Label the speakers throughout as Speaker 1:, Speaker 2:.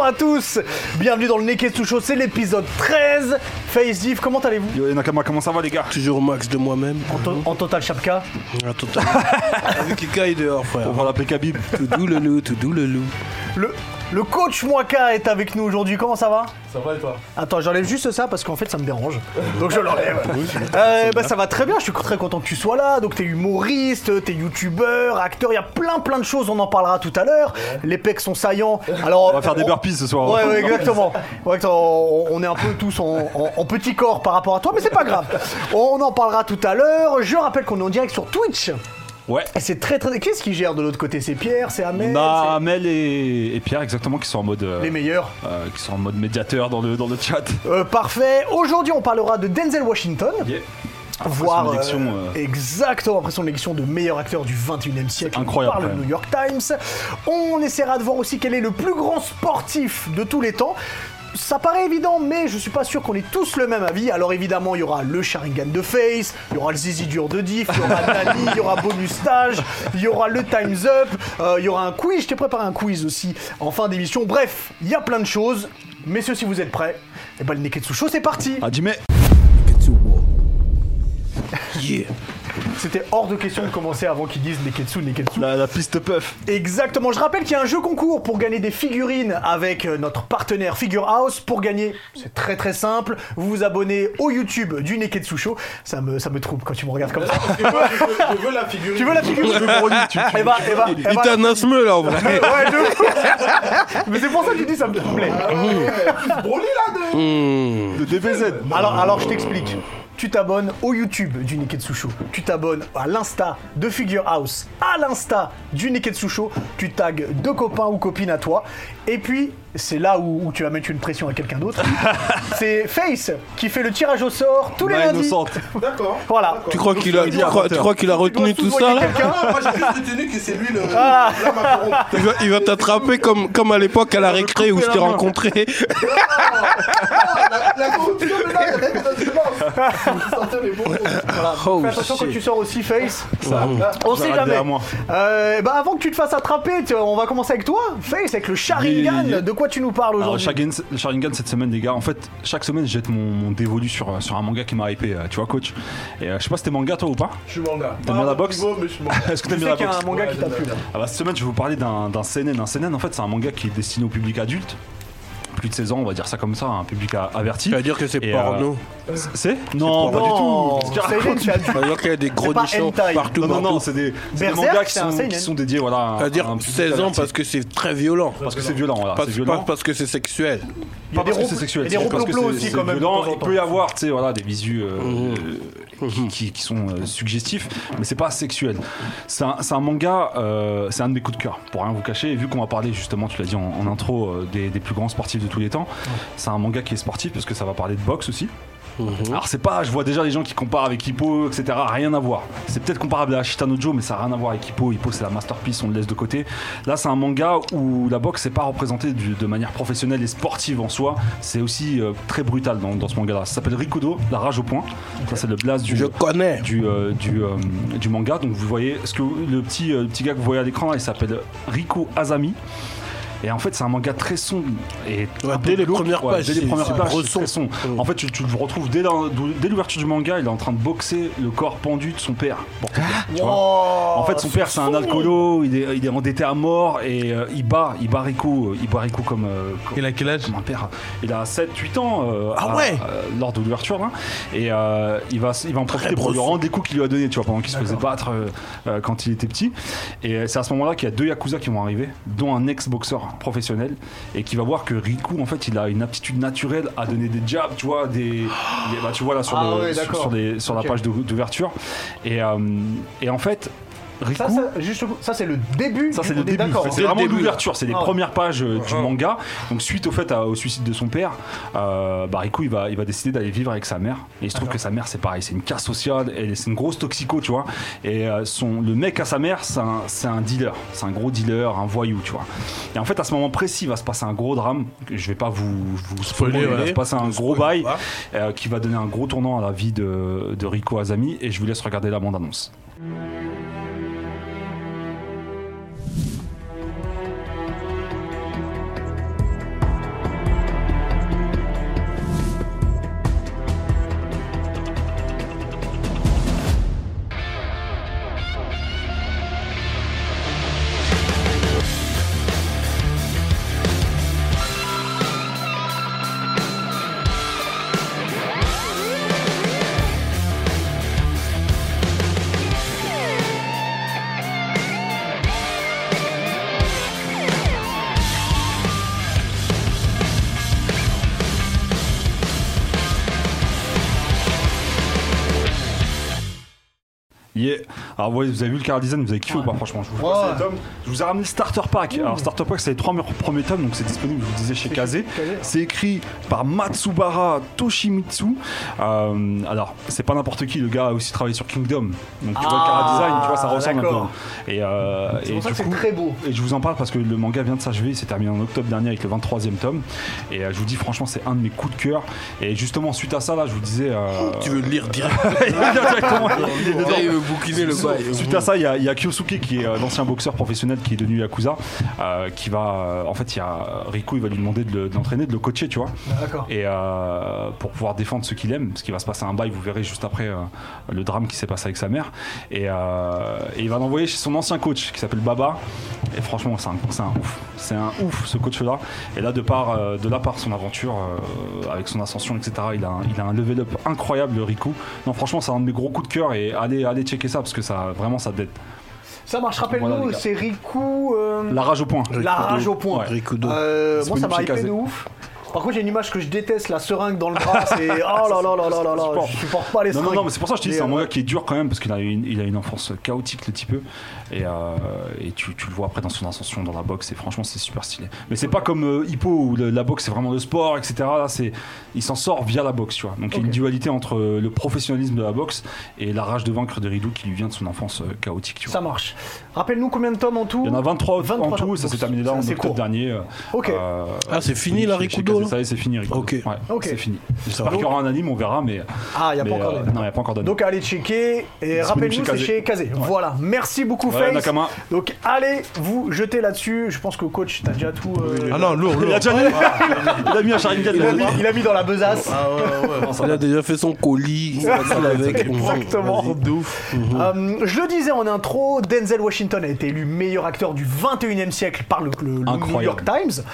Speaker 1: Oh, à tous Bienvenue dans le Neketsu Show, c'est l'épisode 13 Face Div, comment allez-vous
Speaker 2: Yo Nakama, comment ça va les gars
Speaker 3: Toujours au max de moi-même.
Speaker 1: en, to- en total chapka
Speaker 3: Ah, total. Avec Ika est dehors, frère.
Speaker 2: On va l'appeler Khabib.
Speaker 3: Tout doux le loup, tout doux le loup.
Speaker 1: le, le coach Mwaka est avec nous aujourd'hui, comment ça va
Speaker 4: Ça va et toi
Speaker 1: Attends, j'enlève juste ça parce qu'en fait ça me dérange. Donc je l'enlève. Euh, bah, ça va très bien, je suis très content que tu sois là. Donc t'es humoriste, t'es youtubeur, acteur, il y a plein plein de choses, on en parlera tout à l'heure. Les pecs sont saillants. Alors,
Speaker 2: On va faire des burpees ce soir. hein.
Speaker 1: Ouais, ouais, exactement. Ouais, exactement. on, on est un peu tous en, en- en petit corps par rapport à toi, mais c'est pas grave. On en parlera tout à l'heure. Je rappelle qu'on est en direct sur Twitch.
Speaker 2: Ouais.
Speaker 1: Et c'est très très. Qu'est-ce qui gère de l'autre côté C'est Pierre, c'est Amel,
Speaker 2: On a Amel et, et Pierre exactement qui sont en mode euh,
Speaker 1: c'est les meilleurs.
Speaker 2: euh, qui sont en mode médiateur dans le dans le chat.
Speaker 1: Euh, parfait. Aujourd'hui, on parlera de Denzel Washington. Voir
Speaker 2: son élection, euh,
Speaker 1: exactement après son élection de meilleur acteur du 21e siècle
Speaker 2: Incroyable,
Speaker 1: par le
Speaker 2: quand même.
Speaker 1: New York Times. On essaiera de voir aussi quel est le plus grand sportif de tous les temps. Ça paraît évident, mais je suis pas sûr qu'on ait tous le même avis. Alors évidemment, il y aura le Sharingan de Face, il y aura le Zizi dur de Diff, il y aura Nani, il y aura Bonus Stage, il y aura le Time's Up, euh, il y aura un quiz. Je t'ai préparé un quiz aussi en fin d'émission. Bref, il y a plein de choses. Messieurs, si vous êtes prêts, et ben le Neketsu Show, c'est parti.
Speaker 2: Ah Jimmy.
Speaker 3: Yeah.
Speaker 1: C'était hors de question de commencer avant qu'ils disent Neketsu, Neketsu.
Speaker 2: La, la piste puff.
Speaker 1: Exactement, je rappelle qu'il y a un jeu concours pour gagner des figurines avec euh, notre partenaire Figure House. Pour gagner, c'est très très simple, vous vous abonnez au YouTube du Neketsu Show. Ça me, ça me trouble quand tu me regardes comme ça.
Speaker 4: je veux, je veux- je veux la figurine.
Speaker 1: tu veux la figurine Eh bah, eh bah, eh
Speaker 3: Il
Speaker 1: bah-
Speaker 3: t'a un asthme, là, en vrai.
Speaker 1: Ouais, de ouf. Mais c'est pour ça que tu dis ça me troublait.
Speaker 4: Broly là de...
Speaker 2: Le DBZ.
Speaker 1: Hmm. Alors, alors je t'explique. Tu t'abonnes au YouTube du Niketsu Show. Tu t'abonnes à l'Insta de Figure House, à l'Insta du Niketsu Show. Tu tags deux copains ou copines à toi. Et puis, c'est là où, où tu vas mettre une pression à quelqu'un d'autre. c'est Face qui fait le tirage au sort tous les
Speaker 2: Ma
Speaker 1: lundis.
Speaker 2: innocente.
Speaker 4: D'accord.
Speaker 1: Voilà.
Speaker 3: Tu crois qu'il a, tu crois, tu crois qu'il a retenu tout ça, là
Speaker 4: Ah, non, moi j'ai juste retenu que c'est lui le.
Speaker 1: Ah.
Speaker 4: Là, ma corrompe.
Speaker 3: Il va, il va t'attraper comme, comme à l'époque à la récré où je t'ai rencontré.
Speaker 4: La, la corruption, mais là, elle est dans une lance. Il sortait les bons mots.
Speaker 3: Oh,
Speaker 1: Fais attention quand tu sors aussi, Face.
Speaker 2: Ça.
Speaker 1: On sait
Speaker 2: Derrière
Speaker 1: jamais.
Speaker 2: moi.
Speaker 1: Euh, bah avant que tu te fasses attraper, tu- on va commencer avec toi, Face, avec le Sharingan.
Speaker 2: Yeah.
Speaker 1: De quoi tu nous parles
Speaker 2: Alors,
Speaker 1: aujourd'hui
Speaker 2: Sharingan, Sharingan cette semaine, les gars. En fait, chaque semaine, je jette mon, mon dévolu sur, euh, sur un manga qui m'a hypé, euh, tu vois, coach. Et euh, je sais pas si t'es manga, toi ou pas.
Speaker 4: Je suis manga.
Speaker 2: T'aimes bien la
Speaker 4: Pas
Speaker 2: boxe
Speaker 4: niveau, mais je suis manga.
Speaker 2: Est-ce que t'aimes
Speaker 1: Je
Speaker 2: bien
Speaker 1: sais qu'il
Speaker 2: la
Speaker 1: y a
Speaker 2: boxe
Speaker 1: un manga
Speaker 4: Ouais,
Speaker 1: qui t'a
Speaker 4: j'aime
Speaker 1: plu.
Speaker 4: bien.
Speaker 2: Ah bah, cette semaine, je vais vous parler d'un d'un seinen. Un seinen, en fait, c'est un manga qui est destiné au public adulte. Plus de 16 ans, on va dire ça comme ça, un public a- averti.
Speaker 3: Tu vas dire que c'est
Speaker 2: Et, euh,
Speaker 3: porno. Euh,
Speaker 2: C'est Non, pas
Speaker 1: Non,
Speaker 2: du tout.
Speaker 1: Seinen, c'est adulte.
Speaker 3: Tu vas dire qu'il y a des gros
Speaker 1: pas
Speaker 3: nichons
Speaker 1: hentai.
Speaker 3: partout.
Speaker 2: Non, non, non,
Speaker 3: partout.
Speaker 2: c'est des, c'est des
Speaker 1: Berserk,
Speaker 2: mangas qui
Speaker 1: c'est un
Speaker 2: sont,
Speaker 1: seinen.
Speaker 2: qui sont dédiés, voilà. à
Speaker 3: Tu vas
Speaker 2: un
Speaker 3: dire
Speaker 2: public
Speaker 3: 16 ans
Speaker 2: averti.
Speaker 3: parce que c'est très violent.
Speaker 2: Parce que c'est violent, voilà.
Speaker 3: Pas,
Speaker 2: c'est
Speaker 3: pas
Speaker 2: violent.
Speaker 3: parce que c'est sexuel.
Speaker 1: Il y a
Speaker 2: Pas
Speaker 1: des ronds-
Speaker 2: parce que c'est
Speaker 1: il y a
Speaker 2: sexuel.
Speaker 1: des
Speaker 2: c'est parce que
Speaker 1: ronds-plons
Speaker 2: c'est-
Speaker 1: aussi
Speaker 2: c'est
Speaker 1: quand même. de
Speaker 2: violent.
Speaker 1: temps en
Speaker 2: Il
Speaker 1: temps.
Speaker 2: peut y avoir, tu sais, voilà, des visus euh, euh, qui, qui- qui sont euh, suggestifs, mais c'est pas sexuel. C'est un, c'est un manga, euh, c'est un de mes coups de cœur, pour rien vous cacher. Et vu qu'on va parler justement, tu l'as dit en, en intro, euh, des, des plus grands sportifs de tous les temps, c'est un manga qui est sportif parce que ça va parler de boxe aussi. Alors c'est pas, je vois déjà les gens qui comparent avec Hippo, etc. Rien à voir. C'est peut-être comparable à Shitanojo, mais ça n'a rien à voir avec Hippo. Hippo c'est la masterpiece, on le laisse de côté. Là c'est un manga où la boxe n'est pas représentée du- de manière professionnelle et sportive en soi. C'est aussi euh, très brutal dans, dans ce manga-là. Ça s'appelle Rikudo, la rage au point. Ça c'est le blast du
Speaker 3: Je connais.
Speaker 2: du, euh, du, euh, du manga. Donc vous voyez ce que le petit, euh, le petit gars que vous voyez à l'écran, il s'appelle Riko Azami. Et en fait, c'est un manga très sombre. Et
Speaker 3: Ouais,
Speaker 2: un peu
Speaker 3: dès les
Speaker 2: glauque,
Speaker 3: premières
Speaker 2: quoi.
Speaker 3: pages,
Speaker 2: Dès les
Speaker 3: c'est-
Speaker 2: premières
Speaker 3: c'est
Speaker 2: pages,
Speaker 3: gros
Speaker 2: c'est
Speaker 3: son.
Speaker 2: très sombre.
Speaker 3: Mm.
Speaker 2: En fait, tu, tu le retrouves dès, la- dès l'ouverture du manga, il est en train de boxer le corps pendu de son père. Pour te dire, tu vois. En fait, son père, c'est un alcoolo, il est, il est endetté à mort et euh, il bat, il bat Rico, euh, il bat Rico comme, euh, comme,
Speaker 5: Il a quel âge
Speaker 2: comme un père. Il a 7-8 ans euh,
Speaker 3: Ah
Speaker 2: à-
Speaker 3: ouais
Speaker 2: euh, lors de l'ouverture, là. Et euh, il, va, s- il va en profiter pour
Speaker 3: beau
Speaker 2: lui
Speaker 3: son.
Speaker 2: rendre des coups qu'il lui a donné, tu vois, pendant qu'il se faisait battre euh, euh, quand il était petit. Et euh, c'est à ce moment-là qu'il y a deux Yakuza qui vont arriver, dont un ex-boxeur professionnel, et qui va voir que Riku, en fait, il a une aptitude naturelle à donner des jabs, tu vois, des. des- bah, tu vois, là, sur,
Speaker 1: Ah
Speaker 2: le-
Speaker 1: ouais,
Speaker 2: sur-
Speaker 1: d'accord.
Speaker 2: sur les- sur
Speaker 1: Ok.
Speaker 2: la page d'ou- d'ouverture. Et, euh, et en fait, Riku.
Speaker 1: Ça, ça, juste, ça c'est le début.
Speaker 2: Ça,
Speaker 1: du-
Speaker 2: c'est le
Speaker 1: on est
Speaker 2: début.
Speaker 1: D'accord.
Speaker 2: C'est
Speaker 3: Dès le
Speaker 2: vraiment
Speaker 3: début, là.
Speaker 2: l'ouverture. C'est les
Speaker 1: Ah ouais.
Speaker 2: premières pages euh, du manga. Donc, suite au fait à- au suicide de son père, euh, bah, Riku, il va, il va décider d'aller vivre avec sa mère. Et il se trouve que sa mère, c'est pareil. C'est une casse sociale. Elle, c'est une grosse toxico, tu vois. Et euh, son, le mec à sa mère, c'est un, c'est un dealer. C'est un gros dealer, un voyou, tu vois. Et en fait, à ce moment précis, il va se passer un gros drame. que Je vais pas vous, vous spoiler. mais
Speaker 3: Spoiler,
Speaker 2: Il va
Speaker 3: ouais.
Speaker 2: se passer un gros bail
Speaker 3: pas.
Speaker 2: euh, qui va donner un gros tournant à la vie de, de Riku Azami. Et je vous laisse regarder la bande-annonce. Yeah. Alors, Ah ouais, vous avez vu le car design, vous avez kiffé ou pas, franchement Je vous,
Speaker 1: Ouais.
Speaker 2: passe les tomes. Je vous ai ramené le Starter Pack. Alors, Starter Pack, c'est les trois meilleurs premiers tomes, donc c'est disponible, je vous le disais, chez Kazé. C'est écrit par Matsubara Toshimitsu. Euh, alors, c'est pas n'importe qui, le gars a aussi travaillé sur Kingdom. Donc, tu vois le car design, tu vois, ça ressemble un
Speaker 1: Ah, d'accord.
Speaker 2: peu. Et, euh,
Speaker 1: C'est
Speaker 2: et
Speaker 1: pour ça
Speaker 2: du
Speaker 1: que c'est
Speaker 2: coup,
Speaker 1: très beau.
Speaker 2: et je vous en parle parce que le manga vient de s'achever, il s'est terminé en octobre dernier avec le 23e tome. Et euh, je vous dis franchement, c'est un de mes coups de cœur. Et justement, suite à ça, là, je vous disais... euh,
Speaker 3: Tu veux le lire direct
Speaker 2: Exactement, il est dedans.
Speaker 3: Il veut bouquiner le bail.
Speaker 2: Suite à ça, il y a, il y a Kyosuke qui est euh, l'ancien boxeur professionnel qui est devenu Yakuza, euh, qui va, euh, en fait, il y a Riku, il va lui demander de le- de l'entraîner, de le coacher, tu vois,
Speaker 1: D'accord.
Speaker 2: et euh, pour pouvoir défendre ce qu'il aime, parce qu'il va se passer un bail, vous verrez juste après euh, le drame qui s'est passé avec sa mère, et, euh, et il va l'envoyer chez son ancien coach qui s'appelle Baba, et franchement, c'est un, c'est un ouf, c'est un ouf ce coach-là, et là, de par, euh, de là par son aventure, euh, avec son ascension, etc., il a, un- il a un level up incroyable, le Riku. Non, franchement, c'est un de mes gros coups de cœur, et allez, allez checker ça, parce que ça, vraiment, ça dette.
Speaker 1: Ça marche,
Speaker 2: Voilà,
Speaker 1: rappelle-nous,
Speaker 2: les gars.
Speaker 1: c'est Riku. euh,
Speaker 2: La rage au point.
Speaker 1: La rage au point.
Speaker 2: Ouais.
Speaker 3: Rikudo.
Speaker 1: Euh, moi, ça
Speaker 2: Disponible
Speaker 1: m'a
Speaker 2: chez
Speaker 1: hypé
Speaker 2: Kazé.
Speaker 1: de ouf. Par contre, j'ai une image que je déteste, la seringue dans le bras. C'est. Oh là là là là là là, je supporte pas les
Speaker 2: Non,
Speaker 1: seringues.
Speaker 2: non, non, mais c'est pour ça que je te dis,
Speaker 1: Et,
Speaker 2: c'est un
Speaker 1: euh,
Speaker 2: manga qui est dur quand même, parce qu'il a une, il a une enfance euh, chaotique, le petit peu. Et, euh, et tu, tu le vois après dans son ascension, dans la boxe, et franchement, c'est super stylé. Mais c'est pas comme euh, Hippo, où le- la boxe, c'est vraiment le sport, etc. Là, c'est, il s'en sort via la boxe, tu vois. Donc il y a une dualité entre euh, le professionnalisme de la boxe et la rage de vaincre de Ridou qui lui vient de son enfance euh, chaotique, tu vois.
Speaker 1: Ça marche. Rappelle-nous combien de tomes en tout
Speaker 2: Il y en a 23,
Speaker 1: 23
Speaker 2: en tout, et ça
Speaker 1: donc
Speaker 2: s'est terminé là
Speaker 1: c'est
Speaker 2: en
Speaker 1: assez
Speaker 2: octobre
Speaker 1: court.
Speaker 2: dernier. euh,
Speaker 1: Ok.
Speaker 2: euh,
Speaker 3: Ah, c'est fini,
Speaker 2: chez-
Speaker 3: la hein.
Speaker 2: chez
Speaker 3: Rikudo,
Speaker 2: Kazé.
Speaker 3: là
Speaker 2: Ça y est, c'est fini, Rikudo.
Speaker 3: Ok.
Speaker 2: Ouais,
Speaker 1: Ok.
Speaker 2: C'est fini. J'espère
Speaker 3: va.
Speaker 2: qu'il y aura un anime, on verra, mais.
Speaker 1: Ah, il n'y a pas
Speaker 2: mais,
Speaker 1: encore
Speaker 2: euh,
Speaker 1: d'anime.
Speaker 2: Non, il n'y a pas encore d'anime.
Speaker 1: Donc allez checker et
Speaker 2: Disponible
Speaker 1: rappelle-nous
Speaker 2: chez
Speaker 1: c'est
Speaker 2: Kazé.
Speaker 1: chez Kazé. Voilà, merci beaucoup
Speaker 2: Voilà,
Speaker 1: Face.
Speaker 2: Nakama.
Speaker 1: Donc allez vous jeter là-dessus. Je pense que coach t'as déjà tout. euh,
Speaker 3: Ah non, lourd,
Speaker 2: Il a
Speaker 3: lourd.
Speaker 2: déjà mis, il a mis un Sharingan
Speaker 1: oh, il, a
Speaker 2: dans
Speaker 1: mis,
Speaker 2: le bras.
Speaker 1: il a mis dans la
Speaker 3: Ah.
Speaker 1: besace.
Speaker 3: Il a déjà fait son colis. il s'en fout avec.
Speaker 5: Mmh.
Speaker 1: Exactement.
Speaker 3: Vas-y. De ouf.
Speaker 1: Euh, je le disais en intro, Denzel Washington a été élu meilleur acteur du 21e siècle par le, le- le New
Speaker 2: Incroyable.
Speaker 1: York Times.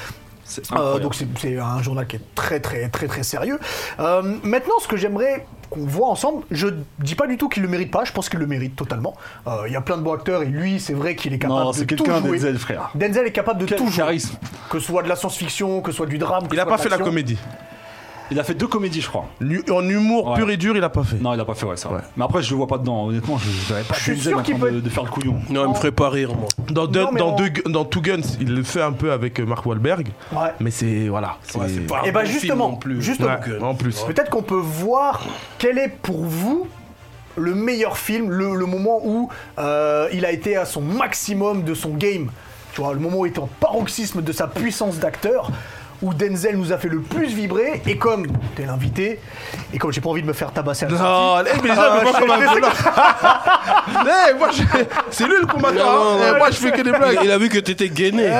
Speaker 2: C'est
Speaker 1: Euh,
Speaker 2: incroyable.
Speaker 1: donc c'est- c'est un journal qui est très très très très sérieux. Euh, maintenant, ce que j'aimerais qu'on voit ensemble, je dis pas du tout qu'il le mérite pas, je pense qu'il le mérite totalement. Euh, Il y a plein de bons acteurs et lui, c'est vrai qu'il est capable
Speaker 2: Non,
Speaker 1: de
Speaker 2: c'est
Speaker 1: tout
Speaker 2: quelqu'un
Speaker 1: jouer.
Speaker 2: d'Enzel, frère.
Speaker 1: Denzel est capable de
Speaker 2: Quel
Speaker 1: tout jouer.
Speaker 2: charisme.
Speaker 1: Que ce soit de la science-fiction, que ce soit du drame. que
Speaker 3: Il
Speaker 1: ce
Speaker 3: a
Speaker 1: soit
Speaker 3: pas
Speaker 1: de
Speaker 3: fait la
Speaker 1: l'action.
Speaker 3: comédie.
Speaker 2: Il a fait deux comédies, je crois.
Speaker 3: Lu- En humour
Speaker 2: Ouais.
Speaker 3: pur et dur, il a pas fait.
Speaker 2: Non, il a pas fait, ouais, ça.
Speaker 3: Ouais.
Speaker 2: Mais après, je le vois pas dedans. Honnêtement, je je verrais pas
Speaker 1: Je suis
Speaker 2: Denzel
Speaker 1: sûr
Speaker 2: en
Speaker 1: qu'il
Speaker 2: train
Speaker 1: peut
Speaker 2: de,
Speaker 1: être-
Speaker 2: de faire le couillon.
Speaker 3: Non, il me ferait pas rire, moi. Dans, Dun-
Speaker 1: Non, mais
Speaker 3: dans,
Speaker 1: on-
Speaker 3: Deux- dans Two Guns, il le fait un peu avec euh, Mark Wahlberg.
Speaker 1: Ouais.
Speaker 3: Mais c'est. Voilà. C'est
Speaker 1: un Eh ben, bon film justement, non plus. justement.
Speaker 3: Ouais, en plus.
Speaker 1: Peut-être qu'on peut voir quel est pour vous le meilleur film, le, le moment où euh, il a été à son maximum de son game. Tu vois, le moment où il était en paroxysme de sa puissance d'acteur, où Denzel nous a fait le plus vibrer, et comme t'es l'invité, et comme j'ai pas envie de me faire tabasser à la sortie,
Speaker 3: Non, eh, mais les gens
Speaker 1: Ah,
Speaker 3: me voient
Speaker 1: je-
Speaker 3: comme un voleur. Eh, moi, je- c'est lui le combattant. hein. Eh, Moi, je fais que des blagues. Eh. Il a vu que t'étais gainé.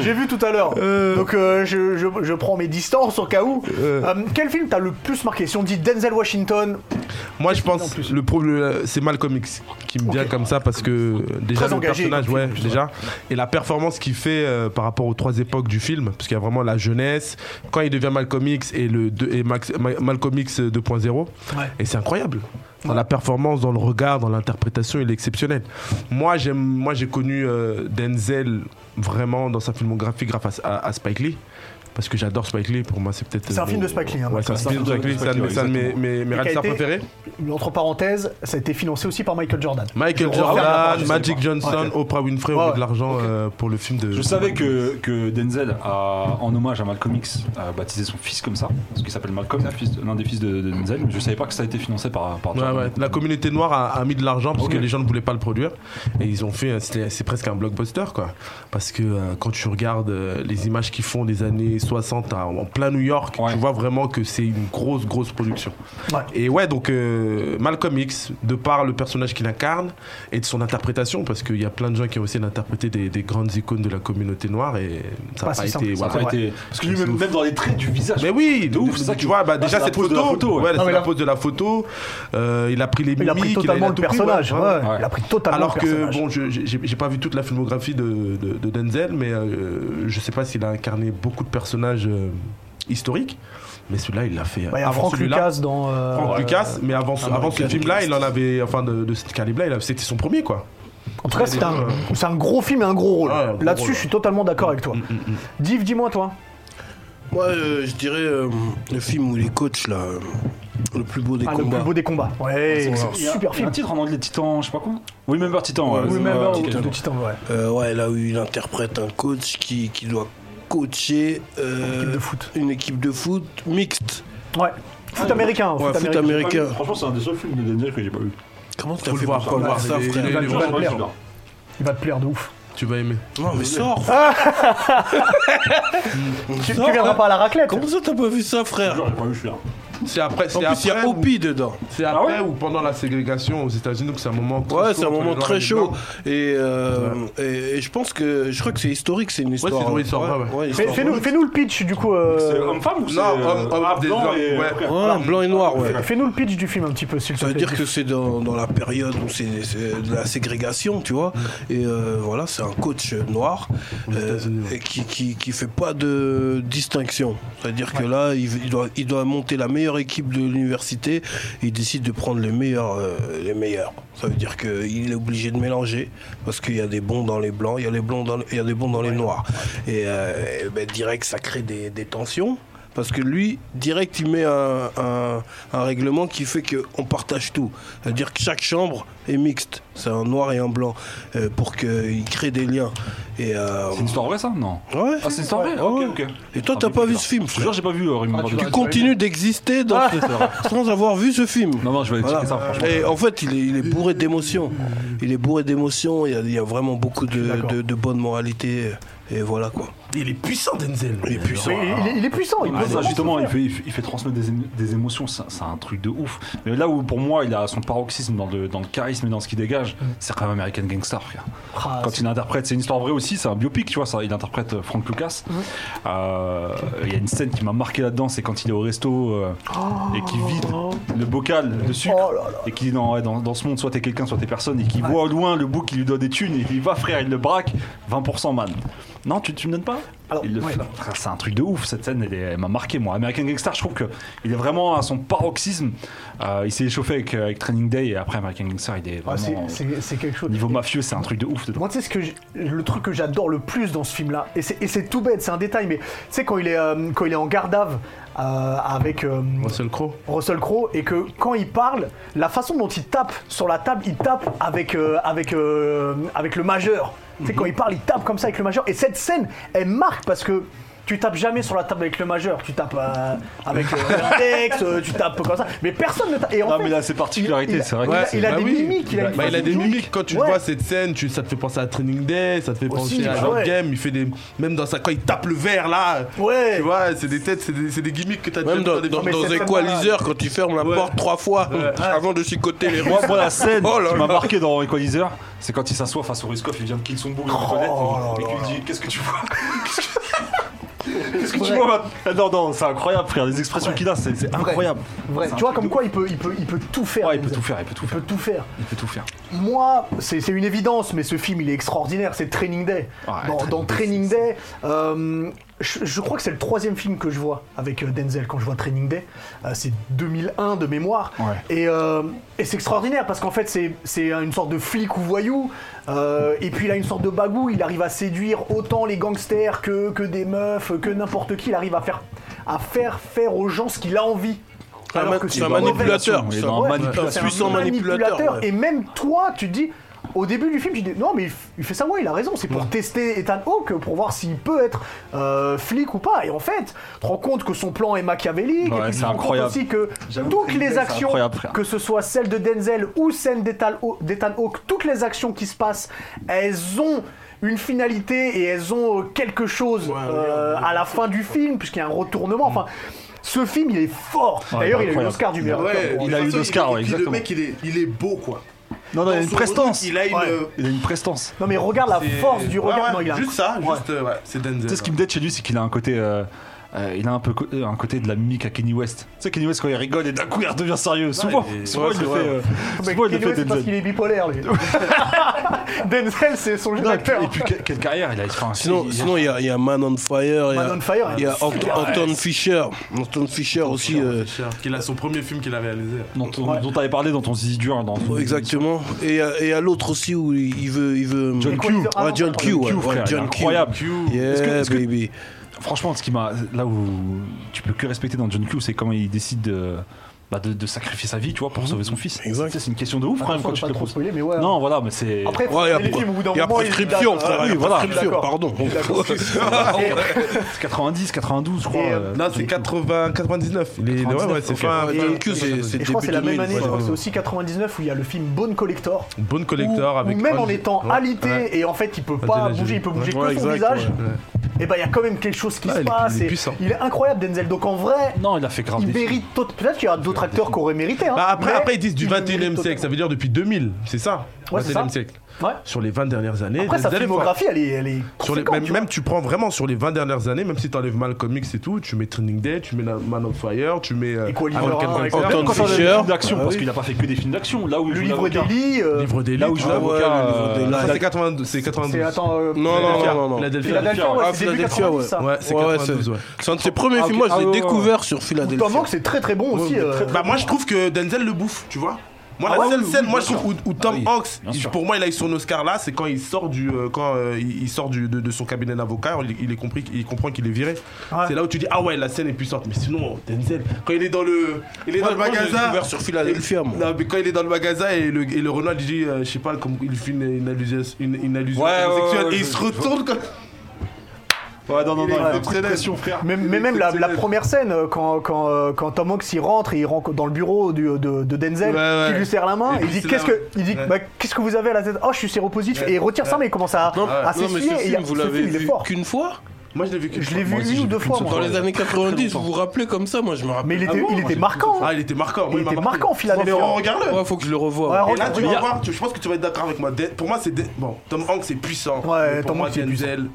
Speaker 1: j'ai vu tout à l'heure.
Speaker 3: Euh.
Speaker 1: Donc euh, je, je- je prends mes distances au cas où. Euh, quel film t'as le plus marqué Si on dit Denzel Washington,
Speaker 3: Moi, je pense le problème, c'est Malcolm X qui me vient comme ça parce que déjà
Speaker 1: Très
Speaker 3: le
Speaker 1: engagé
Speaker 3: personnage,
Speaker 1: comme
Speaker 3: ouais,
Speaker 1: film,
Speaker 3: déjà, et la performance qu'il fait euh, par rapport aux trois époques du film, parce qu'il y a vraiment la jeunesse quand il devient Malcolm X et le deux- et Max- Ma- Malcolm X 2.0,
Speaker 1: Ouais.
Speaker 3: et c'est incroyable. Dans la performance, dans le regard, dans l'interprétation, il est exceptionnel. Moi, j'aime, moi, j'ai connu euh, Denzel vraiment dans sa filmographie grâce à, à- à Spike Lee. Parce que j'adore Spike Lee, pour moi c'est peut-être.
Speaker 1: C'est un
Speaker 3: mon-
Speaker 1: film de Spike Lee, hein,
Speaker 3: Ouais, c'est un film de Spike Lee, c'est un de mes- c'est un de mes-
Speaker 1: Et
Speaker 3: mes mes
Speaker 1: qui a
Speaker 3: réalisateurs
Speaker 1: été-
Speaker 3: préférés.
Speaker 1: entre parenthèses, ça a été financé aussi par Michael Jordan.
Speaker 3: Michael
Speaker 1: Je vais refaire la
Speaker 3: Jordan,
Speaker 1: page,
Speaker 3: Magic
Speaker 1: je sais pas.
Speaker 3: Johnson, Oprah Winfrey
Speaker 1: Ouais,
Speaker 3: ont
Speaker 1: ouais.
Speaker 3: mis de l'argent euh, pour le film de.
Speaker 2: Je savais que, que Denzel, a, en hommage à Malcolm X, a baptisé son fils comme ça, parce qu'il s'appelle Malcolm, le fils de- l'un des fils de, de Denzel, mais je savais pas que ça a été financé par, par
Speaker 3: Ouais,
Speaker 2: Jordan.
Speaker 3: ouais. La communauté noire a, a mis de l'argent parce
Speaker 2: Ok.
Speaker 3: que les gens ne voulaient pas le produire et ils ont fait. un- c'était- C'est presque un blockbuster quoi. Parce que euh, quand tu regardes euh, les images qu'ils font des années 60 à- en plein New York,
Speaker 2: Ouais.
Speaker 3: tu vois vraiment que c'est une grosse grosse production.
Speaker 1: Ouais.
Speaker 3: Et ouais, donc euh, Malcolm X, de par le personnage qu'il incarne et de son interprétation, parce qu'il y a plein de gens qui ont essayé d'interpréter des, des grandes icônes de la communauté noire et ça
Speaker 1: Pas
Speaker 3: n'a
Speaker 1: si Bah,
Speaker 3: pas,
Speaker 1: simple,
Speaker 3: été.
Speaker 1: ça
Speaker 2: Ça a
Speaker 3: voilà.
Speaker 2: pas
Speaker 1: Ouais.
Speaker 2: été- Parce que lui,
Speaker 3: C'est
Speaker 2: même,
Speaker 3: ouf.
Speaker 2: même dans les traits du visage.
Speaker 3: Mais oui,
Speaker 2: de ouf,
Speaker 3: de-
Speaker 2: c'est ça
Speaker 3: tu
Speaker 2: qui-
Speaker 3: vois, bah,
Speaker 2: Ah,
Speaker 3: déjà
Speaker 2: c'est la
Speaker 3: cette
Speaker 2: pose
Speaker 3: photo,
Speaker 2: de la photo, ouais.
Speaker 3: ouais,
Speaker 1: Non, Ah, mais
Speaker 3: c'est la
Speaker 1: là-
Speaker 3: pose de la photo. euh, il a pris les
Speaker 1: Il a pris
Speaker 3: mimiques,
Speaker 1: totalement
Speaker 3: il a
Speaker 1: le
Speaker 3: tout pris,
Speaker 1: personnage.
Speaker 3: ouais,
Speaker 1: ouais,
Speaker 3: ouais.
Speaker 1: Il a pris totalement
Speaker 3: Alors
Speaker 1: le
Speaker 3: que
Speaker 1: personnage.
Speaker 3: bon, je- j'ai j'ai pas vu toute la filmographie de, de- de Denzel, mais euh, je sais pas s'il a incarné beaucoup de personnages euh, historiques, mais celui-là il l'a fait.
Speaker 1: Bah, il y a
Speaker 3: avant
Speaker 1: Franck
Speaker 3: celui-là,
Speaker 1: Lucas dans. euh,
Speaker 3: Franck
Speaker 1: euh,
Speaker 3: Lucas, mais avant, ce- avant ce film-là, il en avait, enfin de, de ce calibre-là, il a- c'était son premier quoi.
Speaker 1: En tout cas, c'est un, c'est un gros film et un gros rôle.
Speaker 3: Ouais, un gros
Speaker 1: Là-dessus,
Speaker 3: rôle.
Speaker 1: je suis totalement d'accord avec toi. Div, dis-moi, toi.
Speaker 5: Moi, euh, je dirais euh, le film où les coachs, là, euh, Le plus beau des
Speaker 1: Ah, le
Speaker 5: combats.
Speaker 1: plus beau des combats. Ouais,
Speaker 5: c'est
Speaker 1: c'est
Speaker 5: vrai.
Speaker 2: Il y a-
Speaker 1: super
Speaker 2: il y a
Speaker 1: film.
Speaker 2: Un titre en anglais Titan, je sais pas quoi. Remember Titan. ouais,
Speaker 1: Oui,
Speaker 2: c'est
Speaker 1: même
Speaker 2: un
Speaker 1: un
Speaker 2: titre,
Speaker 1: titre de
Speaker 2: genre.
Speaker 1: Titan, ouais.
Speaker 5: Euh, ouais, là où il interprète un coach qui, qui doit coacher euh,
Speaker 1: Équipe de foot.
Speaker 5: une équipe de foot mixte.
Speaker 1: Ouais. Foot américain.
Speaker 5: Ouais, foot américain.
Speaker 2: Franchement, c'est un des seuls films de Denzel que j'ai pas vu.
Speaker 5: Comment t'as
Speaker 3: Faut le
Speaker 5: fait
Speaker 3: voir,
Speaker 5: pour
Speaker 3: faut le
Speaker 5: savoir
Speaker 3: voir,
Speaker 5: ça,
Speaker 3: il est-
Speaker 5: frère
Speaker 3: il est-
Speaker 1: Il va te plaire. Il va te plaire de ouf.
Speaker 3: Tu vas aimer.
Speaker 5: Non, mais sors
Speaker 1: Tu, tu viendras pas à la raclette.
Speaker 5: Comment ça t'as pas vu ça, frère
Speaker 2: Genre, j'ai pas vu celui-là.
Speaker 3: C'est après,
Speaker 5: En
Speaker 3: c'est
Speaker 5: plus, il y
Speaker 3: après,
Speaker 5: a
Speaker 3: ou,
Speaker 5: Opi dedans.
Speaker 3: c'est après
Speaker 2: Ah ouais
Speaker 3: ou pendant la ségrégation aux États-Unis, donc c'est un moment. très
Speaker 5: Ouais,
Speaker 3: chaud
Speaker 5: c'est un
Speaker 3: entre
Speaker 5: moment
Speaker 3: les Noirs
Speaker 5: très
Speaker 3: et les
Speaker 5: chaud.
Speaker 3: Blancs.
Speaker 5: Et, euh, et, et je pense que. Je crois que c'est historique, c'est une histoire.
Speaker 3: c'est une histoire, ouais, ouais.
Speaker 1: Fais-
Speaker 5: histoire.
Speaker 1: Fais-nous fais-nous le pitch du coup. euh,
Speaker 2: C'est homme-femme ou c'est.
Speaker 3: Non, homme,
Speaker 2: euh,
Speaker 3: homme,
Speaker 2: ah,
Speaker 3: des
Speaker 2: blanc
Speaker 3: hommes,
Speaker 2: et-
Speaker 3: ouais.
Speaker 2: ok.
Speaker 5: Ouais, blanc et noir, ouais.
Speaker 1: Fais-nous le pitch du film un petit peu, s'il te
Speaker 5: Ça
Speaker 1: plaît.
Speaker 5: veut dire que c'est dans, dans la période où c'est c'est de la ségrégation, tu vois. Et euh, voilà, c'est un coach noir euh,
Speaker 3: États-Unis, ouais.
Speaker 5: et qui, qui, qui fait pas de distinction. C'est-à-dire que là, il, il doit, il doit monter la meilleure équipe de l'université. et Il décide de prendre les meilleurs. euh, les meilleurs. Ça veut dire qu'il est obligé de mélanger parce qu'il y a des bons dans les blancs, il y a, les blancs dans, les- il y a des bons dans les noirs. Et, euh, et ben, direct, ça crée des- des tensions. Parce que lui, direct, il met un, un- un règlement qui fait qu'on partage tout. C'est-à-dire que chaque chambre est mixte. C'est un noir et un blanc. euh, pour qu'il crée des liens. Et, euh,
Speaker 2: C'est une histoire vraie, ça Non.
Speaker 5: ouais.
Speaker 2: Ah, c'est une histoire vraie
Speaker 5: Ouais,
Speaker 2: Ok,
Speaker 5: ouais.
Speaker 2: ok.
Speaker 5: Et toi,
Speaker 2: Ah,
Speaker 5: t'as
Speaker 2: mais
Speaker 5: pas vu
Speaker 2: putain.
Speaker 5: ce film,
Speaker 2: Je te jure,
Speaker 5: frère
Speaker 2: j'ai pas vu euh, Remember
Speaker 3: Ah, tu
Speaker 2: Titan.
Speaker 3: vas-
Speaker 5: Continue d'exister dans ce- sans avoir vu ce film.
Speaker 2: Ah. Non, non, je vais aller
Speaker 5: Voilà.
Speaker 2: checker ça, franchement.
Speaker 5: Et en fait, il est, il est bourré d'émotions. Il est bourré d'émotions. Il, y a- il y a vraiment beaucoup de, de, de bonne moralité. Et voilà quoi.
Speaker 3: Il est puissant, Denzel.
Speaker 5: Il est puissant.
Speaker 1: Mais il, est- il est puissant. Il
Speaker 2: Ah,
Speaker 1: peut
Speaker 2: ça,
Speaker 1: vraiment
Speaker 2: justement,
Speaker 1: se
Speaker 2: il
Speaker 1: faire.
Speaker 2: fait, il fait- il fait transmettre des, émo- des émotions, ça- c'est un truc de ouf. Mais là où pour moi il a son paroxysme dans le, dans le charisme et dans ce qu'il dégage, c'est quand même American Gangstar. frère.
Speaker 1: Ah,
Speaker 2: Quand
Speaker 1: c'est-
Speaker 2: il interprète, c'est une histoire vraie aussi, c'est un biopic, tu vois, ça, il interprète euh, Frank Lucas. Euh, Il y a une scène qui m'a marqué là-dedans, c'est quand il est au resto euh, et qu'il vide le bocal de sucre
Speaker 1: Oh là là.
Speaker 2: et qu'il est dans, ouais, dans, dans ce monde, soit t'es quelqu'un, soit t'es personne, et qu'il voit au loin le bout qui lui donne des thunes et il va frère, il le braque, 20% man. Non, tu, tu me donnes pas
Speaker 1: Alors,
Speaker 2: Il le
Speaker 1: ouais.
Speaker 2: fait. Frère, C'est un truc de ouf cette scène, elle, est- elle m'a marqué moi. American Gangstar, je trouve que il est vraiment à son paroxysme. Euh, il s'est échauffé avec, euh, avec Training Day et après American Gangstar, il est
Speaker 1: Ah, c'est-
Speaker 2: vraiment euh,
Speaker 1: C'est c'est quelque chose.
Speaker 2: niveau mafieux, c'est un truc de ouf. dedans.
Speaker 1: Moi, tu sais, ce que j'- le truc que j'adore le plus dans ce film-là, et c'est et c'est tout bête, c'est un détail, mais tu sais, quand, il est, euh, quand il est en Gardave avec euh,
Speaker 3: Russell Crowe.
Speaker 1: Russell Crowe, et que quand il parle, la façon dont il tape sur la table, il tape avec, euh, avec, euh, avec le majeur. Tu sais, quand il parle, il tape comme ça avec le majeur. Et cette scène, elle marque parce que. Tu tapes jamais sur la table avec le majeur, tu tapes euh, avec euh, l'index, euh, tu tapes comme ça, mais personne ne tape. et en
Speaker 2: Non,
Speaker 1: fait,
Speaker 2: mais là, c'est particularité,
Speaker 1: il-
Speaker 2: c'est vrai
Speaker 1: il
Speaker 2: que
Speaker 1: a-
Speaker 2: c'est-
Speaker 1: il a
Speaker 3: Bah
Speaker 1: des
Speaker 3: oui.
Speaker 1: mimiques, il a une
Speaker 3: Bah, il a
Speaker 1: façon
Speaker 3: des
Speaker 1: de
Speaker 3: mimiques.
Speaker 1: jouer.
Speaker 3: Quand tu
Speaker 1: Ouais.
Speaker 3: vois cette scène, tu, ça te fait penser à Training Day, ça te fait penser
Speaker 1: Aussi,
Speaker 3: à
Speaker 1: ouais.
Speaker 3: Short Game. Il fait des, même dans sa quand il tape le verre là.
Speaker 1: Ouais.
Speaker 3: Tu vois, c'est des têtes, c'est des, c'est des gimmicks que t'as
Speaker 5: Même dans,
Speaker 3: des
Speaker 5: dans,
Speaker 1: mais
Speaker 5: dans
Speaker 1: cette
Speaker 5: Equalizer, quand il ferme la porte trois fois avant de chicoter les
Speaker 2: Moi, moi, la scène
Speaker 5: Oh là
Speaker 2: qui m'a
Speaker 5: là.
Speaker 2: marqué dans Equalizer, c'est quand il s'assoit face au Ruskov, il vient de kill son
Speaker 1: Oh
Speaker 2: boule, il le reconnaît, et qu'il lui dit Qu'est-ce que tu vois Qu'est-ce que- Qu'est-ce que tu vois maintenant Ah Non, non, c'est incroyable, frère, les expressions qu'il a, c'est c'est incroyable.
Speaker 1: Vrai.
Speaker 2: C'est un
Speaker 1: Tu vois
Speaker 2: truc
Speaker 1: comme
Speaker 2: de
Speaker 1: quoi il peut, il peut, il peut tout faire.
Speaker 2: Ouais, Ah, il peut
Speaker 1: Denzel.
Speaker 2: tout faire, il peut tout faire.
Speaker 1: Il peut tout faire.
Speaker 2: Il peut tout faire.
Speaker 1: Moi, c'est c'est une évidence, mais ce film, il est extraordinaire. C'est Training Day.
Speaker 2: Ouais,
Speaker 1: dans,
Speaker 2: Training
Speaker 1: dans
Speaker 2: Day,
Speaker 1: Training Day, euh, je, je crois que c'est le troisième film que je vois avec euh, Denzel quand je vois Training Day. Euh, c'est 2001 de mémoire.
Speaker 2: Ouais.
Speaker 1: Et, euh, et c'est extraordinaire parce qu'en fait, c'est c'est une sorte de flic ou voyou. Euh, et puis, il a une sorte de bagou. Il arrive à séduire autant les gangsters que, que des meufs, que n'importe qui. Il arrive à faire, à faire faire aux gens ce qu'il a envie.
Speaker 5: un
Speaker 1: Alors
Speaker 5: ma-
Speaker 1: que
Speaker 5: c'est un
Speaker 1: mauvais.
Speaker 5: manipulateur.
Speaker 2: Il est
Speaker 5: C'est
Speaker 2: dans
Speaker 5: un-
Speaker 2: un
Speaker 1: Ouais,
Speaker 2: manipulateur.
Speaker 1: c'est un
Speaker 5: puissant manipulateur, ouais.
Speaker 1: Et même toi, tu te dis, au début du film, tu te dis, non, mais il, f- il fait ça, ouais, il a raison. C'est pour tester Ethan Hawke, pour voir s'il peut être euh, flic ou pas. Et en fait, tu te rends compte que son plan est machiavélique.
Speaker 2: Ouais,
Speaker 1: et puis tu
Speaker 2: c'est
Speaker 1: te rends compte
Speaker 2: incroyable.
Speaker 1: aussi que
Speaker 2: J'avoue,
Speaker 1: toutes
Speaker 2: Training Day,
Speaker 1: les
Speaker 2: c'est
Speaker 1: actions,
Speaker 2: incroyable, frère.
Speaker 1: que ce soit celle de Denzel ou celle d'Ethan Haw- d'Ethan Hawke, toutes les actions qui se passent, elles ont une finalité et elles ont euh, quelque chose euh, à la fin du film, puisqu'il y a un retournement. Enfin, ce film, il est fort.
Speaker 2: Mm. Ouais,
Speaker 1: D'ailleurs, il a eu
Speaker 2: incroyable.
Speaker 1: l'Oscar du meilleur. acteur.
Speaker 4: Ouais,
Speaker 2: Il
Speaker 4: de
Speaker 2: a
Speaker 4: toute
Speaker 2: eu
Speaker 4: façon,
Speaker 2: l'Oscar,
Speaker 4: il est-
Speaker 2: ouais,
Speaker 4: puis
Speaker 2: exactement.
Speaker 4: Le mec, il est, il est beau, quoi.
Speaker 2: Non, non, il a
Speaker 4: Dans
Speaker 2: une
Speaker 4: son
Speaker 2: prestance.
Speaker 4: rôle, Il a une.
Speaker 1: Ouais.
Speaker 4: euh,
Speaker 2: Il a une prestance.
Speaker 1: Non mais regarde la
Speaker 3: C'est-
Speaker 1: force du
Speaker 3: Ouais,
Speaker 1: regard.
Speaker 3: ouais,
Speaker 1: non, il a un-
Speaker 3: Juste ça,
Speaker 1: Ouais.
Speaker 3: juste, euh, ouais, c'est Denzel.
Speaker 2: Tu sais, ce qui me date chez lui, c'est qu'il a un côté. euh, euh, il a un peu co- un côté de la mimique à Kenny West. Tu sais, Kenny West, quand il rigole et d'un coup il redevient sérieux. Souvent,
Speaker 3: il est-
Speaker 2: souvent,
Speaker 3: ouais,
Speaker 2: il
Speaker 3: c'est
Speaker 2: le fait.
Speaker 3: vrai.
Speaker 2: euh,
Speaker 1: Mais
Speaker 2: souvent, il le
Speaker 1: Kenny West,
Speaker 2: fait
Speaker 1: c'est parce
Speaker 2: Denzel.
Speaker 1: qu'il est bipolaire lui. Denzel c'est son jeu
Speaker 2: Non, et puis,
Speaker 1: d'acteur.
Speaker 2: et puis, que- quelle carrière il a enfin,
Speaker 5: Sinon,
Speaker 2: il-
Speaker 5: sinon il y a, il y a Man on Fire. il y a-
Speaker 1: Man on Fire,
Speaker 5: Il y a
Speaker 1: hein.
Speaker 5: Ant- Anton Fisher. Anton Fisher aussi. euh,
Speaker 3: Cher, qu'il a son premier film qu'il a réalisé.
Speaker 2: dont, dont- dont t'avais parlé dans ton zizi dur. Dans ton-
Speaker 5: Exactement. Et il y a- et à l'autre aussi où il il veut. Il veut
Speaker 2: John
Speaker 1: Q.
Speaker 5: Ah, John Q. ouais,
Speaker 2: Q,
Speaker 5: ouais,
Speaker 2: frère, il est
Speaker 5: John Q.
Speaker 2: incroyable.
Speaker 5: Yeah,
Speaker 2: Est-ce que- est-ce que-
Speaker 5: baby.
Speaker 2: Franchement, ce qui m'a là où tu peux que respecter dans John Q, c'est comment il décide de, bah, de, de sacrifier sa vie, tu vois, pour sauver son fils.
Speaker 5: Exact.
Speaker 2: C'est c'est une question de ouf quand même
Speaker 1: Attention
Speaker 2: quand
Speaker 1: de
Speaker 2: tu
Speaker 1: pas
Speaker 2: te
Speaker 1: trop
Speaker 2: poses.
Speaker 1: spoiler, mais ouais.
Speaker 2: Non, voilà, mais c'est.
Speaker 1: Après, faut
Speaker 5: Ouais, il y a,
Speaker 1: aimer les films au bout d'un
Speaker 5: il y a
Speaker 1: moment.
Speaker 5: prescription,
Speaker 1: il-
Speaker 5: frère.
Speaker 1: Ah,
Speaker 5: il y a
Speaker 1: voilà.
Speaker 5: prescription,
Speaker 1: D'accord.
Speaker 5: pardon.
Speaker 1: D'accord.
Speaker 2: C'est 90, 92, je crois.
Speaker 1: Et, euh,
Speaker 2: euh,
Speaker 3: Là, c'est 80, 99. Il est, ouais, ouais, c'est
Speaker 2: ok.
Speaker 3: fin.
Speaker 5: Ouais,
Speaker 1: Et-
Speaker 5: Barbecue, c'est c'est
Speaker 1: Et je crois que
Speaker 5: début
Speaker 1: c'est la même
Speaker 5: 2000,
Speaker 1: année, je
Speaker 5: ouais.
Speaker 1: crois que c'est aussi 99 où il y a le film Bone Collector.
Speaker 3: Bonne
Speaker 1: où-
Speaker 3: collector avec.
Speaker 1: où même en
Speaker 3: Ouais.
Speaker 1: étant
Speaker 3: Ouais.
Speaker 1: alité
Speaker 3: Ouais.
Speaker 1: et en fait il peut
Speaker 3: Angelina
Speaker 1: pas
Speaker 3: Jolie.
Speaker 1: bouger, il peut bouger
Speaker 5: Ouais,
Speaker 1: que son
Speaker 5: exact,
Speaker 1: visage,
Speaker 5: ouais.
Speaker 1: et bah il y a quand même quelque chose qui
Speaker 3: Ouais,
Speaker 1: se
Speaker 3: il est-
Speaker 1: passe.
Speaker 3: il est
Speaker 1: et
Speaker 3: puissant.
Speaker 1: il est incroyable Denzel, donc en vrai
Speaker 2: Non, il a fait grave.
Speaker 1: il
Speaker 2: des films.
Speaker 1: mérite. tot- Peut-être qu'il y a d'autres acteurs qui auraient mérité. hein,
Speaker 3: Bah, après,
Speaker 1: mais
Speaker 3: après, ils disent du
Speaker 1: il le
Speaker 3: 21 e
Speaker 1: mérite
Speaker 3: siècle, ça
Speaker 1: totalement.
Speaker 3: veut dire depuis 2000, c'est ça
Speaker 1: Ouais, c'est
Speaker 3: 21 e
Speaker 1: ça.
Speaker 3: siècle.
Speaker 1: Ouais.
Speaker 3: Sur les 20 dernières années.
Speaker 1: Après sa
Speaker 3: Denzel est fort.
Speaker 1: filmographie elle est. Elle est
Speaker 3: Sur les,
Speaker 1: conséquente,
Speaker 3: même,
Speaker 1: tu
Speaker 3: tu
Speaker 1: vois.
Speaker 3: même tu prends vraiment sur les 20 dernières années, même si t'enlèves mal comics et tout, tu mets Training Day, tu mets la Man of Fire, tu mets euh,
Speaker 1: Equalizer,
Speaker 3: Harold
Speaker 1: hein,
Speaker 3: Kessler,
Speaker 5: Anton
Speaker 2: Même quand on a des
Speaker 5: Fisher.
Speaker 2: films d'action,
Speaker 5: Ah
Speaker 2: parce
Speaker 5: oui.
Speaker 2: qu'il a pas fait que des films d'action. Là où il
Speaker 1: le
Speaker 2: joue
Speaker 1: livre
Speaker 2: l'avocat.
Speaker 1: d'Eli. euh,
Speaker 3: Livre d'élite.
Speaker 2: Là où je
Speaker 3: Ah,
Speaker 5: Ah ouais,
Speaker 2: l'avocat,
Speaker 5: le niveau de
Speaker 3: ça,
Speaker 5: la-
Speaker 3: c'est 92, c'est 92.
Speaker 1: C'est attends. euh,
Speaker 5: Non, non, non, non, non.
Speaker 3: Philadelphia.
Speaker 1: Philadelphia, ouais,
Speaker 5: Ah,
Speaker 1: c'est début
Speaker 5: Philadelphia,
Speaker 1: 90, ça.
Speaker 3: Ouais, c'est
Speaker 5: Ouais, ouais,
Speaker 3: 92, ouais.
Speaker 5: C'est un de ses premiers
Speaker 2: Ah,
Speaker 5: films.
Speaker 2: ok.
Speaker 5: Moi, je
Speaker 2: Ah,
Speaker 5: l'ai
Speaker 2: ouais, ouais,
Speaker 5: découvert sur
Speaker 1: Ou Tom
Speaker 5: Philadelphia.
Speaker 1: Hanks c'est très très bon aussi. euh,
Speaker 3: Bah moi je trouve que Denzel le bouffe, tu vois. Moi
Speaker 2: Ah
Speaker 3: la
Speaker 2: ouais,
Speaker 3: seule
Speaker 2: oui,
Speaker 3: scène,
Speaker 2: oui,
Speaker 3: moi je
Speaker 2: bien
Speaker 3: trouve où, où Tom
Speaker 2: Ah oui,
Speaker 3: Hanks,
Speaker 2: bien
Speaker 3: il-
Speaker 2: sûr.
Speaker 3: pour moi il a eu son Oscar là, c'est quand il sort du euh, quand euh, il il sort du, de, de son cabinet d'avocat, il, il est compris, il comprend qu'il est viré. C'est là où tu dis ah ouais la scène est puissante, mais sinon Denzel quand il est dans le il est
Speaker 5: Moi,
Speaker 3: dans le
Speaker 5: moi, je l'ai
Speaker 3: magasin
Speaker 5: découvert sur Philadelphia,
Speaker 3: et-
Speaker 5: moi.
Speaker 3: Non, mais quand il est dans le magasin et le et le Renault il dit euh, je sais pas comme il fait une, une allusion une, une allusion
Speaker 2: Ouais, ouais,
Speaker 3: sexuelle
Speaker 2: ouais,
Speaker 3: et il
Speaker 2: je-
Speaker 3: se retourne comme
Speaker 2: Ouais, non, non, non,
Speaker 3: Il
Speaker 2: il
Speaker 3: est
Speaker 2: a des coups de
Speaker 3: exceptionnel.
Speaker 2: pression, frère.
Speaker 1: Mais, mais même la, la première scène, euh, quand, quand, euh, quand Tom Hanks il rentre et il rentre dans le bureau du- de, de Denzel,
Speaker 3: Ouais, ouais.
Speaker 1: qui lui serre la main, il
Speaker 3: Et puis
Speaker 1: dit
Speaker 3: c'est
Speaker 1: qu'est-ce
Speaker 3: là-
Speaker 1: que, il dit
Speaker 3: Ouais.
Speaker 1: bah, qu'est-ce que vous avez à la tête Oh, je suis séropositif
Speaker 3: Ouais.
Speaker 1: et il retire ça, mais il commence à, à
Speaker 5: Non, mais
Speaker 1: s'essuyer.
Speaker 5: ce
Speaker 1: et il y
Speaker 5: film,
Speaker 1: a-
Speaker 5: vous
Speaker 1: ce
Speaker 5: l'avez
Speaker 1: film, il est
Speaker 5: vu
Speaker 1: fort.
Speaker 5: qu'une fois
Speaker 3: moi je l'ai vécu
Speaker 1: Je l'ai vu
Speaker 2: Moi aussi,
Speaker 1: une
Speaker 2: j'ai
Speaker 1: ou deux
Speaker 2: vu qu'une
Speaker 1: fois.
Speaker 2: seule
Speaker 1: moi.
Speaker 5: Dans
Speaker 2: Ouais,
Speaker 5: les années
Speaker 2: très, très
Speaker 5: 90, vous
Speaker 2: longtemps.
Speaker 5: vous rappelez comme ça Moi, je me
Speaker 1: Mais
Speaker 5: rappelle.
Speaker 1: il était,
Speaker 3: bon,
Speaker 1: il
Speaker 3: moi,
Speaker 1: était
Speaker 3: j'ai-
Speaker 1: marquant. hein.
Speaker 3: Ah, il était marquant.
Speaker 1: Il
Speaker 3: Moi,
Speaker 1: était
Speaker 3: m'a marqué.
Speaker 1: marquant, Philadelphia.
Speaker 3: Mais regarde-le.
Speaker 5: Ouais, faut que je le revoie.
Speaker 1: Ouais,
Speaker 3: Et là, tu vas
Speaker 1: Regarde.
Speaker 3: voir, tu- je pense que tu vas être d'accord avec moi. Den- Pour moi, c'est. Den- Bon, Tom Hanks, c'est puissant.
Speaker 1: Ouais,
Speaker 3: Mais pour
Speaker 1: Tom
Speaker 3: moi,
Speaker 1: Hanks, c'est
Speaker 3: Denzel.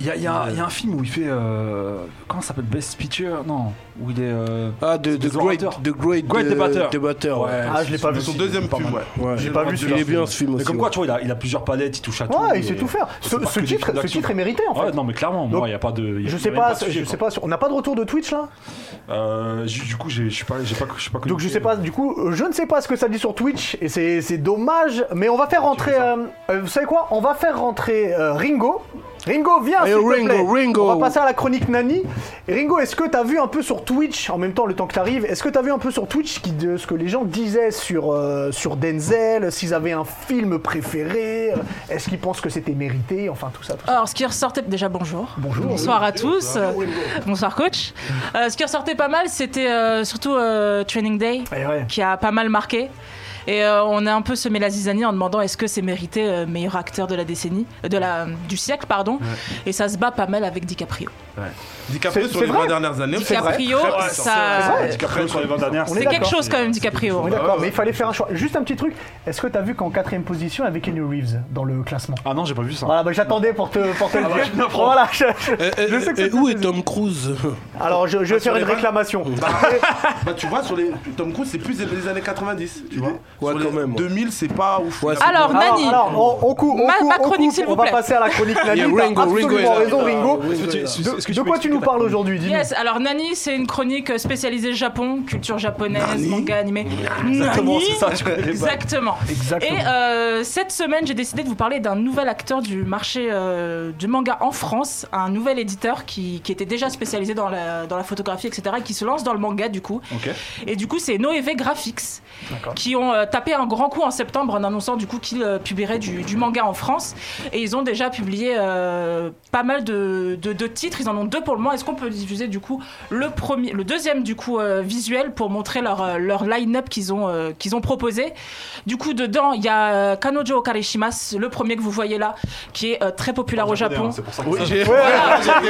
Speaker 2: Il y a, il y a un- il y a un film où il fait. euh, comment ça s'appelle Best Picture Non. Où il est. euh,
Speaker 5: Ah, The,
Speaker 2: C'est
Speaker 5: the
Speaker 2: des
Speaker 5: Great,
Speaker 2: orateurs.
Speaker 5: the Great,
Speaker 2: Great
Speaker 5: euh,
Speaker 2: Debater.
Speaker 5: Debater, ouais.
Speaker 1: Ah, je l'ai
Speaker 2: c'est
Speaker 1: pas
Speaker 2: son-
Speaker 1: vu.
Speaker 3: Son
Speaker 2: c'est-
Speaker 3: deuxième
Speaker 2: c'est pas
Speaker 3: film,
Speaker 2: mal.
Speaker 3: ouais.
Speaker 5: Ouais.
Speaker 1: J'ai pas vu
Speaker 5: Il est
Speaker 1: celui-là.
Speaker 5: bien ce film
Speaker 2: Mais
Speaker 5: aussi.
Speaker 2: comme quoi, tu vois, il a, il a plusieurs palettes, Ah, il touche à tout.
Speaker 1: Ouais, il
Speaker 2: et-
Speaker 1: sait tout faire.
Speaker 2: c'est
Speaker 1: Ce,
Speaker 2: pas
Speaker 1: ce
Speaker 2: que des
Speaker 1: titre,
Speaker 2: films
Speaker 1: ce
Speaker 2: d'action.
Speaker 1: titre est mérité en
Speaker 2: Ouais,
Speaker 1: fait.
Speaker 2: non, mais clairement,
Speaker 1: Donc,
Speaker 2: moi, il n'y a pas de. il y a-
Speaker 1: Je
Speaker 2: il y
Speaker 1: sais
Speaker 2: avait
Speaker 1: pas,
Speaker 2: de sujet,
Speaker 1: je sais
Speaker 2: quoi.
Speaker 1: pas, sur- on n'a pas de retour de Twitch là
Speaker 2: Euh, ju- du coup, j'ai- je suis pas, j'ai pas, je suis pas
Speaker 1: Donc je
Speaker 2: connecté.
Speaker 1: sais pas, du coup, euh, je ne sais pas ce que ça dit sur Twitch, et c'est c'est dommage, mais on va faire rentrer... euh, euh, vous savez quoi On va faire rentrer euh, Ringo. Ringo, viens,
Speaker 5: Eh,
Speaker 1: s'il te
Speaker 5: Ringo,
Speaker 1: plaît.
Speaker 5: Ringo.
Speaker 1: On va passer à la chronique Nani. Et Ringo, est-ce que t'as vu un peu sur Twitch, en même temps, le temps que t'arrives, est-ce que t'as vu un peu sur Twitch qui- de ce que les gens disaient sur, euh, sur Denzel, s'ils avaient un film préféré, euh, est-ce qu'ils pensent que c'était mérité, enfin tout ça, tout ça.
Speaker 6: Alors, ce qui ressortait déjà bonjour.
Speaker 1: Bonjour.
Speaker 6: Bonsoir à tous. Euh, Bonsoir coach. Euh, ce qui ressortait pas mal, c'était euh, surtout euh, Training Day,
Speaker 1: Eh ouais.
Speaker 6: qui a pas mal marqué. Et euh, on a un peu semé la zizanie en demandant est-ce que c'est mérité euh, meilleur acteur de la décennie, euh, de la, du siècle, pardon. Et ça se bat pas mal avec DiCaprio.
Speaker 3: DiCaprio,
Speaker 1: C'est-
Speaker 3: sur
Speaker 1: c'est
Speaker 3: les
Speaker 1: vrai.
Speaker 3: 20 dernières années, c'est vrai.
Speaker 6: DiCaprio,
Speaker 3: Très puissant.
Speaker 6: ça,
Speaker 1: vrai.
Speaker 2: DiCaprio sur les 20 dernières,
Speaker 1: On est
Speaker 6: c'est
Speaker 1: d'accord.
Speaker 6: quelque chose quand même DiCaprio.
Speaker 1: On est
Speaker 6: hein.
Speaker 1: d'accord, mais il fallait faire un choix. Juste un petit truc, est-ce que t'as vu qu'en quatrième position, avec Kenny Reeves dans le classement
Speaker 2: Ah non, j'ai pas vu ça.
Speaker 1: Voilà, bah, j'attendais pour te, pour te le dire. Voilà, je- je-
Speaker 5: Eh, eh,
Speaker 1: je sais que
Speaker 5: eh,
Speaker 1: c'est-
Speaker 5: où est Tom Cruise
Speaker 1: Alors, je, je vais faire
Speaker 3: les
Speaker 1: une
Speaker 3: vannes
Speaker 1: réclamation.
Speaker 3: Bah, tu vois, sur les. Tom Cruise, c'est plus des années 90, tu vois.
Speaker 5: Ouais,
Speaker 3: Sur les
Speaker 5: quand même, ouais.
Speaker 3: 2000, c'est pas ouf.
Speaker 5: Ouais,
Speaker 3: Là,
Speaker 5: c'est
Speaker 6: Alors, Nani,
Speaker 1: Alors, alors, on, on coupe, on
Speaker 6: Ma-
Speaker 1: coupe,
Speaker 6: ma
Speaker 1: on coupe,
Speaker 6: chronique, s'il
Speaker 1: on
Speaker 6: vous
Speaker 1: va
Speaker 6: plaît.
Speaker 1: passer à la chronique Nani.
Speaker 5: Yeah,
Speaker 1: T'as
Speaker 5: Ringo, Ringo
Speaker 1: absolument
Speaker 5: est là.
Speaker 1: raison, Ringo.
Speaker 5: Ringo est là.
Speaker 1: De, de quoi tu nous parles aujourd'hui, dis
Speaker 6: Yes, alors Nani, c'est une chronique spécialisée Japon, culture japonaise, manga animé.
Speaker 2: Exactement,
Speaker 6: Nani
Speaker 2: c'est ça, je connais pas.
Speaker 6: Exactement.
Speaker 1: Exactement.
Speaker 6: Et euh, cette semaine, j'ai décidé de vous parler d'un nouvel acteur du marché euh, du manga en France, un nouvel éditeur qui, qui était déjà spécialisé dans la, dans la photographie, etc., et qui se lance dans le manga du coup.
Speaker 2: Ok.
Speaker 6: Et du coup, c'est Noévé Graphics qui ont euh, tapé un grand coup en septembre en annonçant du coup qu'ils euh, publieraient du, du manga en France. Et ils ont déjà publié euh, pas mal de, de- de titres. Ils en ont deux pour le moment. Est-ce qu'on peut diffuser du coup le premier, le deuxième du coup euh, visuel pour montrer leur, euh, leur line-up qu'ils ont euh, qu'ils ont proposé. Du coup, dedans, il y a euh, Kanojo Okareshimas, le premier que vous voyez là, qui est euh, très populaire au
Speaker 3: hein,
Speaker 6: Japon.
Speaker 2: C'est pour ça que
Speaker 3: Oui,
Speaker 2: ça-
Speaker 3: j'ai-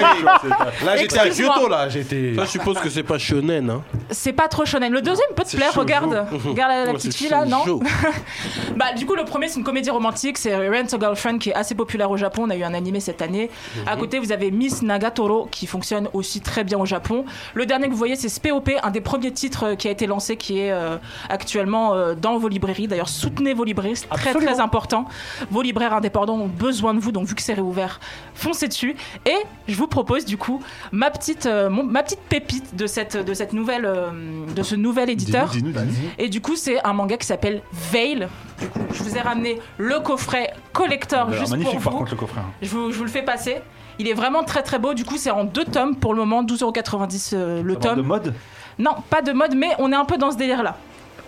Speaker 3: Là, j'étais à
Speaker 6: Excuse-moi.
Speaker 3: Kyoto, là. J'étais.
Speaker 5: Ça, je suppose que c'est pas Shonen. Hein.
Speaker 6: C'est pas trop shonen. Le deuxième peut te plaire,
Speaker 5: shoujo.
Speaker 6: regarde. Regarde la, la
Speaker 5: Ouais, c'est
Speaker 6: petite fille là, non
Speaker 5: shoujo.
Speaker 6: Bah, du coup, le premier, c'est une comédie romantique. C'est Rent a Girlfriend qui est assez populaire au Japon. On a eu un animé cette année.
Speaker 5: Mhm.
Speaker 6: À côté, vous avez Miss Nagatoro qui fonctionne aussi très bien au Japon. Le dernier que vous voyez, c'est SPOP, un des premiers titres euh, qui a été lancé, qui est euh, actuellement euh, dans vos librairies. D'ailleurs, soutenez vos librairies, c'est très
Speaker 1: Absolument.
Speaker 6: très important. Vos libraires indépendants ont besoin de vous, donc vu que c'est réouvert, foncez dessus. Et je vous propose du coup ma petite, euh, mon- ma petite pépite de, cette, de, cette nouvelle, euh, de ce nouvel éditeur.
Speaker 2: Dis-nous, dis-nous, dis-nous.
Speaker 6: Et du coup, c'est un manga qui s'appelle Veil. Du coup, je vous ai ramené le coffret collector
Speaker 2: Alors,
Speaker 6: juste
Speaker 2: Euh, Magnifique
Speaker 6: pour
Speaker 2: par
Speaker 6: vous.
Speaker 2: contre le coffret. hein.
Speaker 6: Je vous, je vous le fais passer. Il est vraiment très très beau. Du coup, c'est en deux tomes pour le moment, 12,90€ euh, le
Speaker 2: Ça parle De
Speaker 6: tome.
Speaker 2: mode
Speaker 6: Non, pas de mode, mais on est un peu dans ce délire-là.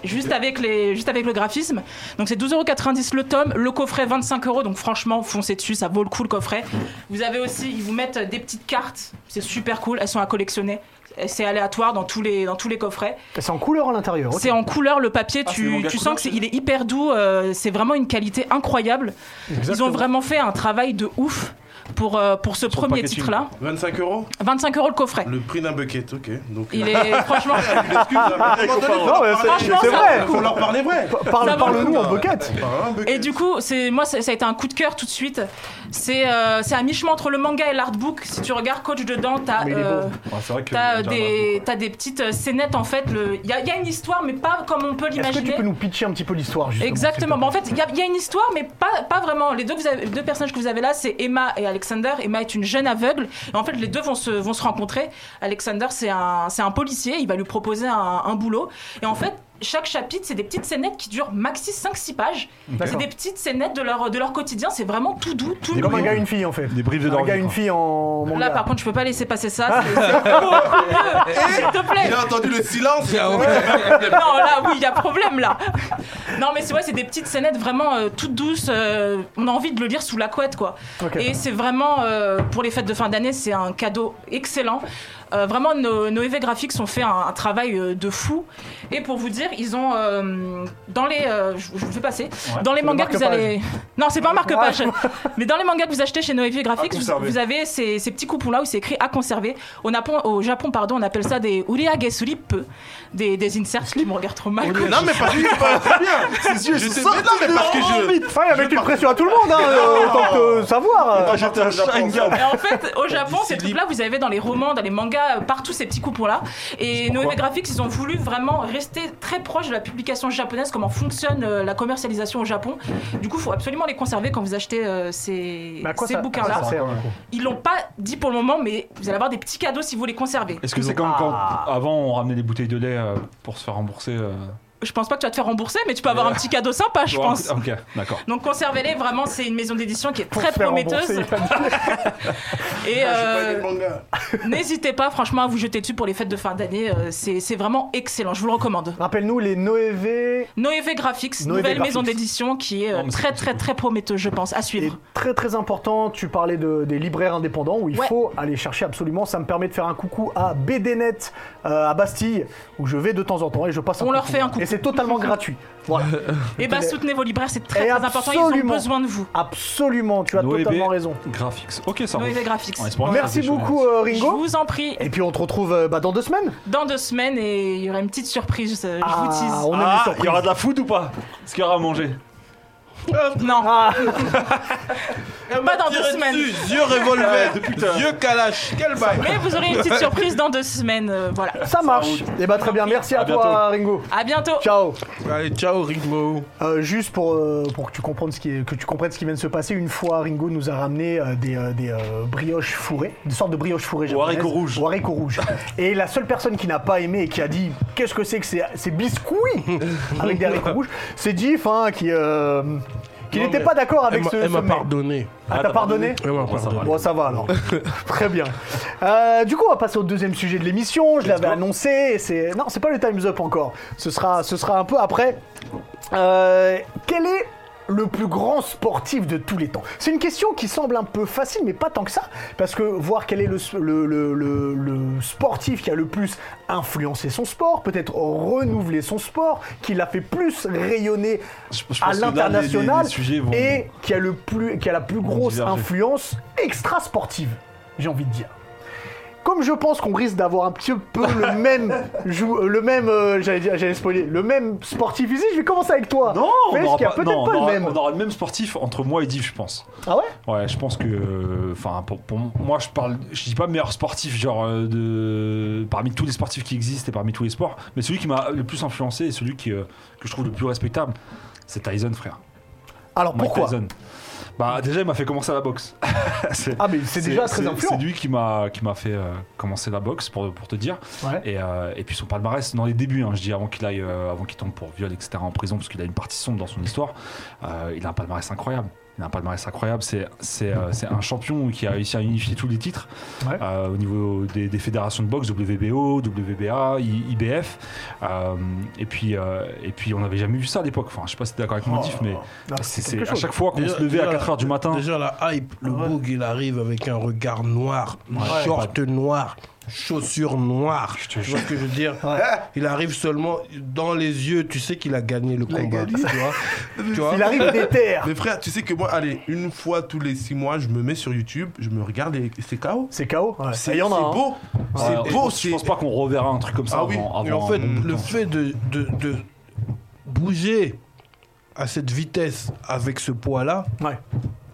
Speaker 6: Juste avec, les, juste avec le graphisme. Donc c'est 12,90€ le tome, le coffret 25€. Donc franchement, foncez dessus, ça vaut le coup le coffret. Vous avez aussi, ils vous mettent euh, des petites cartes, c'est super cool, elles sont à collectionner. Et C'est aléatoire dans tous les, dans tous les coffrets.
Speaker 1: Et C'est en couleur à l'intérieur. ok.
Speaker 6: C'est en couleur le papier,
Speaker 2: Ah, c'est des
Speaker 6: tu,
Speaker 2: mangas
Speaker 6: tu sens
Speaker 2: couleur,
Speaker 6: que c'est- il est hyper doux, euh, c'est vraiment une qualité incroyable. Ils ont vraiment fait un travail de ouf pour, euh, pour ce
Speaker 2: le
Speaker 6: premier
Speaker 2: packaging.
Speaker 6: titre-là.
Speaker 3: 25 euros
Speaker 6: 25 euros le coffret.
Speaker 3: Le prix d'un bucket, ok. Donc,
Speaker 6: Il est franchement.
Speaker 1: Non, mais c'est- c'est vrai.
Speaker 3: Faut leur parler vrai.
Speaker 1: Parle-
Speaker 6: Ça va.
Speaker 1: Parle-nous en boquette.
Speaker 3: Ah,
Speaker 6: Et du coup, c'est moi, ça, ça a été un coup de cœur tout de suite. C'est euh, c'est à mi-chemin entre le manga et l'artbook. Si tu regardes Coach dedans, t'as
Speaker 1: Mais il est
Speaker 6: euh,
Speaker 2: Ouais, c'est vrai que
Speaker 6: t'as, euh,
Speaker 2: Jardin,
Speaker 6: des, t'as des petites euh, scénettes en fait. Le- Il y, a- il y a une histoire, mais pas comme on peut
Speaker 1: Est-ce que tu
Speaker 6: l'imaginer.
Speaker 1: peux nous pitcher un petit peu l'histoire justement,
Speaker 6: Exactement.
Speaker 1: s'il
Speaker 6: Bon, en fait, il y, a- il y a une histoire, mais pas, pas vraiment. Les deux, que vous avez- deux personnages que vous avez là, c'est Emma et Alexander. Emma est une jeune aveugle. Et en fait, les deux vont se, vont se rencontrer. Alexander, c'est un, c'est un policier. Il va lui proposer un, un boulot. Et en fait, chaque chapitre, c'est des petites scénettes qui durent maxi 5-6 pages. C'est des petites scénettes de leur, de leur quotidien. C'est vraiment tout doux,
Speaker 1: te
Speaker 6: tout
Speaker 1: plaît Comme un
Speaker 6: mignon.
Speaker 1: gars et une fille en fait.
Speaker 2: Des briefs de
Speaker 1: Un
Speaker 2: Dorothy,
Speaker 1: gars et une
Speaker 2: quoi.
Speaker 1: fille en manga.
Speaker 6: Là, par contre, je peux pas laisser passer ça. c'est- c'est- S'il te plaît.
Speaker 3: J'ai entendu le silence.
Speaker 6: non, là, oui, il y a problème, là. Non, mais c'est vrai, c'est des petites scénettes vraiment euh, toutes douces. euh, on a envie de le lire sous la couette, quoi.
Speaker 1: Ok.
Speaker 6: Et c'est vraiment, euh, pour les fêtes de fin d'année, c'est un cadeau excellent. Euh, vraiment, nos, nos EV graphiques ont fait un, un travail euh, de fou. Et pour vous dire, ils ont, euh, dans les... euh, je, je vous fais passer. dans les
Speaker 1: le
Speaker 6: mangas que vous
Speaker 1: marque-page.
Speaker 6: allez... Non, c'est pas un marque-page. mais dans les mangas que vous achetez chez nos EV
Speaker 1: Ah,
Speaker 6: graphiques, vous,
Speaker 2: conserver.
Speaker 6: vous avez ces, ces petits coupons-là où c'est écrit « à conserver ». Au Japon, au Japon, pardon, on appelle ça des « uriagesurippe », des des inserts qui me regardent trop mal.
Speaker 3: Non, mais parce que c'est pas très bien. Ses yeux, je sais pas. Non, mais parce que je.
Speaker 1: Oh, Enfin, avec une pression à tout le monde, hein, euh, autant que savoir. euh.
Speaker 2: j'étais un Sharingan.
Speaker 6: Et en fait, au Japon, ces trucs-là, vous avez dans les romans, dans les mangas, euh, partout ces petits coupons-là. Et Noévé Graphics, ils ont voulu vraiment rester très proche de la publication japonaise, comment fonctionne euh, la commercialisation au Japon. Du coup, il faut absolument les conserver quand vous achetez euh, ces,
Speaker 1: Mais à quoi
Speaker 6: ces
Speaker 1: ça- ça
Speaker 6: bouquins-là.
Speaker 1: sert, euh, du coup
Speaker 6: Ils l'ont pas dit pour le moment, mais vous allez avoir des petits cadeaux si vous les conservez.
Speaker 2: Est-ce que c'est comme quand
Speaker 6: Ah.
Speaker 2: avant on ramenait des bouteilles de lait euh, pour se faire rembourser euh,
Speaker 6: Je pense pas que tu vas te faire rembourser, mais tu peux avoir un petit cadeau sympa, je
Speaker 2: pour un
Speaker 6: pense.
Speaker 2: coup- Ok, d'accord.
Speaker 6: Donc conservez-les, vraiment, c'est une maison d'édition qui est
Speaker 1: Pour
Speaker 6: très
Speaker 1: se faire
Speaker 6: prometteuse.
Speaker 1: rembourser. Ah,
Speaker 6: Et
Speaker 3: Ah,
Speaker 6: euh,
Speaker 3: manga.
Speaker 6: n'hésitez pas, franchement, à vous jeter dessus pour les fêtes de fin d'année. euh, c'est c'est vraiment excellent, je vous le recommande.
Speaker 1: Rappelle-nous les Noévé
Speaker 6: Noévé Graphics,
Speaker 1: Noévé
Speaker 6: nouvelle maison
Speaker 1: Graphics. Oh,
Speaker 6: d'édition qui est euh,
Speaker 2: Non, mais c'est
Speaker 6: très
Speaker 2: cool, c'est
Speaker 6: très très prometteuse, je pense, à
Speaker 1: est
Speaker 6: suivre.
Speaker 1: très très important. Tu parlais de, des libraires indépendants où il
Speaker 6: Ouais.
Speaker 1: faut aller chercher absolument. Ça me permet de faire un coucou à BDNet euh, à Bastille où je vais de temps en temps et je passe. Un
Speaker 6: On
Speaker 1: coucou.
Speaker 6: leur fait un coucou.
Speaker 1: Et c'est totalement gratuit. Voilà.
Speaker 6: Et ben soutenez vos libraires, c'est
Speaker 1: Et
Speaker 6: très très important, ils ont
Speaker 1: absolument.
Speaker 6: besoin de vous.
Speaker 1: Absolument. Tu as
Speaker 2: Noé B.
Speaker 1: totalement raison.
Speaker 2: Graphics. Ok, ça.
Speaker 6: Noévé Graphics.
Speaker 2: On espère-
Speaker 1: Merci
Speaker 2: Ah,
Speaker 1: beaucoup euh,
Speaker 6: Je
Speaker 1: Ringo.
Speaker 6: vous en prie,
Speaker 1: Et puis on te retrouve euh, bah, dans deux semaines.
Speaker 6: dans deux semaines et il y aura une petite surprise, euh, je vous
Speaker 1: Ah,
Speaker 6: tease.
Speaker 1: on aime les
Speaker 2: Ah, il
Speaker 1: surprises.
Speaker 2: y aura de la food ou pas Est-ce qu'il y aura à manger
Speaker 6: Non,
Speaker 1: Ah,
Speaker 6: pas dans deux semaines.
Speaker 3: Yeux revolver, yeux calache. Quel bail.
Speaker 6: Mais vous aurez une petite surprise dans deux semaines, euh, voilà.
Speaker 1: ça marche. Et bah très bien. Merci à,
Speaker 2: À
Speaker 1: toi Ringo.
Speaker 6: À bientôt.
Speaker 1: Ciao.
Speaker 3: Allez, ciao, Ringo.
Speaker 1: Euh, juste pour, euh, pour que, tu comprennes ce qui est- que tu comprennes ce qui vient de se passer, une fois Ringo nous a ramené euh, des, euh, des, euh, brioches fourrées, des sortes de brioches fourrées japonaises.
Speaker 2: haricots rouges.
Speaker 1: Ou haricots rouges. Et la seule personne qui n'a pas aimé et qui a dit qu'est-ce que c'est que ces, ces biscuits avec des haricots rouges, c'est Diff hein, qui, euh, qui
Speaker 5: Non,
Speaker 1: n'était
Speaker 5: mais
Speaker 1: pas d'accord avec ce.
Speaker 5: Elle m'a
Speaker 1: sommet.
Speaker 5: pardonné.
Speaker 1: Ah, t'as
Speaker 2: t'as
Speaker 1: pardonné
Speaker 5: Elle m'a
Speaker 2: Bon, ça
Speaker 5: pardonné.
Speaker 2: va.
Speaker 1: Bon, ça va alors. Très bien. Euh, du coup, on va passer au deuxième sujet de l'émission. Je l'avais annoncé. et C'est non, c'est pas le Times Up encore. Ce sera, ce sera un peu après. Euh, quel est le plus grand sportif de tous les temps C'est une question qui semble un peu facile, mais pas tant que ça, parce que voir quel est le, le- le- le- le sportif qui a le plus influencé son sport, peut-être renouvelé son sport, qui l'a fait plus rayonner
Speaker 2: Je- je
Speaker 1: à
Speaker 2: pense que là, les- les-
Speaker 1: l'international
Speaker 2: les sujets vont-
Speaker 1: et qui a, le plus, qui a la plus grosse
Speaker 2: diverger.
Speaker 1: influence extra-sportive, j'ai envie de dire. Comme je pense qu'on risque d'avoir un petit peu le même, jou- euh, le même, euh, j'allais dire, j'allais spoiler, le même sportif ici, je vais commencer avec toi.
Speaker 2: Non, on
Speaker 1: Fais-ce
Speaker 2: aura
Speaker 1: qu'il y a
Speaker 2: pas-
Speaker 1: peut-être
Speaker 2: non,
Speaker 1: pas
Speaker 2: on aura-
Speaker 1: le même.
Speaker 2: on aura le même sportif entre moi et Div, je pense.
Speaker 1: Ah ouais
Speaker 2: Ouais, je pense que, euh, enfin, pour, pour moi, je parle, je dis pas meilleur sportif, genre euh, de parmi tous les sportifs qui existent et parmi tous les sports, mais celui qui m'a le plus influencé et celui qui, euh, que je trouve le plus respectable, c'est Tyson, frère.
Speaker 1: Alors
Speaker 2: Mike
Speaker 1: pourquoi
Speaker 2: Tyson. Bah déjà, il m'a fait commencer la boxe. C'est-
Speaker 1: Ah mais c'est déjà très
Speaker 2: c'est-
Speaker 1: influent.
Speaker 2: C'est lui qui m'a qui m'a fait euh, commencer la boxe pour pour te dire.
Speaker 1: Ouais.
Speaker 2: Et, euh, et puis son palmarès dans les débuts, hein, je dis avant qu'il aille, euh, avant qu'il tombe pour viol, etc. en prison, parce qu'il a une partie sombre dans son histoire. euh, il a un palmarès incroyable. il a un palmarès incroyable. C'est c'est, euh, c'est un champion qui a réussi à unifier tous les titres
Speaker 1: Ouais.
Speaker 2: euh, au niveau des, des fédérations de boxe, WBO, WBA, I- IBF. euh, et, puis, euh, et puis, on n'avait jamais vu ça à l'époque. Enfin, je sais pas si t'es d'accord avec moi, Diff, mais
Speaker 1: Non,
Speaker 2: c'est,
Speaker 1: Oh, c'est
Speaker 2: c'est-
Speaker 1: quelque
Speaker 2: à
Speaker 1: chose.
Speaker 2: chaque fois qu'on
Speaker 5: Déjà-
Speaker 2: se levait
Speaker 5: déjà
Speaker 2: à
Speaker 5: la-
Speaker 2: 4h du matin.
Speaker 5: Déjà la hype, le
Speaker 1: Ouais.
Speaker 5: boog il arrive avec un regard noir, short noir, chaussures noires. Tu vois ce que je veux dire Il arrive seulement dans les yeux, tu sais qu'il a gagné le combat. Tu vois, Tu vois
Speaker 1: Il arrive des terres.
Speaker 3: Mais frère, tu sais que moi, allez, une fois tous les six mois, je me mets sur YouTube, je me regarde et c'est KO.
Speaker 1: C'est KO. ouais.
Speaker 3: C'est
Speaker 1: Il y en a,
Speaker 3: c'est
Speaker 1: hein.
Speaker 3: beau.
Speaker 2: Ouais,
Speaker 3: C'est beau.
Speaker 2: je
Speaker 3: c'est-
Speaker 2: pense pas qu'on reverra un truc comme ça
Speaker 3: Ah
Speaker 2: avant,
Speaker 3: oui,
Speaker 5: Et en
Speaker 2: avant-
Speaker 5: fait, le fait de, de, de bouger à cette vitesse avec ce poids-là,
Speaker 1: Ouais.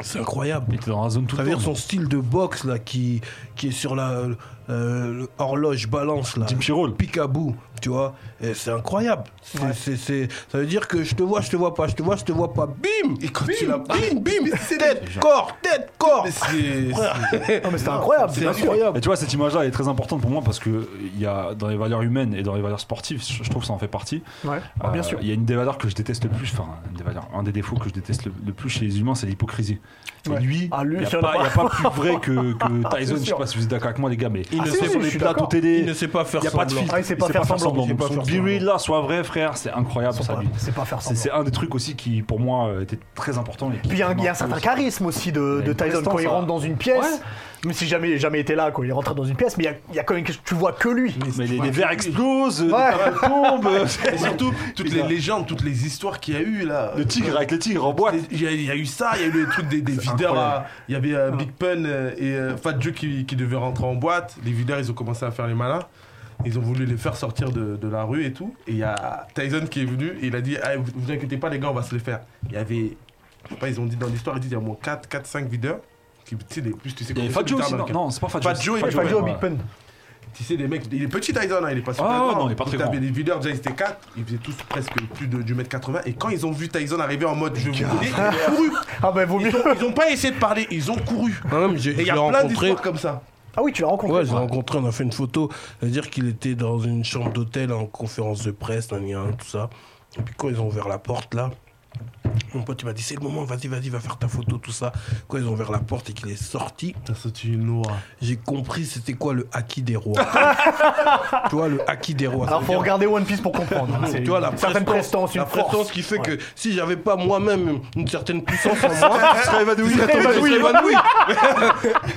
Speaker 5: c'est incroyable.
Speaker 2: il était dans la zone tout le
Speaker 5: C'est-à-dire
Speaker 2: temps.
Speaker 5: son style de boxe là qui, qui est sur la euh, horloge balance là.
Speaker 2: Jim Chirol.
Speaker 5: Picaboo, tu vois. Et c'est incroyable. C'est- c'est- c'est- ça veut dire que je te vois, je te vois pas, je te vois, je te vois pas. Bim
Speaker 3: Et quand
Speaker 5: Bim
Speaker 3: tu l'as-
Speaker 5: Bim, bim Tête, corps, tête, corps
Speaker 3: Mais c'est-
Speaker 1: Non, mais c'est incroyable.
Speaker 5: C'est
Speaker 1: bien sûr.
Speaker 5: incroyable.
Speaker 2: Et tu vois, cette image-là elle est très importante pour moi parce que euh, il y a, dans les valeurs humaines et dans les valeurs sportives, je je trouve que ça en fait partie.
Speaker 1: Ouais, ah, bien
Speaker 2: Euh,
Speaker 1: sûr.
Speaker 2: Il y a une des valeurs que je déteste le plus, enfin, une des valeurs- un des défauts que je déteste le, le plus chez les humains, c'est l'hypocrisie. Et
Speaker 1: Ouais.
Speaker 2: lui,
Speaker 1: Ah, lui,
Speaker 2: il n'y a,
Speaker 1: ça
Speaker 2: pas-
Speaker 1: va.
Speaker 2: il y a pas plus vrai que, que Tyson.
Speaker 1: C'est
Speaker 2: Je sais
Speaker 1: sûr.
Speaker 2: pas si vous êtes d'accord avec moi, les gars, mais
Speaker 5: Il ne
Speaker 2: sait
Speaker 5: sait-
Speaker 2: pas,
Speaker 1: je
Speaker 2: il
Speaker 1: suis
Speaker 2: est là
Speaker 1: d'accord.
Speaker 2: tout aidé.
Speaker 5: Il ne sait pas faire
Speaker 2: Il n'y a pas de
Speaker 5: semblant.
Speaker 2: filtre.
Speaker 1: Ah, il sait pas faire semblant.
Speaker 5: Il sait
Speaker 2: Donc,
Speaker 5: pas
Speaker 2: son
Speaker 5: faire
Speaker 2: be
Speaker 5: semblant.
Speaker 2: real là, soit vrai, frère, c'est incroyable.
Speaker 1: C'est
Speaker 2: ça,
Speaker 1: pas-
Speaker 2: lui.
Speaker 1: C'est pas faire
Speaker 2: C'est- C'est
Speaker 1: semblant.
Speaker 2: un des trucs aussi qui, pour moi, euh, était très important. et qui-
Speaker 1: Puis il y, a un- il y a un certain charisme aussi de,
Speaker 2: Il y a
Speaker 1: de
Speaker 2: une
Speaker 1: Tyson
Speaker 2: prestance,
Speaker 1: quand il
Speaker 2: hein.
Speaker 1: rentre dans une pièce.
Speaker 2: Ouais.
Speaker 1: Même si jamais il n'a jamais été là quand il est rentré dans une pièce, mais il y a, il y a quand même quelque- tu vois que lui.
Speaker 2: Mais les, les verres explosent, les
Speaker 1: Ouais.
Speaker 2: tables tombent.
Speaker 3: Et surtout, toutes les légendes, toutes les histoires qu'il y a eu là.
Speaker 2: Le tigre avec le tigre en boîte.
Speaker 3: Il y, a, il y a eu ça, il y a eu le truc des, des videurs.
Speaker 2: incroyable.
Speaker 3: à- il y avait euh, Big Pun euh, et euh, Fat Joe qui, qui devaient rentrer en boîte. Les videurs, ils ont commencé à faire les malins. Ils ont voulu les faire sortir de, de la rue et tout. Et il y a Tyson qui est venu et il a dit Ah, vous, vous inquiétez pas, les gars, on va se les faire. Il y avait, je sais pas, ils ont dit dans l'histoire, ils disent Il y a au moins 4, 4 5 videurs. Qui, tu sais, les plus, tu sais,
Speaker 2: Il y avait
Speaker 3: comment
Speaker 2: Fat
Speaker 3: ils
Speaker 2: Joe
Speaker 3: sont,
Speaker 2: aussi,
Speaker 3: les
Speaker 2: non
Speaker 3: tards,
Speaker 2: Non, c'est pas Fat Joe.
Speaker 3: Fat Joe,
Speaker 1: Pas
Speaker 3: il
Speaker 1: Joe
Speaker 3: ouais,
Speaker 1: à Big Pun.
Speaker 3: Tu sais, les mecs, il est petit Tyson, hein, il est pas super
Speaker 2: Ah,
Speaker 3: grand.
Speaker 2: non, il est pas très
Speaker 3: Donc, t'avais
Speaker 2: grand.
Speaker 3: Les videurs, déjà, ils étaient 4, ils faisaient tous presque plus de, du mètre 80. Et quand ils ont vu Tyson arriver en mode je vais vous voler, ils ont couru.
Speaker 1: Ah ben vaut
Speaker 3: Ils
Speaker 1: mieux.
Speaker 3: ont, ils ont pas essayé de parler, ils ont couru.
Speaker 5: Non, mais j'ai- je
Speaker 3: Et il y
Speaker 5: l'ai
Speaker 3: a plein
Speaker 5: rencontré.
Speaker 3: d'histoires comme ça.
Speaker 1: Ah oui, tu l'as rencontré.
Speaker 5: Ouais, je l'ai rencontré, on a fait une photo. C'est-à-dire qu'il était dans une chambre d'hôtel en conférence de presse, nan, nan, tout ça. Et puis quand ils ont ouvert la porte, là, mon pote il m'a dit c'est le moment, vas-y, vas-y, va faire ta photo, tout ça. Quand ils ont ouvert la porte et qu'il est sorti,
Speaker 3: T'as sauté une noire.
Speaker 5: j'ai compris c'était quoi le acquis des rois. tu vois, le acquis des rois.
Speaker 1: Alors
Speaker 5: Ça veut
Speaker 1: faut
Speaker 5: dire-
Speaker 1: regarder One Piece pour comprendre. hein. C'est
Speaker 5: tu vois, la
Speaker 1: une certaine prestance, une
Speaker 5: la
Speaker 1: force.
Speaker 5: prestance qui fait que si j'avais pas moi-même une certaine puissance en moi, je serais évanoui. Je
Speaker 1: serais
Speaker 5: serais évanoui.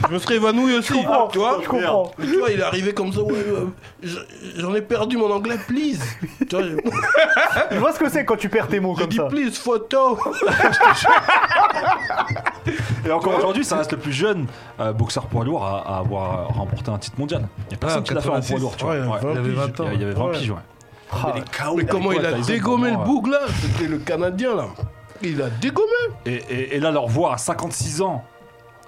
Speaker 5: je me serais évanoui aussi.
Speaker 1: comprends,
Speaker 5: tu vois
Speaker 1: Ah, je comprends.
Speaker 5: Mais tu vois, il est arrivé comme ça. ouais, euh, je- J'en ai perdu mon anglais, please. Tu vois, j'ai-
Speaker 1: Je vois ce que c'est quand tu perds tes mots
Speaker 5: j'ai
Speaker 1: comme
Speaker 5: dit
Speaker 1: ça.
Speaker 5: please photo.
Speaker 2: Et encore aujourd'hui, ça reste le plus jeune euh, boxeur poids lourd à, à avoir euh, remporté un titre mondial. Il n'y a personne
Speaker 5: Ah,
Speaker 2: qui l'a fait en
Speaker 5: 86,
Speaker 2: poids lourd, tu vois.
Speaker 5: ouais,
Speaker 2: Ouais.
Speaker 5: il avait 20
Speaker 2: Il y a- il y avait 20
Speaker 5: Ouais.
Speaker 2: piges, ouais.
Speaker 1: Ah,
Speaker 3: Mais les chaos,
Speaker 5: Mais comment il
Speaker 2: quoi,
Speaker 5: a
Speaker 2: Tyson,
Speaker 5: dégommé le
Speaker 2: vraiment,
Speaker 5: boug là C'était le Canadien là. Il a dégommé.
Speaker 2: Et, et- et là, leur voix à 56 ans,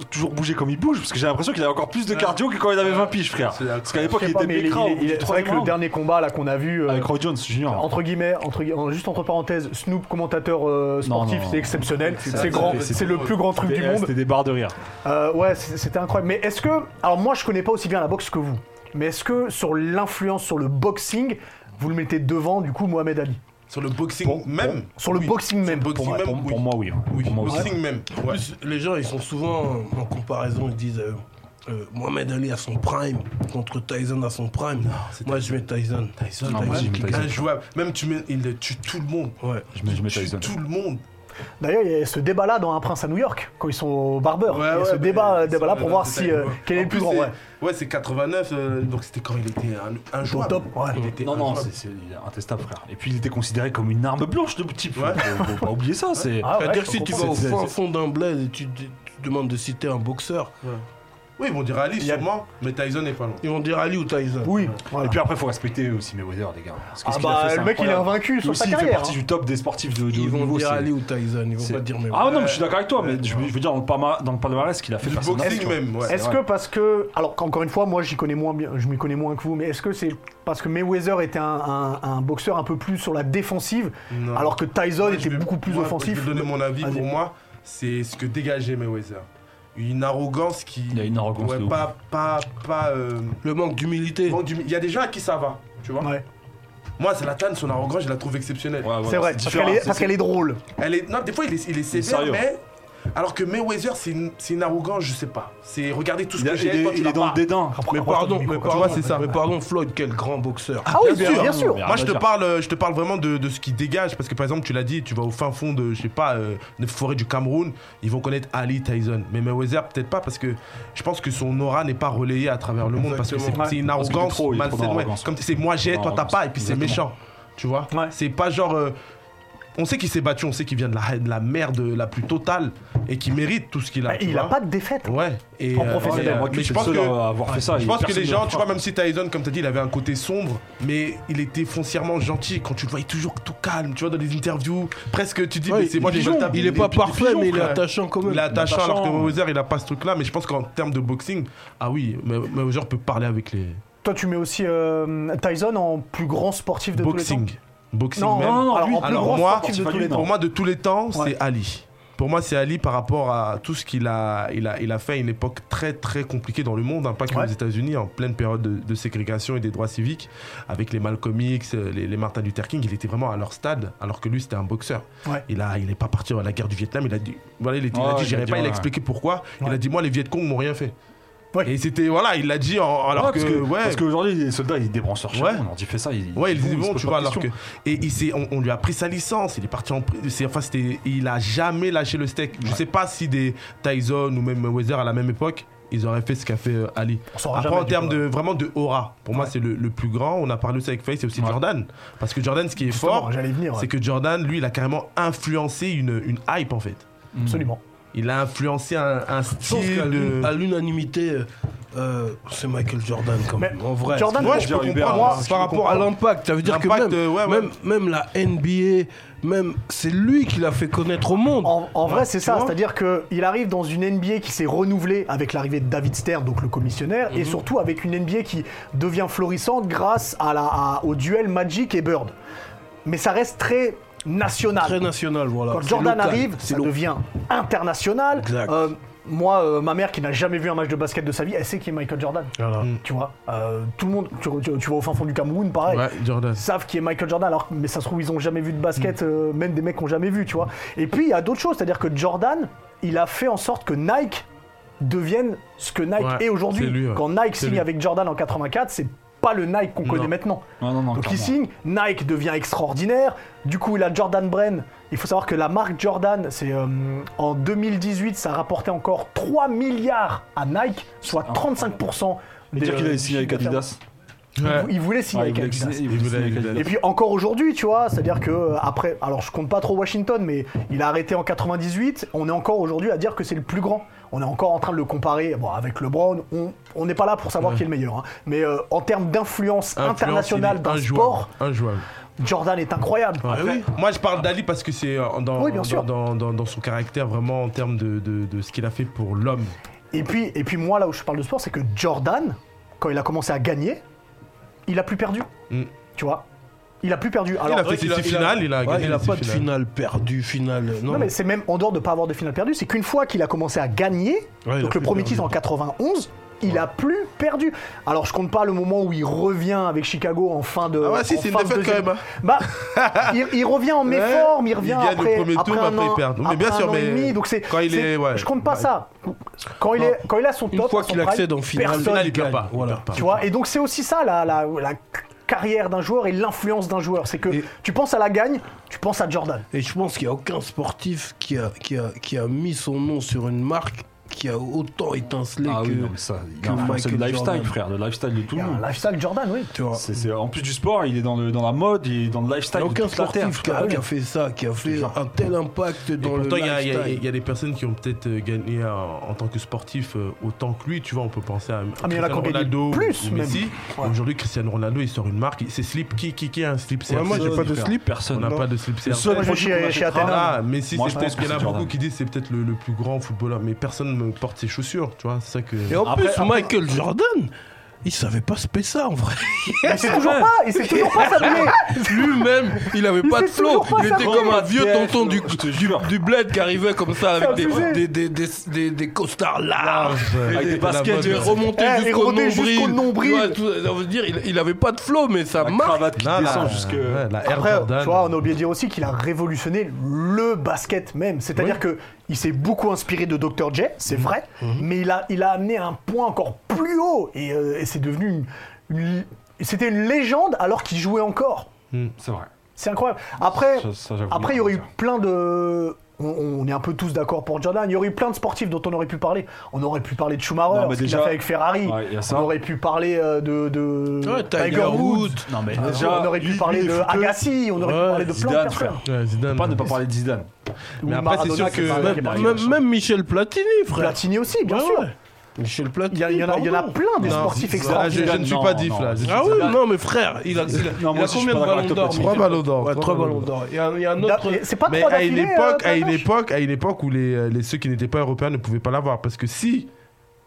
Speaker 2: toujours bouger comme il bouge, parce que j'ai l'impression qu'il a encore plus de cardio que quand il avait 20 piges, frère.
Speaker 3: C'est
Speaker 2: Parce qu'à l'époque,
Speaker 1: je
Speaker 2: il
Speaker 1: sais pas,
Speaker 2: était
Speaker 1: mais il est-
Speaker 2: mécra au
Speaker 1: il est-
Speaker 2: bout du
Speaker 1: il est- C'est vrai
Speaker 2: troisième
Speaker 1: que le
Speaker 2: round.
Speaker 1: dernier combat là qu'on a vu. euh,
Speaker 2: Avec Roy Jones Junior.
Speaker 1: Entre guillemets, entre, gui- en- juste entre parenthèses, Snoop, commentateur euh,
Speaker 2: Non,
Speaker 1: sportif,
Speaker 2: non, non.
Speaker 1: c'est exceptionnel,
Speaker 2: C'est-
Speaker 1: c'est
Speaker 2: c'est-
Speaker 1: grand,
Speaker 2: c'est-
Speaker 1: c'est le plus grand truc du monde.
Speaker 2: C'était des barres de rire.
Speaker 1: Euh, ouais, c- c'était incroyable. Mais est-ce que. Alors, moi, je connais pas aussi bien la boxe que vous. Mais est-ce que sur l'influence sur le boxing, vous le mettez devant, du coup, Mohamed Ali
Speaker 3: Sur le boxing
Speaker 1: Bon,
Speaker 3: même.
Speaker 1: Sur le
Speaker 3: Oui.
Speaker 1: boxing même,
Speaker 3: Sur le
Speaker 1: pour
Speaker 3: boxing
Speaker 1: moi,
Speaker 3: même,
Speaker 2: Pour,
Speaker 3: oui.
Speaker 2: pour moi, oui. hein.
Speaker 3: Oui,
Speaker 2: Pour moi aussi.
Speaker 3: boxing même.
Speaker 5: En
Speaker 3: Ouais.
Speaker 5: plus, les gens, ils sont souvent euh, en comparaison, ils disent euh, euh, Mohamed Ali à son prime contre Tyson à son prime.
Speaker 3: c'est
Speaker 5: Moi, je mets Tyson. Tyson,
Speaker 2: Ah, moi,
Speaker 5: Tyson
Speaker 2: j'ai mis
Speaker 5: qui
Speaker 2: Tyson.
Speaker 5: gagne.
Speaker 3: Injouable. Même tu mets, il tue tout le monde.
Speaker 5: Ouais.
Speaker 2: Je mets, je mets
Speaker 3: Tue
Speaker 2: Tyson.
Speaker 3: tout le monde.
Speaker 1: D'ailleurs, il y a ce débat-là dans Un Prince à New York, quand ils sont au barbeur.
Speaker 3: Ouais,
Speaker 1: il y a
Speaker 3: ouais,
Speaker 1: ce
Speaker 3: mais
Speaker 1: débat,
Speaker 3: ils sont
Speaker 1: débat-là pour
Speaker 3: dans
Speaker 1: voir
Speaker 3: le
Speaker 1: si,
Speaker 3: détail,
Speaker 1: euh,
Speaker 3: ouais.
Speaker 1: quel est
Speaker 3: En
Speaker 1: le plus
Speaker 3: plus,
Speaker 1: grand.
Speaker 3: c'est-
Speaker 1: Ouais.
Speaker 3: Ouais, c'est 89, euh, donc c'était quand il était un, un
Speaker 1: Au
Speaker 3: joueur.
Speaker 1: top, ouais.
Speaker 3: Il était
Speaker 2: Non, non,
Speaker 3: injouable.
Speaker 2: c'est c'est- il est intestable, frère. Et puis il était considéré comme une arme blanche, le petit.
Speaker 3: Ouais.
Speaker 2: Faut, faut pas oublier ça. C'est
Speaker 1: Ah ouais,
Speaker 5: C'est-à-dire
Speaker 1: je
Speaker 5: que si tu vas
Speaker 1: comprends.
Speaker 5: au
Speaker 2: C'est-
Speaker 5: fin
Speaker 2: c'est-
Speaker 5: fond d'un bled et tu, tu te demandes de citer un boxeur,
Speaker 3: Oui, ils vont dire Ali, sûrement, mais Tyson n'est pas loin.
Speaker 5: ils vont dire Ali ou Tyson.
Speaker 1: Oui, voilà.
Speaker 2: Et puis après, faut respecter aussi Mayweather, les gars. Parce que
Speaker 1: Ah
Speaker 2: ce qu'il a
Speaker 1: bah,
Speaker 2: fait, c'est
Speaker 1: le mec, il est
Speaker 2: incroyable.
Speaker 1: invaincu
Speaker 2: Lui
Speaker 1: sur
Speaker 2: aussi,
Speaker 1: sa
Speaker 2: il fait
Speaker 1: carrière.
Speaker 2: partie
Speaker 1: hein.
Speaker 2: du top des sportifs de, de haut
Speaker 5: Ils vont
Speaker 2: niveau.
Speaker 5: dire
Speaker 2: c'est-
Speaker 5: Ali ou Tyson, ils vont
Speaker 2: c'est-
Speaker 5: pas dire mais
Speaker 2: Ah
Speaker 5: ouais.
Speaker 2: non, mais je suis d'accord avec toi, mais je, veux- je veux dire, dans le, palma- dans le palmarès qu'il a fait
Speaker 3: Du
Speaker 2: face à Nasr, tu
Speaker 3: boxing
Speaker 2: vois.
Speaker 3: même, ouais.
Speaker 1: Est-ce
Speaker 2: vrai.
Speaker 1: que parce que. Alors, encore une fois, moi, j'y connais moins bien, je m'y connais moins que vous, mais est-ce que c'est parce que Mayweather était un, un- un boxeur un peu plus sur la défensive,
Speaker 3: Non.
Speaker 1: alors que Tyson
Speaker 3: Moi, je
Speaker 1: était
Speaker 3: vais-
Speaker 1: beaucoup plus
Speaker 3: moi,
Speaker 1: offensif
Speaker 3: Je vais donner mon avis
Speaker 1: Vas-y.
Speaker 3: pour moi, c'est ce que dégageait Mayweather. Une arrogance qui.
Speaker 2: Il y a une arrogance
Speaker 3: Ouais,
Speaker 2: de ouf.
Speaker 3: pas. pas, pas euh,
Speaker 5: Le manque d'humilité.
Speaker 3: manque d'humi- Il y a des gens à qui ça va, tu vois.
Speaker 1: Ouais,
Speaker 3: Moi, c'est la tanne, son arrogance, je la trouve exceptionnelle.
Speaker 2: Ouais, voilà,
Speaker 1: c'est vrai, parce
Speaker 2: différent,
Speaker 1: qu'elle est-
Speaker 2: c'est-
Speaker 1: parce qu'elle est drôle.
Speaker 3: Elle est... Non, des fois, il est, il est sévère,
Speaker 2: sérieux.
Speaker 3: mais Alors que Mayweather, c'est une, c'est une arrogance, je sais pas. C'est regarder tout ce
Speaker 2: Il, a-
Speaker 3: que
Speaker 2: il
Speaker 3: j'ai.
Speaker 2: est,
Speaker 3: toi, tu
Speaker 2: il
Speaker 3: l'as
Speaker 2: est dans
Speaker 3: pas.
Speaker 2: le dédain.
Speaker 3: Mais pardon, mais
Speaker 1: micro,
Speaker 3: pardon,
Speaker 5: vois, c'est ça.
Speaker 3: mais pardon, Floyd, quel grand boxeur.
Speaker 1: Ah oui, bien sûr, bien sûr.
Speaker 2: Mais
Speaker 3: Moi,
Speaker 2: rien
Speaker 3: je
Speaker 2: à
Speaker 3: te
Speaker 2: dire.
Speaker 3: parle, euh, je te parle vraiment de, de ce qui dégage, parce que par exemple, tu l'as dit, tu vas au fin fond de, je sais pas, euh, de forêt du Cameroun, ils vont connaître Ali Tyson, mais Mayweather peut-être pas, parce que je pense que son aura n'est pas relayée à travers le monde, parce que c'est
Speaker 2: Exactement.
Speaker 3: c'est une
Speaker 2: Parce que t'es
Speaker 3: arrogance
Speaker 2: trop- il est trop dans
Speaker 3: malsaine, ouais.
Speaker 2: l'arrogance.
Speaker 3: Comme c'est moi j'ai,
Speaker 2: Dans
Speaker 3: toi t'as
Speaker 2: l'arrogance.
Speaker 3: pas, et puis c'est
Speaker 2: Exactement.
Speaker 3: méchant, tu vois.
Speaker 1: Ouais.
Speaker 3: C'est pas genre, euh, on sait qu'il s'est battu, on sait qu'il vient de la, de la merde la plus totale et qu'il mérite tout ce qu'il a.
Speaker 1: Bah,
Speaker 3: tu
Speaker 1: Il a
Speaker 3: vois.
Speaker 1: pas de défaite.
Speaker 3: Ouais. Et
Speaker 1: En
Speaker 3: euh,
Speaker 1: professionnel,
Speaker 3: ouais,
Speaker 2: moi,
Speaker 3: mais
Speaker 2: je
Speaker 3: je
Speaker 2: suis
Speaker 3: pense
Speaker 2: le seul
Speaker 3: que
Speaker 2: à avoir fait ça,
Speaker 3: Je
Speaker 2: et
Speaker 3: pense que
Speaker 2: personne
Speaker 3: les
Speaker 2: ne l'a
Speaker 3: gens, tu
Speaker 2: fait.
Speaker 3: vois, même si Tyson, comme t'as dit, il avait un côté sombre, mais il était foncièrement gentil. Quand tu le voyais toujours tout calme, tu vois, dans les interviews, presque, tu dis,
Speaker 5: Ouais,
Speaker 3: mais c'est
Speaker 5: il-
Speaker 3: moi
Speaker 5: il-
Speaker 3: je veux
Speaker 5: il
Speaker 3: taper
Speaker 5: est
Speaker 3: des-
Speaker 5: pas
Speaker 3: des
Speaker 5: parfait, mais il est
Speaker 3: frère.
Speaker 5: attachant quand même.
Speaker 3: Il est attachant,
Speaker 2: Attachant.
Speaker 3: alors que Mayweather, il a pas ce truc-là. Mais je pense qu'en termes de boxing, ah oui, May- Mayweather peut parler avec les
Speaker 1: Toi, tu mets aussi euh, Tyson en plus grand sportif de tous les
Speaker 3: boxing,
Speaker 1: temps.
Speaker 3: boxing
Speaker 1: Non,
Speaker 3: même.
Speaker 1: non, non,
Speaker 2: Alors,
Speaker 1: lui,
Speaker 2: en
Speaker 1: plus
Speaker 3: alors
Speaker 1: grand
Speaker 3: moi,
Speaker 1: sportif de
Speaker 2: Tiffany,
Speaker 1: tous les
Speaker 2: non.
Speaker 1: temps.
Speaker 3: Pour moi, de tous les temps,
Speaker 1: Ouais.
Speaker 3: c'est Ali. Pour moi, c'est Ali par rapport à tout ce qu'il a, il a, il a fait à une époque très très compliquée dans le monde, hein, pas que
Speaker 1: Ouais.
Speaker 3: aux États-Unis, en pleine période de, de ségrégation et des droits civiques, avec les Malcolm X, euh, les, les Martin Luther King, il était vraiment à leur stade, alors que lui c'était un boxeur.
Speaker 1: Ouais.
Speaker 3: Il a, il n'est pas parti à la guerre du Vietnam, il a dit, voilà, il, était- il a
Speaker 2: Ouais,
Speaker 3: dit,
Speaker 2: il a
Speaker 3: j'irai
Speaker 2: dit,
Speaker 3: pas, il a
Speaker 2: ouais.
Speaker 3: expliqué pourquoi. Il
Speaker 1: Ouais.
Speaker 3: a dit, moi les Vietcong m'ont rien fait.
Speaker 1: Ouais.
Speaker 3: Et c'était, voilà, il l'a dit, en- alors
Speaker 2: Ouais,
Speaker 3: que,
Speaker 2: parce que-
Speaker 3: ouais.
Speaker 2: parce qu'aujourd'hui, les soldats, ils débranchent leur
Speaker 3: Ouais.
Speaker 2: On leur dit fais ça. Ils,
Speaker 3: Ouais, il
Speaker 2: boum,
Speaker 3: disait
Speaker 2: ils se
Speaker 3: bon,
Speaker 2: posent
Speaker 3: tu
Speaker 2: pas
Speaker 3: vois,
Speaker 2: de
Speaker 3: alors que.
Speaker 2: questions.
Speaker 3: Et il s'est- on, on lui a pris sa licence, il est parti en. pri- c'est- Enfin, c'était. Il a jamais lâché le steak. Je sais pas si des Tyson ou même Weather à la même époque. Ils auraient fait ce qu'a fait euh, Ali.
Speaker 1: On saura
Speaker 3: Après,
Speaker 1: jamais,
Speaker 3: en
Speaker 1: du
Speaker 3: termes
Speaker 1: coup,
Speaker 3: de vraiment de aura, pour moi, c'est le, le plus grand. On a parlé aussi avec Faye, c'est aussi
Speaker 2: Ouais.
Speaker 3: Jordan. Parce que Jordan, ce qui est
Speaker 1: Justement,
Speaker 3: fort,
Speaker 1: j'allais y venir, ouais.
Speaker 3: c'est que Jordan, lui, il a carrément influencé une, une hype en fait.
Speaker 1: Absolument.
Speaker 3: Il a influencé un, un
Speaker 5: Sauf
Speaker 3: style.
Speaker 5: qu'à
Speaker 3: de-
Speaker 5: l'un- à l'unanimité, euh, euh, c'est Michael Jordan quand même.
Speaker 1: Mais
Speaker 5: en vrai.
Speaker 1: Jordan,
Speaker 3: Ouais,
Speaker 1: pour-
Speaker 3: je peux
Speaker 2: Dire Hubert,
Speaker 3: comprendre.
Speaker 1: moi,
Speaker 3: je peux
Speaker 5: par rapport à
Speaker 3: comprendre.
Speaker 5: l'impact, ça veut dire que
Speaker 3: L'impact,
Speaker 5: même,
Speaker 3: euh, ouais, ouais.
Speaker 5: même, même la NBA, même c'est lui qui l'a fait connaître au monde.
Speaker 1: En, en vrai, c'est ça.
Speaker 5: vois
Speaker 1: C'est-à-dire qu'il arrive dans une NBA qui s'est renouvelée avec l'arrivée de David Stern, donc le commissionnaire, et surtout avec une NBA qui devient florissante grâce à la, à- au duel Magic et Bird. Mais ça reste très national.
Speaker 5: Très national, voilà.
Speaker 1: Quand
Speaker 5: C'est
Speaker 1: Jordan
Speaker 5: local,
Speaker 1: arrive,
Speaker 5: c'est
Speaker 1: ça
Speaker 5: local.
Speaker 1: devient international.
Speaker 5: Exact.
Speaker 1: Euh, moi, euh, ma mère qui n'a jamais vu un match de basket de sa vie, elle sait qui est Michael Jordan. Tu vois, euh, tout le monde, tu, tu- tu vas au fin fond du Cameroun, pareil
Speaker 3: Ouais, Jordan.
Speaker 1: savent qui est Michael Jordan, alors mais ça se trouve ils ont jamais vu de basket, euh, même des mecs qui ont jamais vu, tu vois. Et puis il y a d'autres choses, c'est-à-dire que Jordan, il a fait en sorte que Nike devienne ce que Nike
Speaker 3: Ouais,
Speaker 1: est aujourd'hui.
Speaker 3: c'est lui, ouais.
Speaker 1: Quand Nike
Speaker 3: C'est
Speaker 1: signe
Speaker 3: lui.
Speaker 1: avec Jordan en 84, c'est pas le Nike qu'on connaît maintenant.
Speaker 2: Non, non, non,
Speaker 1: Donc il
Speaker 2: clairement.
Speaker 1: signe, Nike devient extraordinaire. Du coup, il a Jordan Brand. Il faut savoir que la marque Jordan, c'est euh, en 2018, ça rapportait encore 3 milliards à Nike, soit 35% des.
Speaker 2: Dire qu'il
Speaker 1: euh,
Speaker 2: avait signé avec
Speaker 1: chiffres d'affaires.
Speaker 2: Adidas.
Speaker 3: Ouais.
Speaker 1: Il voulait signer
Speaker 2: Ouais,
Speaker 1: avec
Speaker 2: il voulait
Speaker 1: Adidas.
Speaker 2: signer- il voulait
Speaker 3: Il
Speaker 2: signer avec
Speaker 3: voulait-
Speaker 2: Adidas.
Speaker 1: Et puis encore aujourd'hui, tu vois, c'est-à-dire que euh, après, alors je compte pas trop Washington, mais il a arrêté en 98. On est encore aujourd'hui à dire que c'est le plus grand. On est encore en train de le comparer bon, avec LeBron. On on n'est pas là pour savoir qui est le meilleur, hein. mais euh, en termes d'influence
Speaker 3: Influence, il est
Speaker 1: internationale d'un
Speaker 3: injouable,
Speaker 1: sport,
Speaker 3: Injouable.
Speaker 1: Jordan est incroyable.
Speaker 3: Après, Moi, je parle d'Ali parce que c'est euh, dans,
Speaker 1: Oui, bien sûr.
Speaker 3: dans, dans, dans- dans son caractère, vraiment en termes de, de, de ce qu'il a fait pour l'homme.
Speaker 1: Et puis, et puis moi là où je parle de sport, c'est que Jordan, quand il a commencé à gagner, il a plus perdu.
Speaker 3: Mm.
Speaker 1: Tu vois, il a plus perdu. Alors,
Speaker 3: il a fait ses six finales, il a
Speaker 5: Ouais,
Speaker 3: gagné
Speaker 5: il a
Speaker 3: ses
Speaker 5: pas de
Speaker 3: finales.
Speaker 5: finale perdue, finale. Non,
Speaker 1: Non, mais c'est même en dehors de pas avoir de finale perdue, c'est qu'une fois qu'il a commencé à gagner,
Speaker 5: Ouais, il a
Speaker 1: donc
Speaker 5: plus
Speaker 1: le premier
Speaker 5: perdu.
Speaker 1: titre en 91, il a plus perdu. Alors je compte pas le moment où il revient avec Chicago en fin de.
Speaker 3: Ah ouais, si,
Speaker 1: en
Speaker 3: c'est une
Speaker 1: fin de
Speaker 3: défaite
Speaker 1: deuxième-
Speaker 3: quand même, hein.
Speaker 1: Bah, il, il revient en méforme, il revient
Speaker 3: gagne le
Speaker 1: après.
Speaker 3: premier
Speaker 1: après
Speaker 3: tour,
Speaker 1: un
Speaker 3: après il
Speaker 1: an-
Speaker 3: perd. Oui, mais bien
Speaker 1: après un
Speaker 3: sûr,
Speaker 1: an et
Speaker 3: mais
Speaker 1: demi, donc c'est.
Speaker 3: quand il
Speaker 1: c'est-
Speaker 3: est- ouais.
Speaker 1: je compte pas ça. Quand il est, quand il a son
Speaker 5: Une
Speaker 1: top,
Speaker 5: fois
Speaker 1: son
Speaker 5: qu'il
Speaker 1: prime,
Speaker 5: accède en finale,
Speaker 1: personne
Speaker 3: Finale, il
Speaker 1: ne
Speaker 3: perd
Speaker 1: gagne.
Speaker 3: pas. il
Speaker 5: Voilà.
Speaker 3: perd pas.
Speaker 1: Tu vois, et donc c'est aussi ça la, la, la carrière d'un joueur et l'influence d'un joueur. C'est que
Speaker 5: Et-
Speaker 1: tu penses à la gagne, tu penses à Jordan.
Speaker 5: Et je pense qu'il n'y a aucun sportif qui a, qui, a, qui a mis son nom sur une marque qui a autant étincelé
Speaker 2: Ah
Speaker 5: que.
Speaker 2: oui, non, mais ça, il
Speaker 5: que
Speaker 2: a influencé le
Speaker 5: Michael
Speaker 2: lifestyle,
Speaker 5: Jordan.
Speaker 2: frère, le lifestyle de tout
Speaker 1: Il y
Speaker 2: le
Speaker 1: a un
Speaker 3: Mmh.
Speaker 2: monde.
Speaker 1: lifestyle Jordan, oui.
Speaker 5: tu vois.
Speaker 2: C'est- c'est- en plus du sport, il est dans, le, dans la mode, il est dans le
Speaker 5: Il
Speaker 2: lifestyle
Speaker 5: n'y a
Speaker 2: de
Speaker 5: aucun
Speaker 2: toute la terre.
Speaker 5: sportif qui a,
Speaker 2: frère.
Speaker 5: qui a fait ça, qui a fait un tel impact
Speaker 3: Et
Speaker 5: dans le
Speaker 3: pourtant, il y, a- il y a-
Speaker 5: lifestyle.
Speaker 3: il y a des personnes qui ont peut-être euh, gagné euh, en tant que sportif euh, autant que lui. Tu vois, on peut penser à, à
Speaker 1: Ah, mais il y en a qui ont
Speaker 3: Cristiano
Speaker 1: gagné
Speaker 3: Ronaldo
Speaker 1: plus,
Speaker 3: ou Messi.
Speaker 1: même. Ouais.
Speaker 3: Aujourd'hui, Cristiano Ronaldo, il sort une marque. C'est slip. Qui, qui, qui a un slip
Speaker 5: Ouais, moi, j'ai
Speaker 3: CR7?
Speaker 5: pas de
Speaker 2: frère.
Speaker 5: slip.
Speaker 3: On
Speaker 2: Personne.
Speaker 3: n'a pas de slip.
Speaker 2: Le
Speaker 3: CR7.
Speaker 2: seul
Speaker 1: Moi, je vais
Speaker 2: produit qu'on
Speaker 1: chez- chez
Speaker 2: achètera,
Speaker 1: Athéna.
Speaker 3: Ah, Messi,
Speaker 2: Moi,
Speaker 3: c'est
Speaker 2: je
Speaker 3: peut-être
Speaker 2: pense que
Speaker 3: qu'il y en a
Speaker 2: c'est
Speaker 3: beaucoup
Speaker 2: Jordan.
Speaker 3: qui disent c'est peut-être le, le plus grand footballeur, mais personne ne porte ses chaussures, tu vois. C'est ça que.
Speaker 5: Et en
Speaker 2: Après-
Speaker 5: plus,
Speaker 2: après-
Speaker 5: Michael Jordan, il savait pas se payer ça en vrai.
Speaker 1: Mais c'est toujours pas, il s'est toujours pas s'habiller.
Speaker 5: Lui-même, il avait
Speaker 1: Il
Speaker 5: pas de
Speaker 1: sait toujours
Speaker 5: flow.
Speaker 1: pas
Speaker 5: Il était
Speaker 1: s'habiller.
Speaker 5: comme un vieux
Speaker 2: Yes,
Speaker 5: tonton du,
Speaker 2: je te
Speaker 5: du,
Speaker 2: jure.
Speaker 5: du bled qui arrivait comme ça avec des,
Speaker 1: abusé.
Speaker 5: des, des, des, des- des costards larges.
Speaker 2: Avec des baskets,
Speaker 5: Il
Speaker 2: des
Speaker 5: remontait
Speaker 1: Eh, il
Speaker 5: jusqu'au
Speaker 1: remontait
Speaker 5: nombril.
Speaker 1: jusqu'au nombril.
Speaker 5: Tu vois, tout- ça veut dire, il, il avait pas de flow, mais ça
Speaker 2: la
Speaker 5: marche.
Speaker 2: cravate qui
Speaker 3: Non,
Speaker 2: descend
Speaker 3: la-
Speaker 2: jusque.
Speaker 3: ouais, la Air
Speaker 1: Après,
Speaker 3: Jordan.
Speaker 1: tu vois, on a oublié de dire aussi qu'il a révolutionné le basket même. C'est-à-dire Il s'est beaucoup inspiré de Dr. J, c'est
Speaker 2: Mhm.
Speaker 1: vrai, mais il a, il a amené un point encore plus haut et, euh, et c'est devenu une- une- c'était une légende alors qu'il jouait encore.
Speaker 2: Mhm, C'est vrai.
Speaker 1: C'est incroyable. Après,
Speaker 2: Ça- ça, j'avoue.
Speaker 1: après, il y aurait eu plein de. On, on est un peu tous d'accord pour Jordan. Il y aurait eu plein de sportifs dont on aurait pu parler. On aurait pu parler de Schumacher,
Speaker 2: Non, mais
Speaker 1: ce qu'il a
Speaker 2: déjà-
Speaker 1: fait avec Ferrari.
Speaker 2: Ouais, il y a ça.
Speaker 1: on aurait pu parler euh, de, de
Speaker 5: Ouais, Tiger Woods.
Speaker 2: Non, mais
Speaker 1: on aurait pu
Speaker 2: lui-
Speaker 1: parler
Speaker 2: lui,
Speaker 1: de
Speaker 2: il faut que-
Speaker 1: Agassi. On aurait pu
Speaker 5: Ouais,
Speaker 1: parler de plein de
Speaker 2: Zidane,
Speaker 1: personnes.
Speaker 2: frère.
Speaker 3: Ouais, Zidane.
Speaker 2: Pas ne pas parler de Zidane.
Speaker 1: Ou
Speaker 3: Mais après, c'est
Speaker 1: Maradona
Speaker 3: sûr
Speaker 1: qui est
Speaker 3: que-
Speaker 1: pas- qui est pas-
Speaker 5: Même, même Michel Platini, frère.
Speaker 1: Platini aussi, bien
Speaker 5: Ouais,
Speaker 1: sûr.
Speaker 5: ouais. Michel
Speaker 1: Il
Speaker 5: Platini.
Speaker 1: y, a- il y en a- il y en a
Speaker 5: pardon.
Speaker 1: plein des
Speaker 3: Non,
Speaker 1: sportifs
Speaker 3: Zidane, je,
Speaker 1: extraordinaires.
Speaker 3: je ne suis
Speaker 2: Non,
Speaker 3: pas diff
Speaker 2: non.
Speaker 3: là. Je suis-
Speaker 5: Ah oui, non, mais frère, il a, il
Speaker 2: moi aussi,
Speaker 5: a- il a
Speaker 2: je suis
Speaker 5: combien de
Speaker 2: pas d'accord
Speaker 5: ballons
Speaker 2: avec toi,
Speaker 5: d'or
Speaker 2: Platini.
Speaker 5: frère
Speaker 3: Trois ballons d'or.
Speaker 5: Ouais, trois
Speaker 3: trois
Speaker 5: ballons d'or. Il y a, il y a un autre.
Speaker 1: D'a- C'est pas
Speaker 3: Mais
Speaker 1: trois
Speaker 3: à une
Speaker 1: d'affilée,
Speaker 3: époque,
Speaker 1: euh,
Speaker 3: à une
Speaker 1: Panache
Speaker 3: époque, à une époque où les, euh, les- ceux qui n'étaient pas européens ne pouvaient pas l'avoir parce que si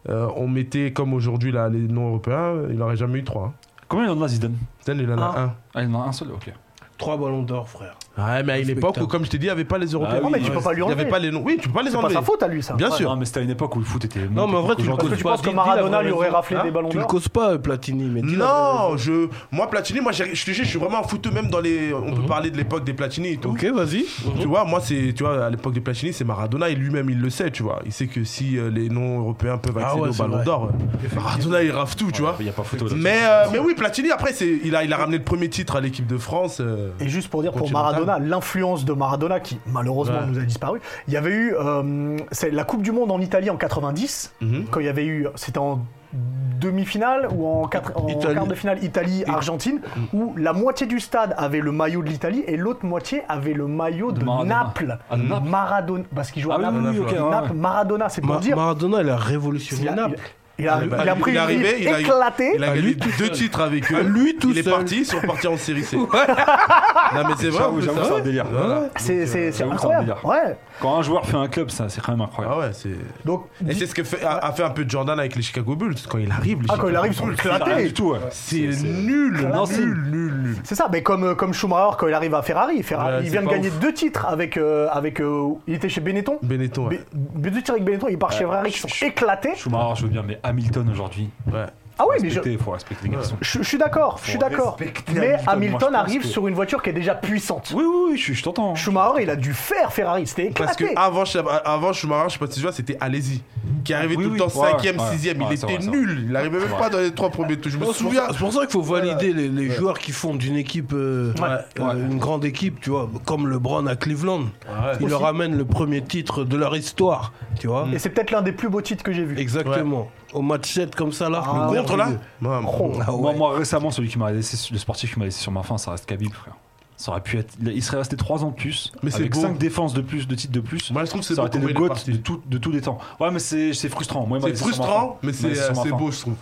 Speaker 3: euh, on mettait comme aujourd'hui là les non européens, il n'aurait jamais eu trois. hein.
Speaker 2: Combien il en a Zidane
Speaker 3: Zidane, il en a un.
Speaker 2: Ah, il en a un seul, ok.
Speaker 5: Trois ballons d'or, frère.
Speaker 3: Ouais, mais à une époque où, comme je t'ai dit, il n'y avait pas les Européens.
Speaker 1: Ah, mais tu peux pas lui
Speaker 3: Il n'y avait
Speaker 1: enlever.
Speaker 3: pas les noms. Oui, tu peux pas les
Speaker 1: C'est pas
Speaker 3: enlever.
Speaker 1: sa faute à lui, ça.
Speaker 3: Bien
Speaker 2: Ouais,
Speaker 3: sûr.
Speaker 2: Non, mais c'était à une époque où le foot était.
Speaker 5: Non, mais en vrai, tu le
Speaker 1: Parce que
Speaker 5: causes
Speaker 1: tu
Speaker 5: pas.
Speaker 1: penses que
Speaker 5: Dis- dis la
Speaker 1: Maradona
Speaker 5: vraie
Speaker 1: lui aurait
Speaker 5: raison.
Speaker 1: raflé
Speaker 5: Hein
Speaker 1: des ballons
Speaker 5: Tu le
Speaker 1: d'or
Speaker 5: causes pas, Platini, mais dis la vraie
Speaker 3: Non, je, moi Platini, moi j'ai- je te jure, je suis vraiment un fouteux même dans les. On peut parler de l'époque des Platini et tout.
Speaker 5: raison. Ok, vas-y.
Speaker 3: Tu vois, moi c'est, tu vois, à l'époque des Platini, c'est Maradona et lui-même il le sait, tu vois. Il sait que si euh, les non européens peuvent
Speaker 5: Ah
Speaker 3: accéder
Speaker 5: ouais,
Speaker 3: au
Speaker 5: c'est
Speaker 3: Ballon
Speaker 5: vrai.
Speaker 3: d'Or, euh, Maradona il rafle tout, tu vois.
Speaker 2: Il n'y a pas photo là.
Speaker 3: Mais, euh, mais oui, Platini, après, c'est, il, a, il a ramené le premier titre à l'équipe de France. euh,
Speaker 1: Et juste pour dire, pour
Speaker 3: Continental.
Speaker 1: Maradona, l'influence de Maradona, qui malheureusement
Speaker 3: Ouais.
Speaker 1: nous a disparu, il y avait eu euh, c'est la Coupe du Monde en Italie en 90,
Speaker 3: Mhm.
Speaker 1: quand il y avait eu, c'était en demi-finale ou en, quatre- en
Speaker 5: Italie.
Speaker 1: quart de finale Italie-Argentine, où la moitié du stade avait le maillot de l'Italie et l'autre moitié avait le maillot de,
Speaker 2: De Maradona.
Speaker 1: Naples.
Speaker 2: Ah, de Naples.
Speaker 1: Maradona, parce qu'il jouait
Speaker 2: Ah
Speaker 1: à
Speaker 2: oui,
Speaker 1: Naples.
Speaker 2: oui, oui, ok,
Speaker 1: Et
Speaker 2: ouais,
Speaker 1: Naples,
Speaker 2: ouais.
Speaker 1: Maradona, c'est pour
Speaker 5: Ma-
Speaker 1: dire.
Speaker 5: Maradona, il a
Speaker 1: il
Speaker 5: révolutionné
Speaker 1: a-
Speaker 5: Naples.
Speaker 1: il a- il a pris
Speaker 3: il est
Speaker 1: une
Speaker 3: arrivé,
Speaker 1: vie
Speaker 3: il a-
Speaker 1: éclatée.
Speaker 3: Il a
Speaker 5: À lui
Speaker 3: gagné
Speaker 5: tout
Speaker 3: deux
Speaker 5: seul.
Speaker 3: titres avec eux.
Speaker 5: À lui tout
Speaker 3: il est
Speaker 5: seul.
Speaker 3: parti, ils sont partis en série C. non mais c'est vrai,
Speaker 2: J'avoue,
Speaker 3: on peut
Speaker 2: j'avoue,
Speaker 3: ça.
Speaker 2: c'est un délire.
Speaker 3: Voilà.
Speaker 1: C'est- C'est c'est
Speaker 2: j'avoue, c'est un
Speaker 1: incroyable.
Speaker 2: délire.
Speaker 1: Ouais.
Speaker 2: Quand un joueur fait un club, ça, c'est quand même incroyable.
Speaker 3: Ah ouais, c'est.
Speaker 1: Donc,
Speaker 3: Et c'est ce que fait, a, a fait un peu Jordan avec les Chicago Bulls quand il arrive. Les
Speaker 1: Ah, quand il
Speaker 3: Chicago
Speaker 1: arrive, ils sont
Speaker 3: Bulls,
Speaker 1: éclatés.
Speaker 2: Rien
Speaker 1: Hey.
Speaker 2: du tout, ouais.
Speaker 3: C'est
Speaker 2: C'est-
Speaker 3: nul,
Speaker 1: Non, c'est-
Speaker 3: nul, nul, nul.
Speaker 1: C'est ça, mais comme, euh, comme Schumacher quand il arrive à Ferrari, Ferrari
Speaker 3: Ouais,
Speaker 1: il
Speaker 3: c'est
Speaker 1: vient de
Speaker 3: pas
Speaker 1: gagner
Speaker 3: ouf.
Speaker 1: deux titres avec. euh, avec euh, il était chez Benetton
Speaker 3: Benetton, ouais.
Speaker 1: Be- Deux titres avec Benetton, il part chez Ferrari, ils sont éclatés.
Speaker 2: Schumacher, je veux bien, mais Hamilton aujourd'hui.
Speaker 3: Ouais.
Speaker 1: Ah oui, mais je.
Speaker 2: Il faut respecter les garçons.
Speaker 1: Je, je suis d'accord, je suis d'accord.
Speaker 2: respecter
Speaker 1: Mais
Speaker 2: Hamilton, moi,
Speaker 1: Hamilton
Speaker 2: je pense
Speaker 1: arrive
Speaker 2: que-
Speaker 1: sur une voiture qui est déjà puissante.
Speaker 2: Oui, oui, oui, je, suis- je t'entends.
Speaker 1: Schumacher, il a dû faire Ferrari, c'était
Speaker 3: Parce
Speaker 1: éclaté.
Speaker 3: que avant, Ch- avant Schumacher, je sais pas si tu vois, c'était Alési qui arrivait
Speaker 2: Oui,
Speaker 3: tout
Speaker 2: oui,
Speaker 3: le temps
Speaker 2: ouais,
Speaker 3: 5ème,
Speaker 2: ouais,
Speaker 3: 6ème. Il
Speaker 2: ouais, c'est
Speaker 3: était
Speaker 2: vrai, c'est
Speaker 3: nul. Il arrivait même
Speaker 2: C'est
Speaker 3: pas dans les trois premiers tours. Je me
Speaker 5: C'est pour
Speaker 3: souviens.
Speaker 5: ça- c'est pour ça qu'il faut valider les, les joueurs qui font d'une équipe, euh, euh,
Speaker 2: Ouais.
Speaker 5: une grande équipe, tu vois, comme LeBron à Cleveland. Il leur amène le premier titre de leur histoire, tu vois.
Speaker 1: Et c'est peut-être l'un des plus beaux titres que j'ai vu.
Speaker 5: Exactement. Au match 7 comme ça là.
Speaker 1: Ah,
Speaker 5: le
Speaker 3: Contre là
Speaker 5: merveilleux.
Speaker 3: Maman.
Speaker 5: Ah ouais.
Speaker 2: Moi, moi, récemment, celui qui m'a laissé, le sportif qui m'a laissé sur ma fin, ça reste Khabib, frère. Ça aurait pu être, il serait resté 3 ans de plus,
Speaker 3: Mais c'est
Speaker 2: avec
Speaker 3: beau.
Speaker 2: 5 défenses de plus, de titres de plus.
Speaker 3: Moi, je trouve que c'est
Speaker 2: ça aurait été
Speaker 3: beau comme
Speaker 2: le
Speaker 3: il est
Speaker 2: GOAT
Speaker 3: parti.
Speaker 2: de, tout- de tous les temps. Ouais, mais c'est c'est frustrant. Moi, il m'a
Speaker 3: C'est
Speaker 2: laissé sur ma
Speaker 3: frustrant,
Speaker 2: fin.
Speaker 3: mais
Speaker 2: Il m'a
Speaker 3: c'est
Speaker 2: laissé sur ma
Speaker 3: c'est
Speaker 2: fin.
Speaker 3: beau, je trouve.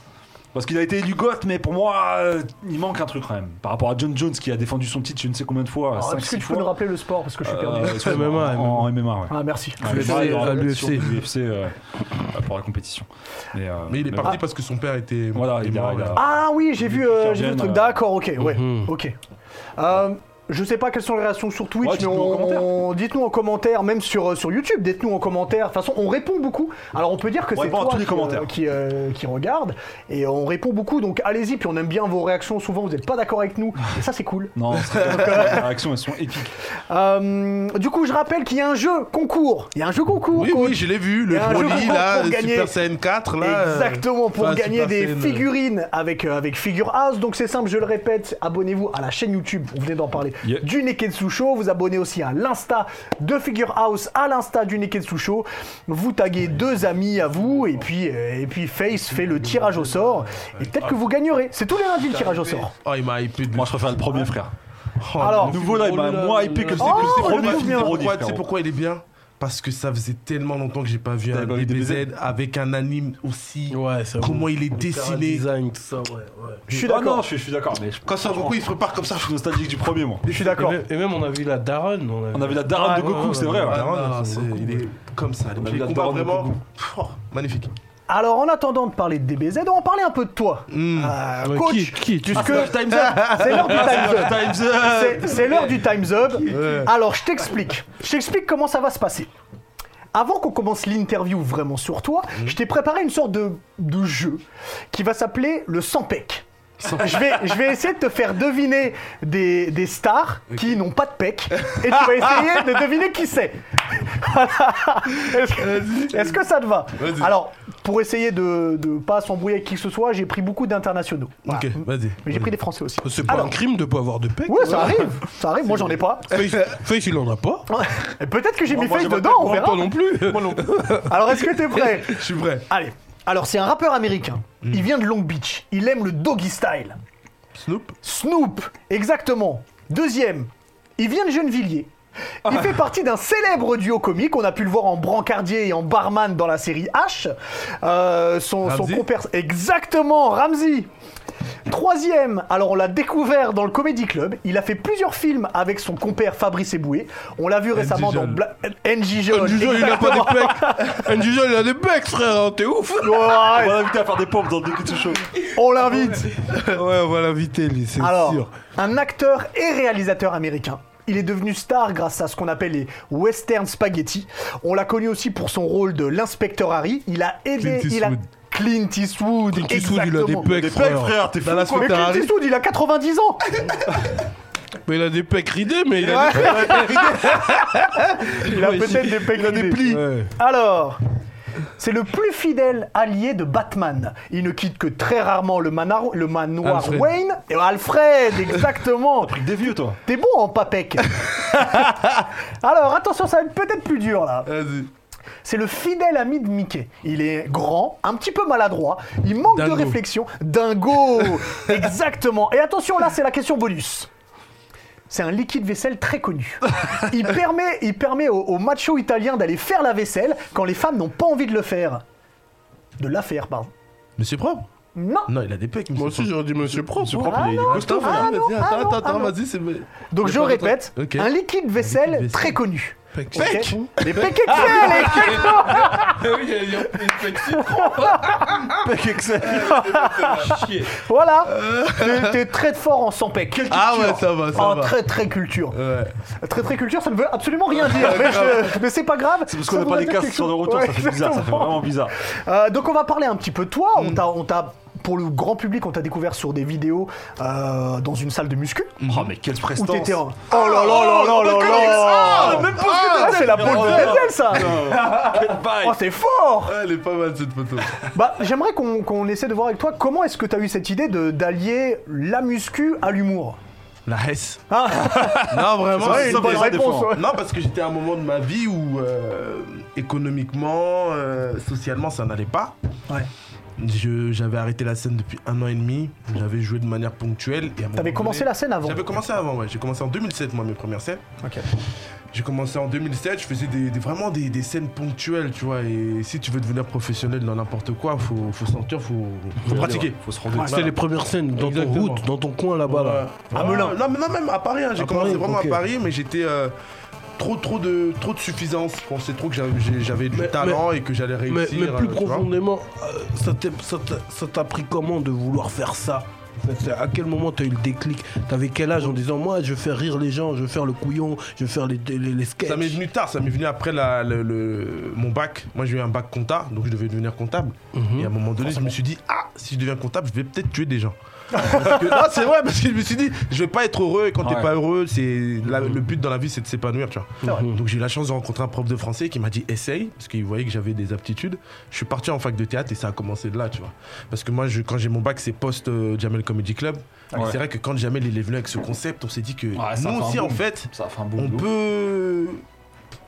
Speaker 2: Parce qu'il a été élu GOAT, mais pour moi, euh, il manque un truc quand même. Par rapport à John Jones qui a défendu son titre, je ne sais combien de fois,
Speaker 1: Alors,
Speaker 2: 5
Speaker 1: Ah, Est-ce que
Speaker 2: 6
Speaker 1: tu peux nous
Speaker 2: fois.
Speaker 1: rappeler le sport Parce que je suis perdu.
Speaker 2: Euh, excuse-moi,
Speaker 5: MMA,
Speaker 2: en, en MMA, ouais.
Speaker 1: Ah, merci.
Speaker 2: Ouais,
Speaker 5: UFC,
Speaker 2: pareil, dans la
Speaker 5: à
Speaker 2: version
Speaker 5: l'UFC.
Speaker 2: de l'UFC euh, pour la compétition. Mais, euh,
Speaker 3: Mais il est
Speaker 2: mais
Speaker 3: parti parce que son père était.
Speaker 2: Voilà,
Speaker 3: était
Speaker 2: il a-
Speaker 3: mort,
Speaker 2: il a-
Speaker 3: ouais.
Speaker 1: Ah oui, j'ai vu, euh, j'ai vu le
Speaker 2: Jordan,
Speaker 1: truc.
Speaker 2: euh,
Speaker 1: D'accord, ok, ouais,
Speaker 3: Mhm.
Speaker 1: ok. Euh, je sais pas quelles sont les réactions sur Twitch,
Speaker 2: Ouais,
Speaker 1: mais
Speaker 2: dites-nous en commentaire.
Speaker 1: on, on- dites-nous en commentaire, même sur, euh, sur YouTube, dites-nous en commentaire. De toute façon, on répond beaucoup. Alors on peut dire que
Speaker 2: On
Speaker 1: c'est
Speaker 2: répond à
Speaker 1: toi
Speaker 2: tous les
Speaker 1: qui,
Speaker 2: commentaires.
Speaker 1: euh, qui, euh, qui regarde et on répond beaucoup. Donc allez-y, puis on aime bien vos réactions. Souvent, vous n'êtes pas d'accord avec nous. Et ça, c'est cool.
Speaker 2: Non, c'est- les réactions, elles sont épiques.
Speaker 1: Euh, du coup, je rappelle qu'il y a un jeu concours. Il y a un jeu concours.
Speaker 3: Oui,
Speaker 1: coach.
Speaker 3: oui, je l'ai vu, le
Speaker 1: Et un jeu
Speaker 3: Broly,
Speaker 1: concours
Speaker 3: là,
Speaker 1: pour
Speaker 3: le
Speaker 1: gagner.
Speaker 3: Super Saiyan 4, là. euh,
Speaker 1: Exactement, pour
Speaker 3: enfin,
Speaker 1: gagner
Speaker 3: Super
Speaker 1: des
Speaker 3: Saiyan, euh,
Speaker 1: figurines avec, euh, avec Figure House. Donc c'est simple, je le répète, abonnez-vous à la chaîne YouTube, on venait d'en parler,
Speaker 2: Yeah.
Speaker 1: du Neketsu Show. Vous abonnez aussi à l'Insta de Figure House, à l'Insta du Neketsu Show. Vous taguez deux amis à vous et puis, euh, et puis Face fait le tirage au sort. Et peut-être que vous gagnerez. C'est tous les lundis le tirage au sort.
Speaker 3: Oh, il m'a hypé de
Speaker 2: Moi, je préfère le premier, frère.
Speaker 3: Oh,
Speaker 1: Alors,
Speaker 3: le
Speaker 2: Nouveau là, il m'a moins hypé que le
Speaker 1: Oh,
Speaker 2: que le
Speaker 1: le
Speaker 2: premier
Speaker 1: nouveau
Speaker 2: film
Speaker 1: bien.
Speaker 2: de Brody,
Speaker 3: Pourquoi, tu sais
Speaker 2: frérot.
Speaker 3: pourquoi il est bien Parce que ça faisait tellement longtemps que j'ai pas vu
Speaker 2: T'avais
Speaker 3: un
Speaker 2: pas vu
Speaker 3: DBZ avec un anime aussi.
Speaker 5: Ouais, ça
Speaker 3: Comment il est dessiné.
Speaker 5: design, tout ça, ouais, ouais.
Speaker 1: Je suis
Speaker 2: Ah non,
Speaker 1: d'accord.
Speaker 2: je suis- je suis d'accord. Mais je
Speaker 3: Quand ça beaucoup, il se prépare comme ça.
Speaker 2: je suis nostalgique du premier, moi.
Speaker 1: Je suis
Speaker 5: Et
Speaker 1: d'accord.
Speaker 5: même, et même on a vu la Daronne. On a vu,
Speaker 2: On avait la daronne de
Speaker 1: Ouais,
Speaker 2: Goku, c'est vrai. ouais.
Speaker 3: Ah, non, c'est- il est comme ça.
Speaker 2: On a
Speaker 3: Les
Speaker 2: vu la
Speaker 3: combats
Speaker 2: daronne de
Speaker 3: vraiment.
Speaker 2: Goku.
Speaker 3: Oh, magnifique.
Speaker 1: Alors en attendant de parler de DBZ, on va parler un peu de toi. Euh,
Speaker 5: Ouais,
Speaker 1: coach,
Speaker 5: Ah, qui- qui-
Speaker 1: puisque c'est l'heure du
Speaker 5: Ah,
Speaker 1: Time's Up.
Speaker 3: Euh,
Speaker 1: C'est- C'est l'heure du Time's Up. Alors, je t'explique. Je t'explique comment ça va se passer. Avant qu'on commence l'interview
Speaker 3: Mhm.
Speaker 1: vraiment sur toi, je t'ai préparé une sorte de, de jeu qui va s'appeler le 100 pec. Je vais, je vais essayer de te faire deviner des, des stars qui n'ont pas de pec. Et tu vas essayer de deviner qui c'est. Voilà. Est-ce que, est-ce que ça te va
Speaker 3: Vas-y.
Speaker 1: Alors, pour essayer de ne pas s'embrouiller avec qui que ce soit, j'ai pris beaucoup d'internationaux. Voilà.
Speaker 3: Ok, vas-y.
Speaker 1: Mais j'ai pris des Français aussi.
Speaker 5: C'est pas
Speaker 1: Alors.
Speaker 5: un crime de pas avoir de pec.
Speaker 1: Ouais, ça arrive. Ça arrive. Moi, j'en ai pas.
Speaker 5: Face, Face, il en a pas.
Speaker 1: Et Peut-être que j'ai mis
Speaker 5: Moi,
Speaker 1: face
Speaker 5: j'ai pas de
Speaker 1: dedans,
Speaker 5: pec,
Speaker 1: on
Speaker 5: moi,
Speaker 1: verra.
Speaker 5: pas non plus.
Speaker 1: Alors, est-ce que t'es prêt
Speaker 3: Je suis prêt.
Speaker 1: Allez. Alors, c'est un rappeur américain.
Speaker 5: Hmm.
Speaker 1: Il vient de Long Beach. Il aime le doggy style.
Speaker 3: Snoop
Speaker 1: Snoop, exactement. Deuxième, il vient de Gennevilliers. Il fait partie d'un célèbre duo comique. On a pu le voir en brancardier et en barman dans la série H. Euh, son, son
Speaker 3: Ramsey
Speaker 1: compère. Exactement, Ramsey. Troisième, alors on l'a découvert dans le Comedy Club. Il a fait plusieurs films avec son compère Fabrice Eboué. On l'a vu récemment dans
Speaker 3: Jeune.
Speaker 1: Bla... NJ Jeune,
Speaker 5: Anjujol, il a pas
Speaker 1: exactement.
Speaker 5: de pec. Anjujol, il a des pecs, frère. hein, T'es ouf.
Speaker 1: Ouais,
Speaker 7: On va l'inviter à faire des pompes dans le Doku Too Show.
Speaker 1: on l'invite.
Speaker 5: Ouais, on va l'inviter, lui, c'est
Speaker 1: Alors, un acteur et réalisateur américain. Il est devenu star grâce à ce qu'on appelle les western spaghetti. On l'a connu aussi pour son rôle de l'inspecteur Harry. Il a aidé,
Speaker 3: Clint
Speaker 1: il a
Speaker 3: Eastwood.
Speaker 1: Clint Eastwood.
Speaker 5: Clint Eastwood, il a des
Speaker 1: exactement.
Speaker 5: pecs,
Speaker 7: Des pecs,
Speaker 5: frère.
Speaker 7: frère, t'es fou.
Speaker 3: Dallas
Speaker 7: quoi.
Speaker 1: Mais Clint
Speaker 3: Harry.
Speaker 1: Eastwood, il a 90 ans.
Speaker 5: Mais il a des pecs ridés, mais il a des
Speaker 1: Il a peut-être des pecs. ridés.
Speaker 5: Ouais.
Speaker 1: Alors, c'est le plus fidèle allié de Batman. Il ne quitte que très rarement le, manar- le manoir
Speaker 3: Alfred.
Speaker 1: Wayne. Et Alfred, exactement.
Speaker 7: Avec Des vieux, toi.
Speaker 1: T'es bon en papec. Alors, attention, ça va être peut-être plus dur là.
Speaker 3: Vas-y.
Speaker 1: C'est le fidèle ami de Mickey. Il est grand, un petit peu maladroit, il manque
Speaker 3: Dingo.
Speaker 1: de réflexion. Dingo Exactement. Et attention, là, c'est la question bonus. C'est un liquide vaisselle très connu. Il permet, il permet aux, aux machos italiens d'aller faire la vaisselle quand les femmes n'ont pas envie de le faire. De la faire, pardon.
Speaker 3: Monsieur Propre
Speaker 1: Non
Speaker 3: Non, il a des pecs.
Speaker 5: Moi aussi, j'aurais dit monsieur propre.
Speaker 3: Monsieur Propre, il est costaud,
Speaker 1: ah
Speaker 3: frère.
Speaker 1: non,
Speaker 3: Vas-y,
Speaker 1: ah non,
Speaker 3: Attends,
Speaker 1: ah
Speaker 3: attends,
Speaker 1: non.
Speaker 3: vas-y, c'est.
Speaker 1: Donc je
Speaker 3: Attends, attends.
Speaker 1: répète,
Speaker 3: Ok.
Speaker 1: un liquide vaisselle
Speaker 3: vaisselle.
Speaker 1: très connu.
Speaker 5: Pec.
Speaker 1: Ok Les pecs Excel, exactement.
Speaker 5: Ah Oui, il a dit
Speaker 7: Pec Excel.
Speaker 5: Ah,
Speaker 1: Voilà
Speaker 5: Euh.
Speaker 1: T'es- T'es très fort en sans pec.
Speaker 3: Ah ouais, ça va, ça
Speaker 1: En
Speaker 3: va.
Speaker 1: très très culture.
Speaker 3: Ouais.
Speaker 1: Très très culture, ça ne veut absolument rien dire. mais, je- mais c'est pas grave.
Speaker 7: C'est parce
Speaker 1: ça
Speaker 7: qu'on n'a pas
Speaker 1: voudrait
Speaker 7: les
Speaker 1: dire
Speaker 7: casques
Speaker 1: quelque
Speaker 7: sur le
Speaker 1: chose.
Speaker 7: retour,
Speaker 1: Ouais,
Speaker 7: ça fait bizarre, ça fait
Speaker 1: exactement.
Speaker 7: vraiment bizarre.
Speaker 1: Euh, donc on va parler un petit peu de toi.
Speaker 3: Mm.
Speaker 1: On t'a- On t'a, pour le grand public, on t'a découvert sur des vidéos euh, dans une salle de muscu.
Speaker 3: Mm.
Speaker 7: Oh, mais quelle
Speaker 1: Où
Speaker 7: prestance.
Speaker 1: t'étais en. Oh là là là là là là Même pas
Speaker 3: Ah,
Speaker 1: que C'est la boule de Denzel, ça Oh, c'est fort
Speaker 3: Ah, Elle est pas mal cette photo.
Speaker 1: Bah, j'aimerais qu'on qu'on essaie de voir avec toi comment est-ce que t'as eu cette idée de- d'allier la muscu à l'humour.
Speaker 3: La Hesse.
Speaker 1: Ah.
Speaker 3: non, vraiment.
Speaker 1: Ouais, une
Speaker 3: ça,
Speaker 1: bonne
Speaker 3: mais-
Speaker 1: réponse, ouais.
Speaker 3: Non, parce que j'étais à un moment de ma vie où euh, économiquement, euh, socialement, ça n'allait pas.
Speaker 1: Ouais.
Speaker 3: Je- J'avais arrêté la scène depuis un an et demi. J'avais joué de manière ponctuelle. et à un moment
Speaker 1: T'avais
Speaker 3: donné-
Speaker 1: commencé la scène avant.
Speaker 3: J'avais commencé avant, ouais. J'ai commencé en 2007, moi, mes premières scènes.
Speaker 1: Ok.
Speaker 3: J'ai commencé en 2007. Je faisais des, des- vraiment des, des scènes ponctuelles, tu vois. Et si tu veux devenir professionnel dans n'importe quoi, faut, faut sentir, faut, faut pratiquer.
Speaker 2: Faut se rendre compte.
Speaker 5: C'était les premières scènes dans ton
Speaker 3: Exactement.
Speaker 5: route, dans ton coin là-bas. Là.
Speaker 3: Ah, Non, mais non, même à Paris. hein. J'ai
Speaker 5: À
Speaker 3: commencé
Speaker 5: Paris,
Speaker 3: vraiment
Speaker 5: ok.
Speaker 3: à Paris, mais j'étais euh, trop, trop de, trop de suffisance. Je pensais trop que j'avais- j'ai- j'avais du
Speaker 5: Mais-
Speaker 3: talent et que j'allais réussir.
Speaker 5: Mais, mais
Speaker 3: euh,
Speaker 5: plus
Speaker 3: tu vois.
Speaker 5: profondément, euh, ça t'est- ça t'a- ça t'a pris comment de vouloir faire ça En fait, c'est à quel moment t'as eu le déclic T'avais quel âge en disant moi je vais faire rire les gens, je vais faire le couillon, je vais faire les, les, les sketchs
Speaker 3: Ça m'est venu tard, ça m'est venu après la- le, le- mon bac. Moi, j'ai eu un bac compta, donc je devais devenir comptable.
Speaker 5: Mhm.
Speaker 2: Hmm.
Speaker 3: Et à un moment donné, je me suis dit, ah, si je deviens comptable, je vais peut-être tuer des gens. Parce que- non, c'est vrai, parce que je me suis dit, je vais pas être heureux. Et quand
Speaker 2: Ouais. Hmm.
Speaker 3: t'es pas heureux, c'est la- le but dans la vie, c'est de s'épanouir, tu vois. Donc j'ai eu la chance de rencontrer un prof de français qui m'a dit, essaye, parce qu'il voyait que j'avais des aptitudes. Je suis parti en fac de théâtre et ça a commencé de là, tu vois. Parce que moi, je- quand j'ai mon bac, c'est post euh, Jamel Comedy Club. Et
Speaker 2: Ouais.
Speaker 3: C'est vrai que quand Jamel il est venu avec ce concept, on s'est dit que
Speaker 2: Ouais, ça
Speaker 3: nous
Speaker 2: fait un
Speaker 3: aussi, en
Speaker 2: boom.
Speaker 3: fait,
Speaker 2: Ça fait un bon
Speaker 3: on peut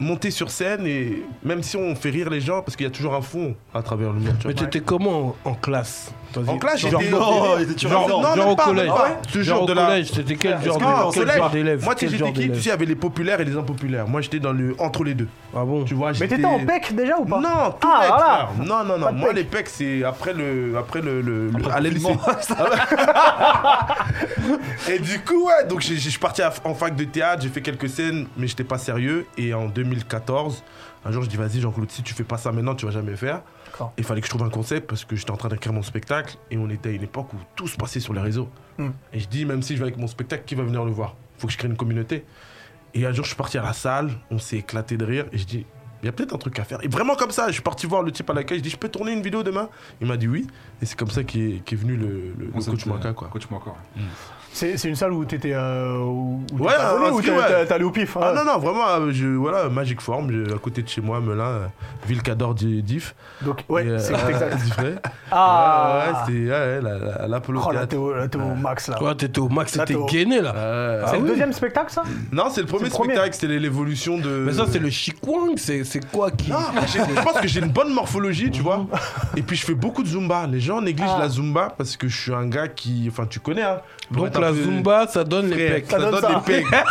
Speaker 3: monter sur scène et même si on fait rire les gens parce qu'il y a toujours un fond à travers le mur. tu vois.
Speaker 5: Mais t'étais comment en en classe
Speaker 3: En classe,
Speaker 5: genre,
Speaker 3: j'étais
Speaker 7: Non, il était
Speaker 5: genre,
Speaker 7: toujours
Speaker 5: genre,
Speaker 7: résident.
Speaker 3: non, même
Speaker 5: au
Speaker 3: pas,
Speaker 5: collège.
Speaker 3: même pas, ouais.
Speaker 5: Genre
Speaker 3: Toujours
Speaker 5: au
Speaker 3: de la- Ah,
Speaker 5: collège, t'étais quel genre
Speaker 3: Non,
Speaker 5: de-
Speaker 3: on
Speaker 5: quel
Speaker 3: s'élève.
Speaker 5: genre d'élève
Speaker 3: Moi, tu sais,
Speaker 5: Quel
Speaker 3: j'étais
Speaker 5: genre
Speaker 3: qui Tu
Speaker 5: d'élève
Speaker 3: sais, il y avait les populaires et les impopulaires. Moi, j'étais dans le entre les deux.
Speaker 5: Ah bon
Speaker 3: Tu vois,
Speaker 1: Mais
Speaker 3: j'étais
Speaker 1: t'étais en PEC déjà ou pas
Speaker 3: Non, tout
Speaker 1: Ah,
Speaker 3: pec,
Speaker 1: voilà.
Speaker 3: frère. Non, non,
Speaker 1: Pas
Speaker 3: non.
Speaker 1: de
Speaker 3: Moi,
Speaker 1: pec.
Speaker 3: les pecs, c'est après le, après le, le, le- à l'lycée. et du coup, ouais. Donc, j'ai- j'ai- je suis parti à- en fac de théâtre. J'ai fait quelques scènes, mais j'étais pas sérieux. Et en 2014, un jour, je dis vas-y, Jean-Claude, si tu fais pas ça maintenant, tu vas jamais faire.
Speaker 1: D'accord.
Speaker 3: Il fallait que je trouve un concept parce que j'étais en train d'écrire mon spectacle et on était à une époque où tout se passait sur les réseaux.
Speaker 1: Hmm.
Speaker 3: Et je dis, même si je vais avec mon spectacle, qui va venir le voir Faut que je crée une communauté. Et un jour, je suis parti à la salle, on s'est éclaté de rire et je dis, il y a peut-être un truc à faire. Et vraiment comme ça, je suis parti voir le type à l'accueil, je dis, je peux tourner une vidéo demain Il m'a dit oui. Et c'est comme ça qu'est qu'est venu le, le- le coach Maka, quoi.
Speaker 2: Coach Maka.
Speaker 1: C'est c'est une salle où t'étais. euh, où- où t'es
Speaker 3: Ouais,
Speaker 1: abonné
Speaker 3: euh,
Speaker 1: ou
Speaker 3: inscrit,
Speaker 1: t'es
Speaker 3: ouais.
Speaker 1: t'es- t'es allé au pif.
Speaker 3: Ah
Speaker 1: hein.
Speaker 3: non, non, vraiment, euh, je, voilà, Magic Form, je- à côté de chez moi, Melun, euh, ville qu'adore Di- Diff.
Speaker 1: Donc, ouais,
Speaker 3: Et, euh,
Speaker 1: c'est
Speaker 3: ouais,
Speaker 1: exact.
Speaker 3: Diff, ouais. Ouais, ouais,
Speaker 1: Ah
Speaker 3: c'était ouais, ouais, la- la- l'Apollo
Speaker 1: Oh là,
Speaker 3: Théâtre.
Speaker 1: t'es au, là, t'es au max là.
Speaker 5: Toi, t'étais au max,
Speaker 1: Là,
Speaker 5: t'étais
Speaker 1: t'es au-
Speaker 5: gainé là.
Speaker 3: Ouais.
Speaker 1: C'est
Speaker 5: Ah
Speaker 1: le
Speaker 5: oui.
Speaker 1: deuxième spectacle ça
Speaker 3: Euh, Non, c'est le premier
Speaker 1: le premier.
Speaker 3: spectacle, c'était l'évolution de.
Speaker 5: Mais ça, c'est le chikwang, c'est c'est quoi qui.
Speaker 3: euh,
Speaker 1: Ah.
Speaker 3: Non, mais j'ai- je pense que j'ai une bonne morphologie, tu vois. Et puis je fais beaucoup de Zumba. Les gens négligent
Speaker 1: Ah.
Speaker 3: la Zumba parce que je suis un gars qui. Enfin, tu connais, hein. Faut
Speaker 5: Donc
Speaker 3: être un
Speaker 5: la
Speaker 3: peu
Speaker 5: Zumba, ça donne les
Speaker 3: frère,
Speaker 5: pecs.
Speaker 3: Ça,
Speaker 1: Ça donne
Speaker 3: donne
Speaker 1: ça.
Speaker 3: des pecs. Là,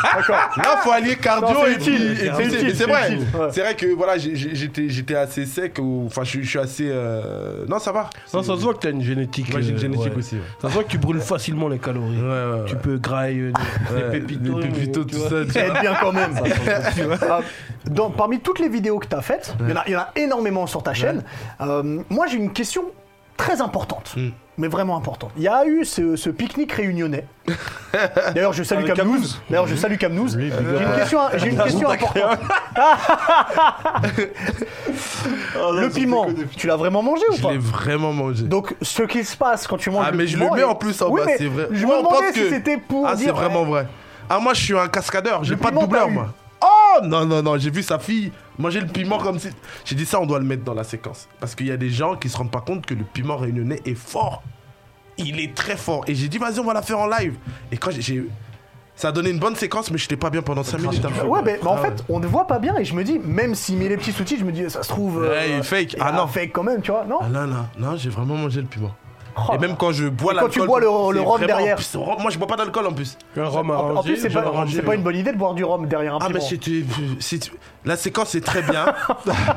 Speaker 3: faut allier cardio
Speaker 1: Non, c'est
Speaker 3: et puis-
Speaker 1: utile,
Speaker 3: et
Speaker 1: c'est
Speaker 3: puis-
Speaker 1: utile,
Speaker 3: mais
Speaker 1: c'est
Speaker 3: C'est vrai.
Speaker 1: utile, ouais.
Speaker 3: C'est vrai que voilà, j'ai- j'ai- j'étais j'étais assez sec. ou- Enfin, je suis- je suis assez. euh, Non, ça va.
Speaker 5: Non, ça se voit que t'as une génétique.
Speaker 3: Moi, j'ai une
Speaker 5: euh,
Speaker 3: génétique
Speaker 5: ouais.
Speaker 3: aussi. ouais.
Speaker 5: Ça se voit que tu brûles facilement les calories.
Speaker 3: Ouais, ouais, ouais.
Speaker 5: Tu peux grailler euh, des-
Speaker 3: Ouais,
Speaker 5: des pépitos.
Speaker 3: les pépitos,
Speaker 5: tu
Speaker 3: tout
Speaker 5: vois.
Speaker 3: ça. tu
Speaker 1: Ça
Speaker 3: vois.
Speaker 1: aide bien quand même. Euh, dans- parmi toutes les vidéos que tu as faites, il y en a- il y, en a énormément sur ta chaîne. Euh, moi, j'ai une question très importante.
Speaker 3: Mm.
Speaker 1: Mais vraiment importante. Il y a eu ce, ce pique-nique réunionnais. D'ailleurs, je salue
Speaker 2: Avec
Speaker 1: Camnouz. D'ailleurs, je salue Camnouz. J'ai une question, j'ai une question importante. Le piment, tu l'as vraiment mangé ou
Speaker 3: Je
Speaker 1: pas
Speaker 3: l'ai vraiment mangé.
Speaker 1: Donc, ce qu'il se passe quand tu manges
Speaker 3: Ah, mais je le
Speaker 1: piment
Speaker 3: mets
Speaker 1: et-
Speaker 3: en plus en
Speaker 1: Oui,
Speaker 3: bas,
Speaker 1: mais
Speaker 3: c'est vrai.
Speaker 1: Je
Speaker 3: Moi,
Speaker 1: me
Speaker 3: on pense
Speaker 1: demandais si
Speaker 3: que-
Speaker 1: c'était pour
Speaker 3: Ah, c'est
Speaker 1: dire,
Speaker 3: vraiment
Speaker 1: eh,
Speaker 3: vrai. Ah, moi, je suis un cascadeur. J'ai
Speaker 1: Le
Speaker 3: pas de
Speaker 1: piment, t'as
Speaker 3: doubleur,
Speaker 1: eu.
Speaker 3: moi. Oh non, non, non, j'ai vu sa fille manger le piment comme si. J'ai dit ça, on doit le mettre dans la séquence. Parce qu'il y a des gens qui se rendent pas compte que le piment réunionnais est fort. Il est très fort. Et j'ai dit, vas-y, on va la faire en live. Et quand j'ai- j'ai. Ça a donné une bonne séquence, mais j'étais pas bien pendant 5 minutes. après.
Speaker 1: Ouais, mais, mais en
Speaker 3: Ah,
Speaker 1: fait, on ne voit pas bien et je me dis, même s'il met les petits sous-titres, je me dis, ça se trouve. euh,
Speaker 3: Ouais, il est fake.
Speaker 1: il y
Speaker 3: Ah,
Speaker 1: a
Speaker 3: non.
Speaker 1: un Fake quand même, tu vois, non
Speaker 3: Ah non, non, non, j'ai vraiment mangé le piment.
Speaker 1: Oh.
Speaker 3: Et même quand je bois
Speaker 1: Et quand tu
Speaker 3: l'alcool,
Speaker 1: bois le- le
Speaker 3: c'est
Speaker 1: rhum
Speaker 3: vraiment-
Speaker 1: derrière.
Speaker 3: Puis, Moi, je bois pas d'alcool en plus.
Speaker 5: Un rhum
Speaker 1: En- En,
Speaker 5: arrangé,
Speaker 1: plus, c'est
Speaker 5: je
Speaker 1: pas,
Speaker 5: vais arranger,
Speaker 1: c'est pas une bonne idée de boire du rhum derrière un
Speaker 3: Ah, mais
Speaker 1: piment.
Speaker 3: c'était. c'est- La séquence est très bien,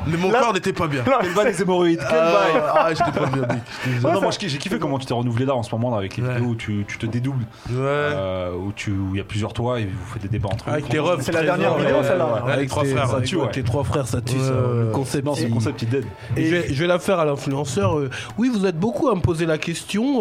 Speaker 3: mais mon corps n'était pas bien.
Speaker 1: Non,
Speaker 2: Quel bail les hémorroïdes Quel
Speaker 3: Ah,
Speaker 2: bail
Speaker 3: ah, j'étais pas bien Nick.
Speaker 2: Non, non, moi j'ai j'ai kiffé comment tu t'es renouvelé là en ce moment là, avec les
Speaker 3: Ouais.
Speaker 2: vidéos où tu, tu te dédoubles,
Speaker 3: Ouais.
Speaker 2: euh, où tu- où il y a plusieurs toits et vous faites des débats
Speaker 3: Ah,
Speaker 2: entre
Speaker 5: Avec
Speaker 2: vous.
Speaker 5: tes refs.
Speaker 1: C'est la
Speaker 5: trésors,
Speaker 1: dernière
Speaker 5: ouais,
Speaker 1: vidéo,
Speaker 5: ouais,
Speaker 1: celle-là,
Speaker 5: ouais.
Speaker 1: ouais.
Speaker 5: Avec,
Speaker 3: Avec
Speaker 5: tes-
Speaker 3: trois frères,
Speaker 5: ça
Speaker 2: ouais.
Speaker 5: tue, ouais. Tes trois frères, ça tue.
Speaker 3: Ouais,
Speaker 5: ça,
Speaker 3: ouais,
Speaker 5: le
Speaker 3: ouais.
Speaker 5: concept.
Speaker 2: Non, ce
Speaker 5: il-
Speaker 2: concept il dead.
Speaker 5: Et je, vais, je vais la faire à l'influenceur. euh, oui, vous êtes beaucoup à me poser la question.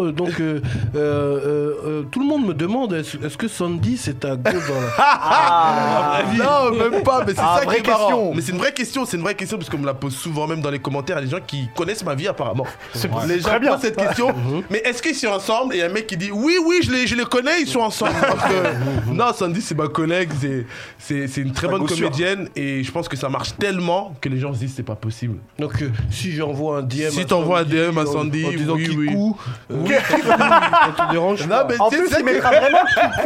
Speaker 5: euh, donc, euh, euh, euh, euh, tout le monde me demande est-ce est-ce que Sandy, c'est ta go dans la...
Speaker 1: Ah,
Speaker 3: Non, même pas, mais c'est
Speaker 1: Ah,
Speaker 3: ça qui
Speaker 1: vraie
Speaker 3: est marrant.
Speaker 1: question.
Speaker 3: Mais c'est une vraie question, c'est une vraie question, parce qu'on me la pose souvent même dans les commentaires, les gens qui connaissent ma vie apparemment. Les gens
Speaker 1: très bien.
Speaker 3: posent cette question, mais est-ce qu'ils sont ensemble Et il y a un mec qui dit, oui, oui, je les, je les connais, ils sont ensemble. Alors que- non, Sandy, c'est ma collègue, c'est- c'est c'est une très bonne
Speaker 2: gossure.
Speaker 3: comédienne, et je pense que ça marche tellement que les gens se disent, c'est pas possible.
Speaker 5: Donc, euh, si j'envoie un DM.
Speaker 3: Si
Speaker 5: à
Speaker 3: t'envoies un
Speaker 5: Sandy,
Speaker 3: DM à
Speaker 5: en-
Speaker 3: Sandy,
Speaker 5: en, disant
Speaker 3: oui,
Speaker 5: qu'il
Speaker 3: oui.
Speaker 5: coud, euh, oui, ça te- ça te dérange
Speaker 3: Non,
Speaker 5: pas.
Speaker 3: mais
Speaker 1: En
Speaker 3: tu
Speaker 1: plus,
Speaker 3: sais
Speaker 1: il
Speaker 3: que-
Speaker 1: mettra vraiment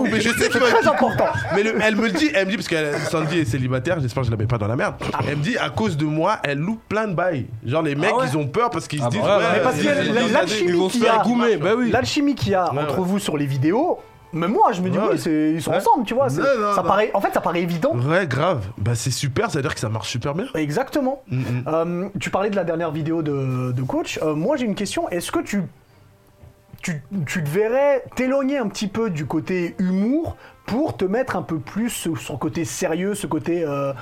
Speaker 1: le
Speaker 3: Mais je sais que
Speaker 1: très important.
Speaker 3: Mais le- elle me le dit, elle me dit parce que Sandy est célibataire, j'espère que je la mets pas dans la merde.
Speaker 1: Ah.
Speaker 3: Elle me dit à cause de moi, elle loupe plein de bails. Genre les mecs, ils ont peur parce qu'ils se disent
Speaker 2: bah ouais,
Speaker 3: ouais,
Speaker 1: Mais parce
Speaker 3: euh,
Speaker 1: qu'il y a
Speaker 3: ils
Speaker 1: la-
Speaker 3: ont
Speaker 1: l'alchimie
Speaker 5: ils vont se
Speaker 1: qu'il y
Speaker 5: faire
Speaker 1: a-
Speaker 5: goumer, bah oui.
Speaker 1: l'alchimie qu'il y a
Speaker 3: Ouais,
Speaker 1: entre
Speaker 3: ouais.
Speaker 1: vous sur les vidéos. Même moi, je me dis,
Speaker 3: Ouais.
Speaker 1: oui, c'est- ils sont
Speaker 3: Ouais.
Speaker 1: ensemble, tu vois. c'est-
Speaker 3: Non, non,
Speaker 1: ça
Speaker 3: non.
Speaker 1: paraît, en fait, ça paraît évident.
Speaker 3: Ouais, grave. Bah c'est super, ça veut dire que ça marche super bien.
Speaker 1: Exactement. Euh, tu parlais de la dernière vidéo de, de coach. Euh, moi, j'ai une question. Est-ce que tu, tu, tu te verrais t'éloigner un petit peu du côté humour pour te mettre un peu plus sur sur le côté sérieux, ce côté euh,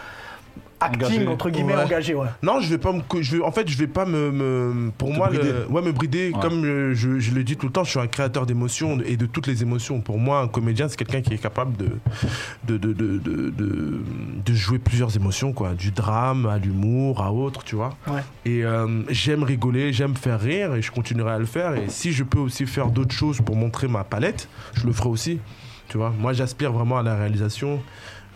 Speaker 1: acting,
Speaker 2: Engagé.
Speaker 1: entre guillemets,
Speaker 3: Ouais.
Speaker 1: engagé ouais.
Speaker 3: Non, je vais pas me co- je vais en fait, je vais pas me, me- pour moi le-
Speaker 2: brider.
Speaker 3: ouais me brider
Speaker 2: Ouais.
Speaker 3: comme euh, je, je le dis tout le temps, je suis un créateur d'émotions et de toutes les émotions. Pour moi, un comédien, c'est quelqu'un qui est capable de de, de, de, de, de- de jouer plusieurs émotions quoi, du drame à l'humour à autre, tu vois.
Speaker 1: Ouais.
Speaker 3: Et euh, j'aime rigoler, j'aime faire rire et je continuerai à le faire. Et si je peux aussi faire d'autres choses pour montrer ma palette, je le ferai aussi. Tu vois, moi j'aspire vraiment à la réalisation.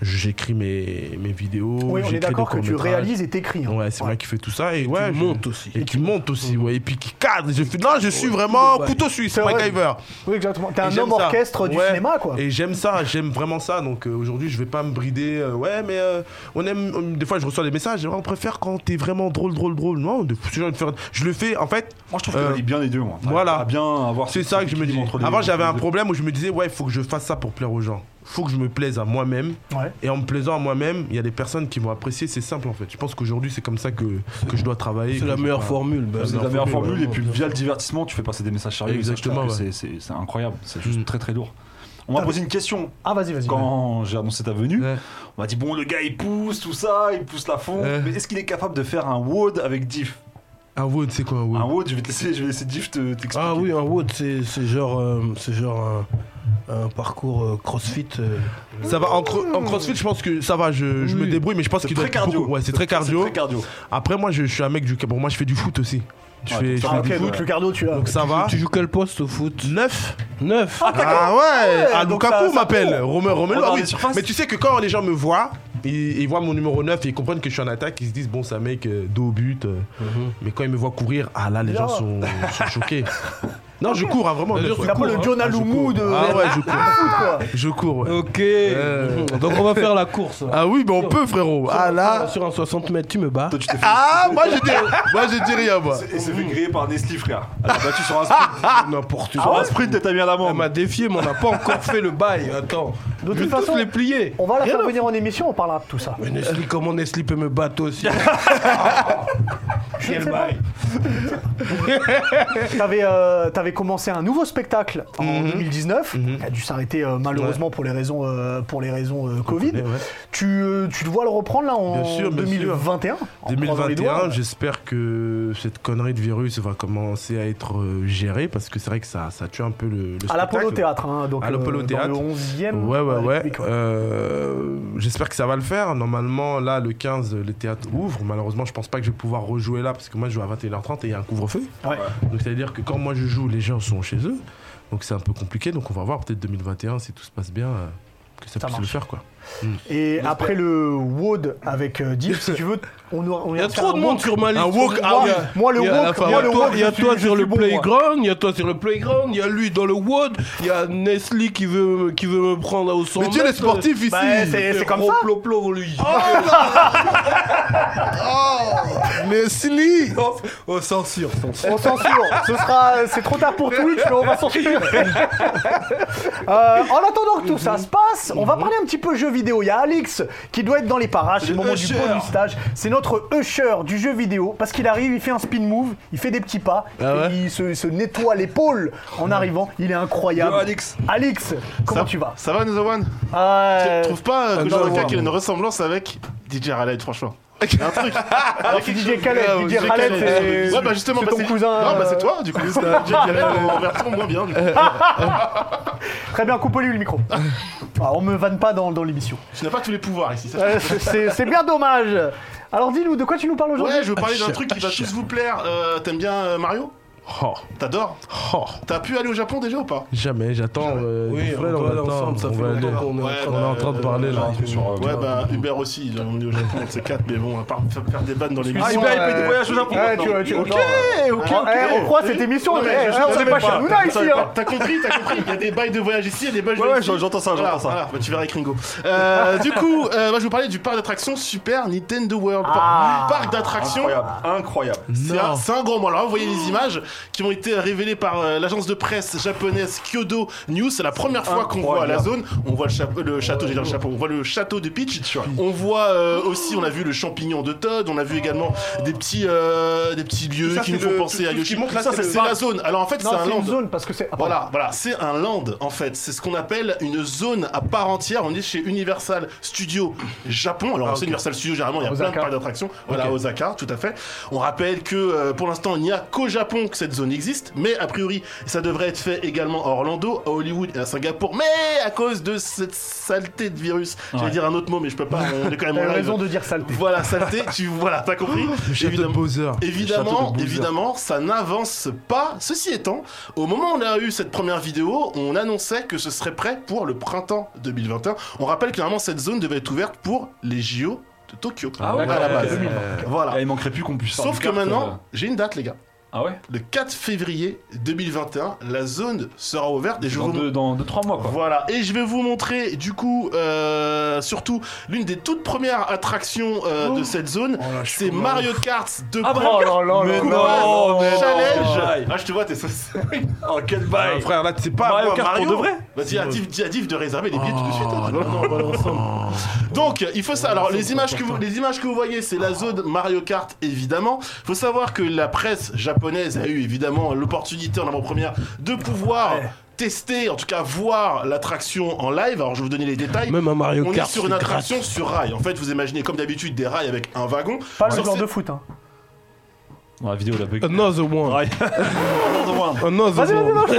Speaker 3: J'écris mes, mes vidéos.
Speaker 1: Oui, on
Speaker 3: j'écris
Speaker 1: est
Speaker 3: des
Speaker 1: d'accord que tu
Speaker 3: courts-métrages.
Speaker 1: réalises et t'écris. hein.
Speaker 3: Ouais, c'est moi qui fais tout ça. Et, ouais,
Speaker 5: Tu
Speaker 3: je-
Speaker 5: montes aussi.
Speaker 3: Et qui monte aussi, ouais. Et puis qui cadre. Je fais, non, je suis vraiment
Speaker 5: Ouais.
Speaker 3: couteau suisse,
Speaker 1: vrai.
Speaker 3: MacGyver.
Speaker 1: Oui, exactement. T'es
Speaker 3: Et
Speaker 1: un
Speaker 3: j'aime
Speaker 1: homme
Speaker 3: ça.
Speaker 1: orchestre du
Speaker 3: Ouais.
Speaker 1: cinéma, quoi.
Speaker 3: Et j'aime ça, j'aime vraiment ça. Donc euh, aujourd'hui, je vais pas me brider. euh, ouais, mais euh, on aime. euh, des fois, je reçois des messages. On préfère quand t'es vraiment drôle, drôle, drôle. Non, de- je vais faire- je le fais. En fait,
Speaker 2: Moi je trouve que
Speaker 3: Euh,
Speaker 2: t'as bien les deux. Moi. T'as-
Speaker 3: voilà.
Speaker 2: t'as bien avoir
Speaker 3: c'est
Speaker 2: ce-
Speaker 3: ça
Speaker 2: cet
Speaker 3: que je me dis.
Speaker 2: équilibre entre les-
Speaker 3: Avant, j'avais
Speaker 2: les
Speaker 3: un
Speaker 2: deux.
Speaker 3: problème où je me disais, ouais, il faut que je fasse ça pour plaire aux gens. Faut que je me plaise à moi-même.
Speaker 1: Ouais.
Speaker 3: Et en me plaisant à moi-même, il y a des personnes qui vont apprécier. C'est simple en fait. Je pense qu'aujourd'hui, c'est comme ça que, que je dois travailler.
Speaker 5: C'est
Speaker 3: que
Speaker 5: la
Speaker 3: je
Speaker 5: meilleure
Speaker 3: dois-
Speaker 5: formule. bah,
Speaker 2: C'est
Speaker 3: C'est
Speaker 2: la
Speaker 3: la
Speaker 2: meilleure
Speaker 3: formule,
Speaker 2: formule,
Speaker 3: ouais.
Speaker 2: et puis via le divertissement, tu fais passer des messages sérieux. et ça, je trouve
Speaker 3: Exactement, Mm.
Speaker 2: que c'est- C'est c'est incroyable, c'est juste très très lourd. On m'a posé une question
Speaker 1: Ah, vas-y, vas-y.
Speaker 2: quand j'ai annoncé ta venue.
Speaker 3: Ouais.
Speaker 2: On m'a dit, bon, le gars il pousse, tout ça, il pousse la fond,
Speaker 3: Ouais.
Speaker 2: mais est-ce qu'il est capable de faire un WOD avec Diff
Speaker 3: Un wood, c'est quoi un wood
Speaker 2: Un WOD, je vais te laisser, je vais laisser Diff te- t'expliquer.
Speaker 5: Ah oui, un wood, c'est c'est genre, euh, c'est genre un, un parcours euh, crossfit. euh,
Speaker 3: Ça va en, cro- en crossfit, je pense que ça va, je, je me débrouille, mais je pense
Speaker 7: C'est
Speaker 3: qu'il doit
Speaker 7: très
Speaker 3: être
Speaker 7: cardio.
Speaker 3: beaucoup- Ouais, c'est très cardio.
Speaker 7: Très cardio.
Speaker 3: Après, moi, je, je suis un mec du. Bon, moi, je fais du foot aussi. Je
Speaker 7: Ouais,
Speaker 3: fais,
Speaker 7: donc
Speaker 3: je
Speaker 7: ça
Speaker 3: fais
Speaker 1: Ah,
Speaker 7: du
Speaker 1: ok,
Speaker 7: foot,
Speaker 1: donc
Speaker 7: ouais.
Speaker 1: le cardio, tu l'as.
Speaker 3: donc ça va.
Speaker 5: Tu joues quel poste au foot
Speaker 3: 9
Speaker 5: 9
Speaker 3: Ah ouais Ah,
Speaker 1: donc ça-
Speaker 3: Lukaku
Speaker 1: ça
Speaker 3: m'appelle Romain Romelu.
Speaker 2: On
Speaker 3: Ah
Speaker 2: parle
Speaker 3: oui.
Speaker 2: des surfaces.
Speaker 3: Mais tu sais que quand les gens me voient, ils, ils voient mon numéro 9 et ils comprennent que je suis en attaque, ils se disent bon, ça mec, euh, dos au but. euh. Mais quand ils me voient courir, ah là, les gens
Speaker 1: Non.
Speaker 3: sont, sont choqués. Non, je cours, ah, vraiment. neuf, ouais.
Speaker 1: C'est un peu le John
Speaker 3: Ah, je
Speaker 1: Aloumou
Speaker 3: cours.
Speaker 1: de.
Speaker 3: Ah ouais, je cours.
Speaker 1: quoi.
Speaker 3: Je cours, ouais.
Speaker 5: Ok.
Speaker 3: Euh.
Speaker 5: Donc on va faire la course. là.
Speaker 3: Ah oui, mais on peut, frérot. Ah là.
Speaker 5: Sur un 60 mètres, tu me bats.
Speaker 7: Toi, tu t'es fait-
Speaker 3: Ah, moi, je dis, moi, je dis rien, moi.
Speaker 7: Et s'est fait griller par Nestlé, frère. Elle a battu sur un sprint.
Speaker 5: N'importe
Speaker 7: Sur un sprint, t'as mis à
Speaker 5: Elle
Speaker 7: l'amende.
Speaker 5: m'a défié, mais on n'a pas encore fait le bail. Attends.
Speaker 1: De toute
Speaker 5: Je vais tous
Speaker 1: façon,
Speaker 5: les plier.
Speaker 1: On va la
Speaker 5: Rien
Speaker 1: faire
Speaker 5: à-
Speaker 1: venir en émission, on parlera de tout ça.
Speaker 5: Mais Nestlé, comment Nestlé peut me battre aussi
Speaker 1: Je sais pas. T'avais euh, t'avais commencé un nouveau spectacle en
Speaker 3: Mhm.
Speaker 1: 2019, qui a dû s'arrêter euh, malheureusement pour les raisons, euh, pour les raisons euh, Covid.
Speaker 3: connaît, Eh ouais.
Speaker 1: tu, euh, tu le vois le reprendre là en
Speaker 3: Bien sûr, bien
Speaker 1: 2021 en croisant les doigts.
Speaker 3: 2021, j'espère que cette connerie de virus va commencer à être euh, gérée parce que c'est vrai que ça, ça tue un peu le, le
Speaker 1: À l'Apollo
Speaker 3: spectacle.
Speaker 1: Théâtre, hein, donc
Speaker 3: À l'Apollo
Speaker 1: dans
Speaker 3: Théâtre.
Speaker 1: le 11e.
Speaker 3: Ouais, ouais,
Speaker 1: euh,
Speaker 3: ouais.
Speaker 1: public,
Speaker 3: Euh, J'espère que ça va le faire. Normalement, là, le 15, les théâtres ouvrent. Malheureusement, je pense pas que je vais pouvoir rejouer là parce que moi, je joue à 21h30 et il y a un couvre-feu.
Speaker 1: Ouais.
Speaker 3: Donc, c'est-à-dire que quand moi je joue, les gens sont chez eux. Donc, c'est un peu compliqué. Donc, on va voir peut-être 2021 si tout se passe bien. euh, Que ça,
Speaker 1: Ça
Speaker 3: puisse
Speaker 1: marche.
Speaker 3: le faire quoi.
Speaker 1: Et après le WOD avec euh, Deep, si tu veux, on, aura- on
Speaker 5: Il y a
Speaker 1: ira faire
Speaker 5: trop de
Speaker 1: un
Speaker 5: monde
Speaker 1: walk.
Speaker 5: sur ma liste.
Speaker 3: Un walk, ah
Speaker 1: Moi,
Speaker 3: oui.
Speaker 1: moi, le
Speaker 5: Il y a la
Speaker 1: walk,
Speaker 5: femme,
Speaker 1: moi, le
Speaker 5: toi-
Speaker 1: walk,
Speaker 5: il y a
Speaker 1: je
Speaker 5: toi
Speaker 1: suis-
Speaker 5: sur
Speaker 1: je
Speaker 5: le
Speaker 1: suis bon, moi.
Speaker 5: playground, il y a toi sur le playground, il y a lui dans le wood, il y a Nestlé qui veut, qui veut me prendre au son.
Speaker 3: Mais tu es les sportifs ici
Speaker 1: Bah, c'est c'est comme ça.
Speaker 5: lui.
Speaker 3: Leslie
Speaker 5: Oh, oh, censure, censure.
Speaker 1: On censure. Ce sera, c'est trop tard pour Twitch, mais on va censurer. Euh, en attendant que tout ça se passe, on va parler un petit peu jeux vidéo. Il y a Alix qui doit être dans les parages, c'est le moment du
Speaker 5: Usher.
Speaker 1: bonus stage. C'est notre usher du jeu vidéo parce qu'il arrive, il fait un spin move, il fait des petits pas,
Speaker 3: Ah
Speaker 1: et il se, se nettoie l'épaule en arrivant. Il est incroyable.
Speaker 7: Yo, Alix.
Speaker 1: Alix, comment tu vas
Speaker 8: Ça va, Nozo One
Speaker 1: Euh,
Speaker 8: Je trouve pas euh, que
Speaker 5: non,
Speaker 8: Jordan
Speaker 5: ouais.
Speaker 8: Khaled a une ressemblance avec DJ Raled, franchement. Ah, Il y a un truc.
Speaker 1: alors, tu dis DJ Khaled,
Speaker 8: Ouais,
Speaker 1: DJ
Speaker 8: ouais,
Speaker 1: Khaled,
Speaker 8: Khaled,
Speaker 1: c'est
Speaker 8: Ouais, bah justement,
Speaker 1: c'est
Speaker 8: bah,
Speaker 1: ton
Speaker 8: c'est-
Speaker 1: cousin.
Speaker 8: Non, bah
Speaker 1: euh,
Speaker 8: c'est toi, du coup. C'est DJ Khaled euh, en version moins bien, du coup.
Speaker 1: Très bien, coupe-lui le micro. Ah, on me vanne pas dans, dans l'émission.
Speaker 8: Tu n'as pas tous les pouvoirs ici. ça, je
Speaker 1: Euh, c'est c'est bien dommage. Alors dis-nous, de quoi tu nous parles aujourd'hui
Speaker 8: Ouais, je veux parler d'un truc qui va tous vous plaire. Euh, T'aimes bien euh, Mario
Speaker 3: Oh,
Speaker 8: T'adores
Speaker 3: oh.
Speaker 8: T'as pu aller au Japon déjà ou pas
Speaker 3: Jamais, j'attends. euh,
Speaker 5: Oui,
Speaker 3: mon
Speaker 5: on
Speaker 3: frère,
Speaker 5: doit aller
Speaker 3: attend,
Speaker 5: ensemble, ça
Speaker 3: on
Speaker 5: fait
Speaker 3: va
Speaker 5: longtemps
Speaker 3: aller.
Speaker 5: qu'on est en train
Speaker 3: On est en train de parler là.
Speaker 2: euh,
Speaker 1: Oh,
Speaker 2: Ah,
Speaker 8: Ouais, bah Hubert aussi, il a emmené au Japon, on sait quatre, mais bon, à part faire faire des vannes dans les
Speaker 2: Ah, il
Speaker 8: missions.
Speaker 2: a fait des voyages au
Speaker 3: Ah,
Speaker 2: Japon.
Speaker 1: Ouais, Eh, tu, tu- ok, ok,
Speaker 8: Ah,
Speaker 1: Eh, on croit cette émission, mais, eh, on n'est pas chez Hanouna ici. hein.
Speaker 8: T'as compris, t'as compris. Il y a des bails de voyage ici, il y a des bails de
Speaker 7: Ouais, ouais,
Speaker 8: voyage ici.
Speaker 7: j'entends ça,
Speaker 8: Voilà,
Speaker 7: j'entends ça.
Speaker 8: voilà, bah, tu verras avec Ringo. Euh, du coup, euh, moi, je vais vous parler du parc d'attractions Super Nintendo World.
Speaker 1: Ah.
Speaker 8: Par- parc d'attractions.
Speaker 7: Incroyable, incroyable.
Speaker 8: C'est un, c'est un grand mot. Alors là, vous voyez les images qui ont été révélées par euh, l'agence de presse japonaise Kyodo News. C'est la première fois qu'on voit la zone. On voit le, cha- le château, j'ai dit le chapeau. On voit le château de Peach. On voit euh, aussi, on a vu le champignon de Todd. On a vu également des petits, euh, des petits lieux qui nous font penser à Yoshi. Ça, c'est c'est la zone. Alors en fait, c'est
Speaker 1: Non,
Speaker 8: un
Speaker 1: c'est
Speaker 8: land.
Speaker 1: une zone parce que c'est. ah,
Speaker 8: Voilà, voilà, c'est un land en fait. C'est ce qu'on appelle une zone à part entière. On est chez Universal Studio Japon. Alors, on sait Universal Studio, généralement, il y a
Speaker 1: Ah, Osaka.
Speaker 8: plein de parcs d'attractions. Voilà, Osaka, tout à fait. On rappelle que euh, pour l'instant, il n'y a qu'au Japon que cette zone existe. Mais a priori, ça devrait être fait également à Orlando, à Hollywood et à Singapour. Mais à cause de cette saleté de virus, j'allais dire un autre mot, mais je peux pas. euh, On est quand même en
Speaker 1: T'as
Speaker 8: live.
Speaker 1: raison de dire saleté.
Speaker 8: Voilà, saleté, tu voilà, t'as compris
Speaker 3: Le château de Bowser.
Speaker 8: Évidemment, évidemment, ça n'avance pas. Ceci étant, au moment où on a eu cette première vidéo, on annonçait que ce serait prêt pour le printemps 2021. On rappelle que normalement cette zone devait être ouverte pour les JO de Tokyo.
Speaker 2: Ah ouais,
Speaker 8: à la base.
Speaker 2: ok.
Speaker 8: Voilà.
Speaker 2: Ah, il manquerait plus qu'on puisse. faire
Speaker 8: Sauf
Speaker 2: une
Speaker 8: que
Speaker 2: carte,
Speaker 8: maintenant,
Speaker 2: euh,
Speaker 8: j'ai une date, les gars.
Speaker 2: Ah ouais
Speaker 8: Le 4 février 2021, la zone sera ouverte et je
Speaker 2: Dans
Speaker 8: vous
Speaker 2: deux- Dans 2-3 mois, quoi.
Speaker 8: voilà, et je vais vous montrer du coup euh, surtout l'une des toutes premières attractions euh,
Speaker 2: Oh.
Speaker 8: de cette zone,
Speaker 5: Oh
Speaker 8: c'est Mario Kart 2
Speaker 2: Ah,
Speaker 8: Pro.
Speaker 2: bravo.
Speaker 1: Oh là là
Speaker 2: Mais
Speaker 1: là
Speaker 8: Coup
Speaker 2: non,
Speaker 1: là.
Speaker 8: de base,
Speaker 2: mais
Speaker 8: challenge.
Speaker 2: non.
Speaker 8: Ah, je te vois, t'es sauce. Bah,
Speaker 2: Oh, quel
Speaker 8: Eh,
Speaker 3: Ah,
Speaker 2: bail
Speaker 3: frère, là, c'est pas
Speaker 2: Mario
Speaker 3: moi,
Speaker 2: Kart
Speaker 3: Mario.
Speaker 2: pour de vrai
Speaker 8: Vas-y, à Div, dis à Div de réserver les billets tout de suite. hein. Voilà, on va aller ensemble. Donc, il faut ça. Alors, les images que vous, les images que vous voyez, c'est la zone Mario Kart, évidemment. Faut savoir que la presse japonaise a eu évidemment l'opportunité en avant-première de pouvoir tester, en tout cas voir l'attraction en live. Alors, je vais vous donner les détails.
Speaker 5: Même un Mario
Speaker 8: on
Speaker 5: Kart.
Speaker 8: est sur une
Speaker 5: c'est grave.
Speaker 8: attraction sur rail. En fait, vous imaginez comme d'habitude des rails avec un wagon.
Speaker 1: Pas le
Speaker 8: Sur
Speaker 1: genre
Speaker 8: ces-
Speaker 1: de foot. hein.
Speaker 2: dans la vidéo de la bug.
Speaker 5: Another one.
Speaker 2: Ouais. Another one.
Speaker 5: Another one.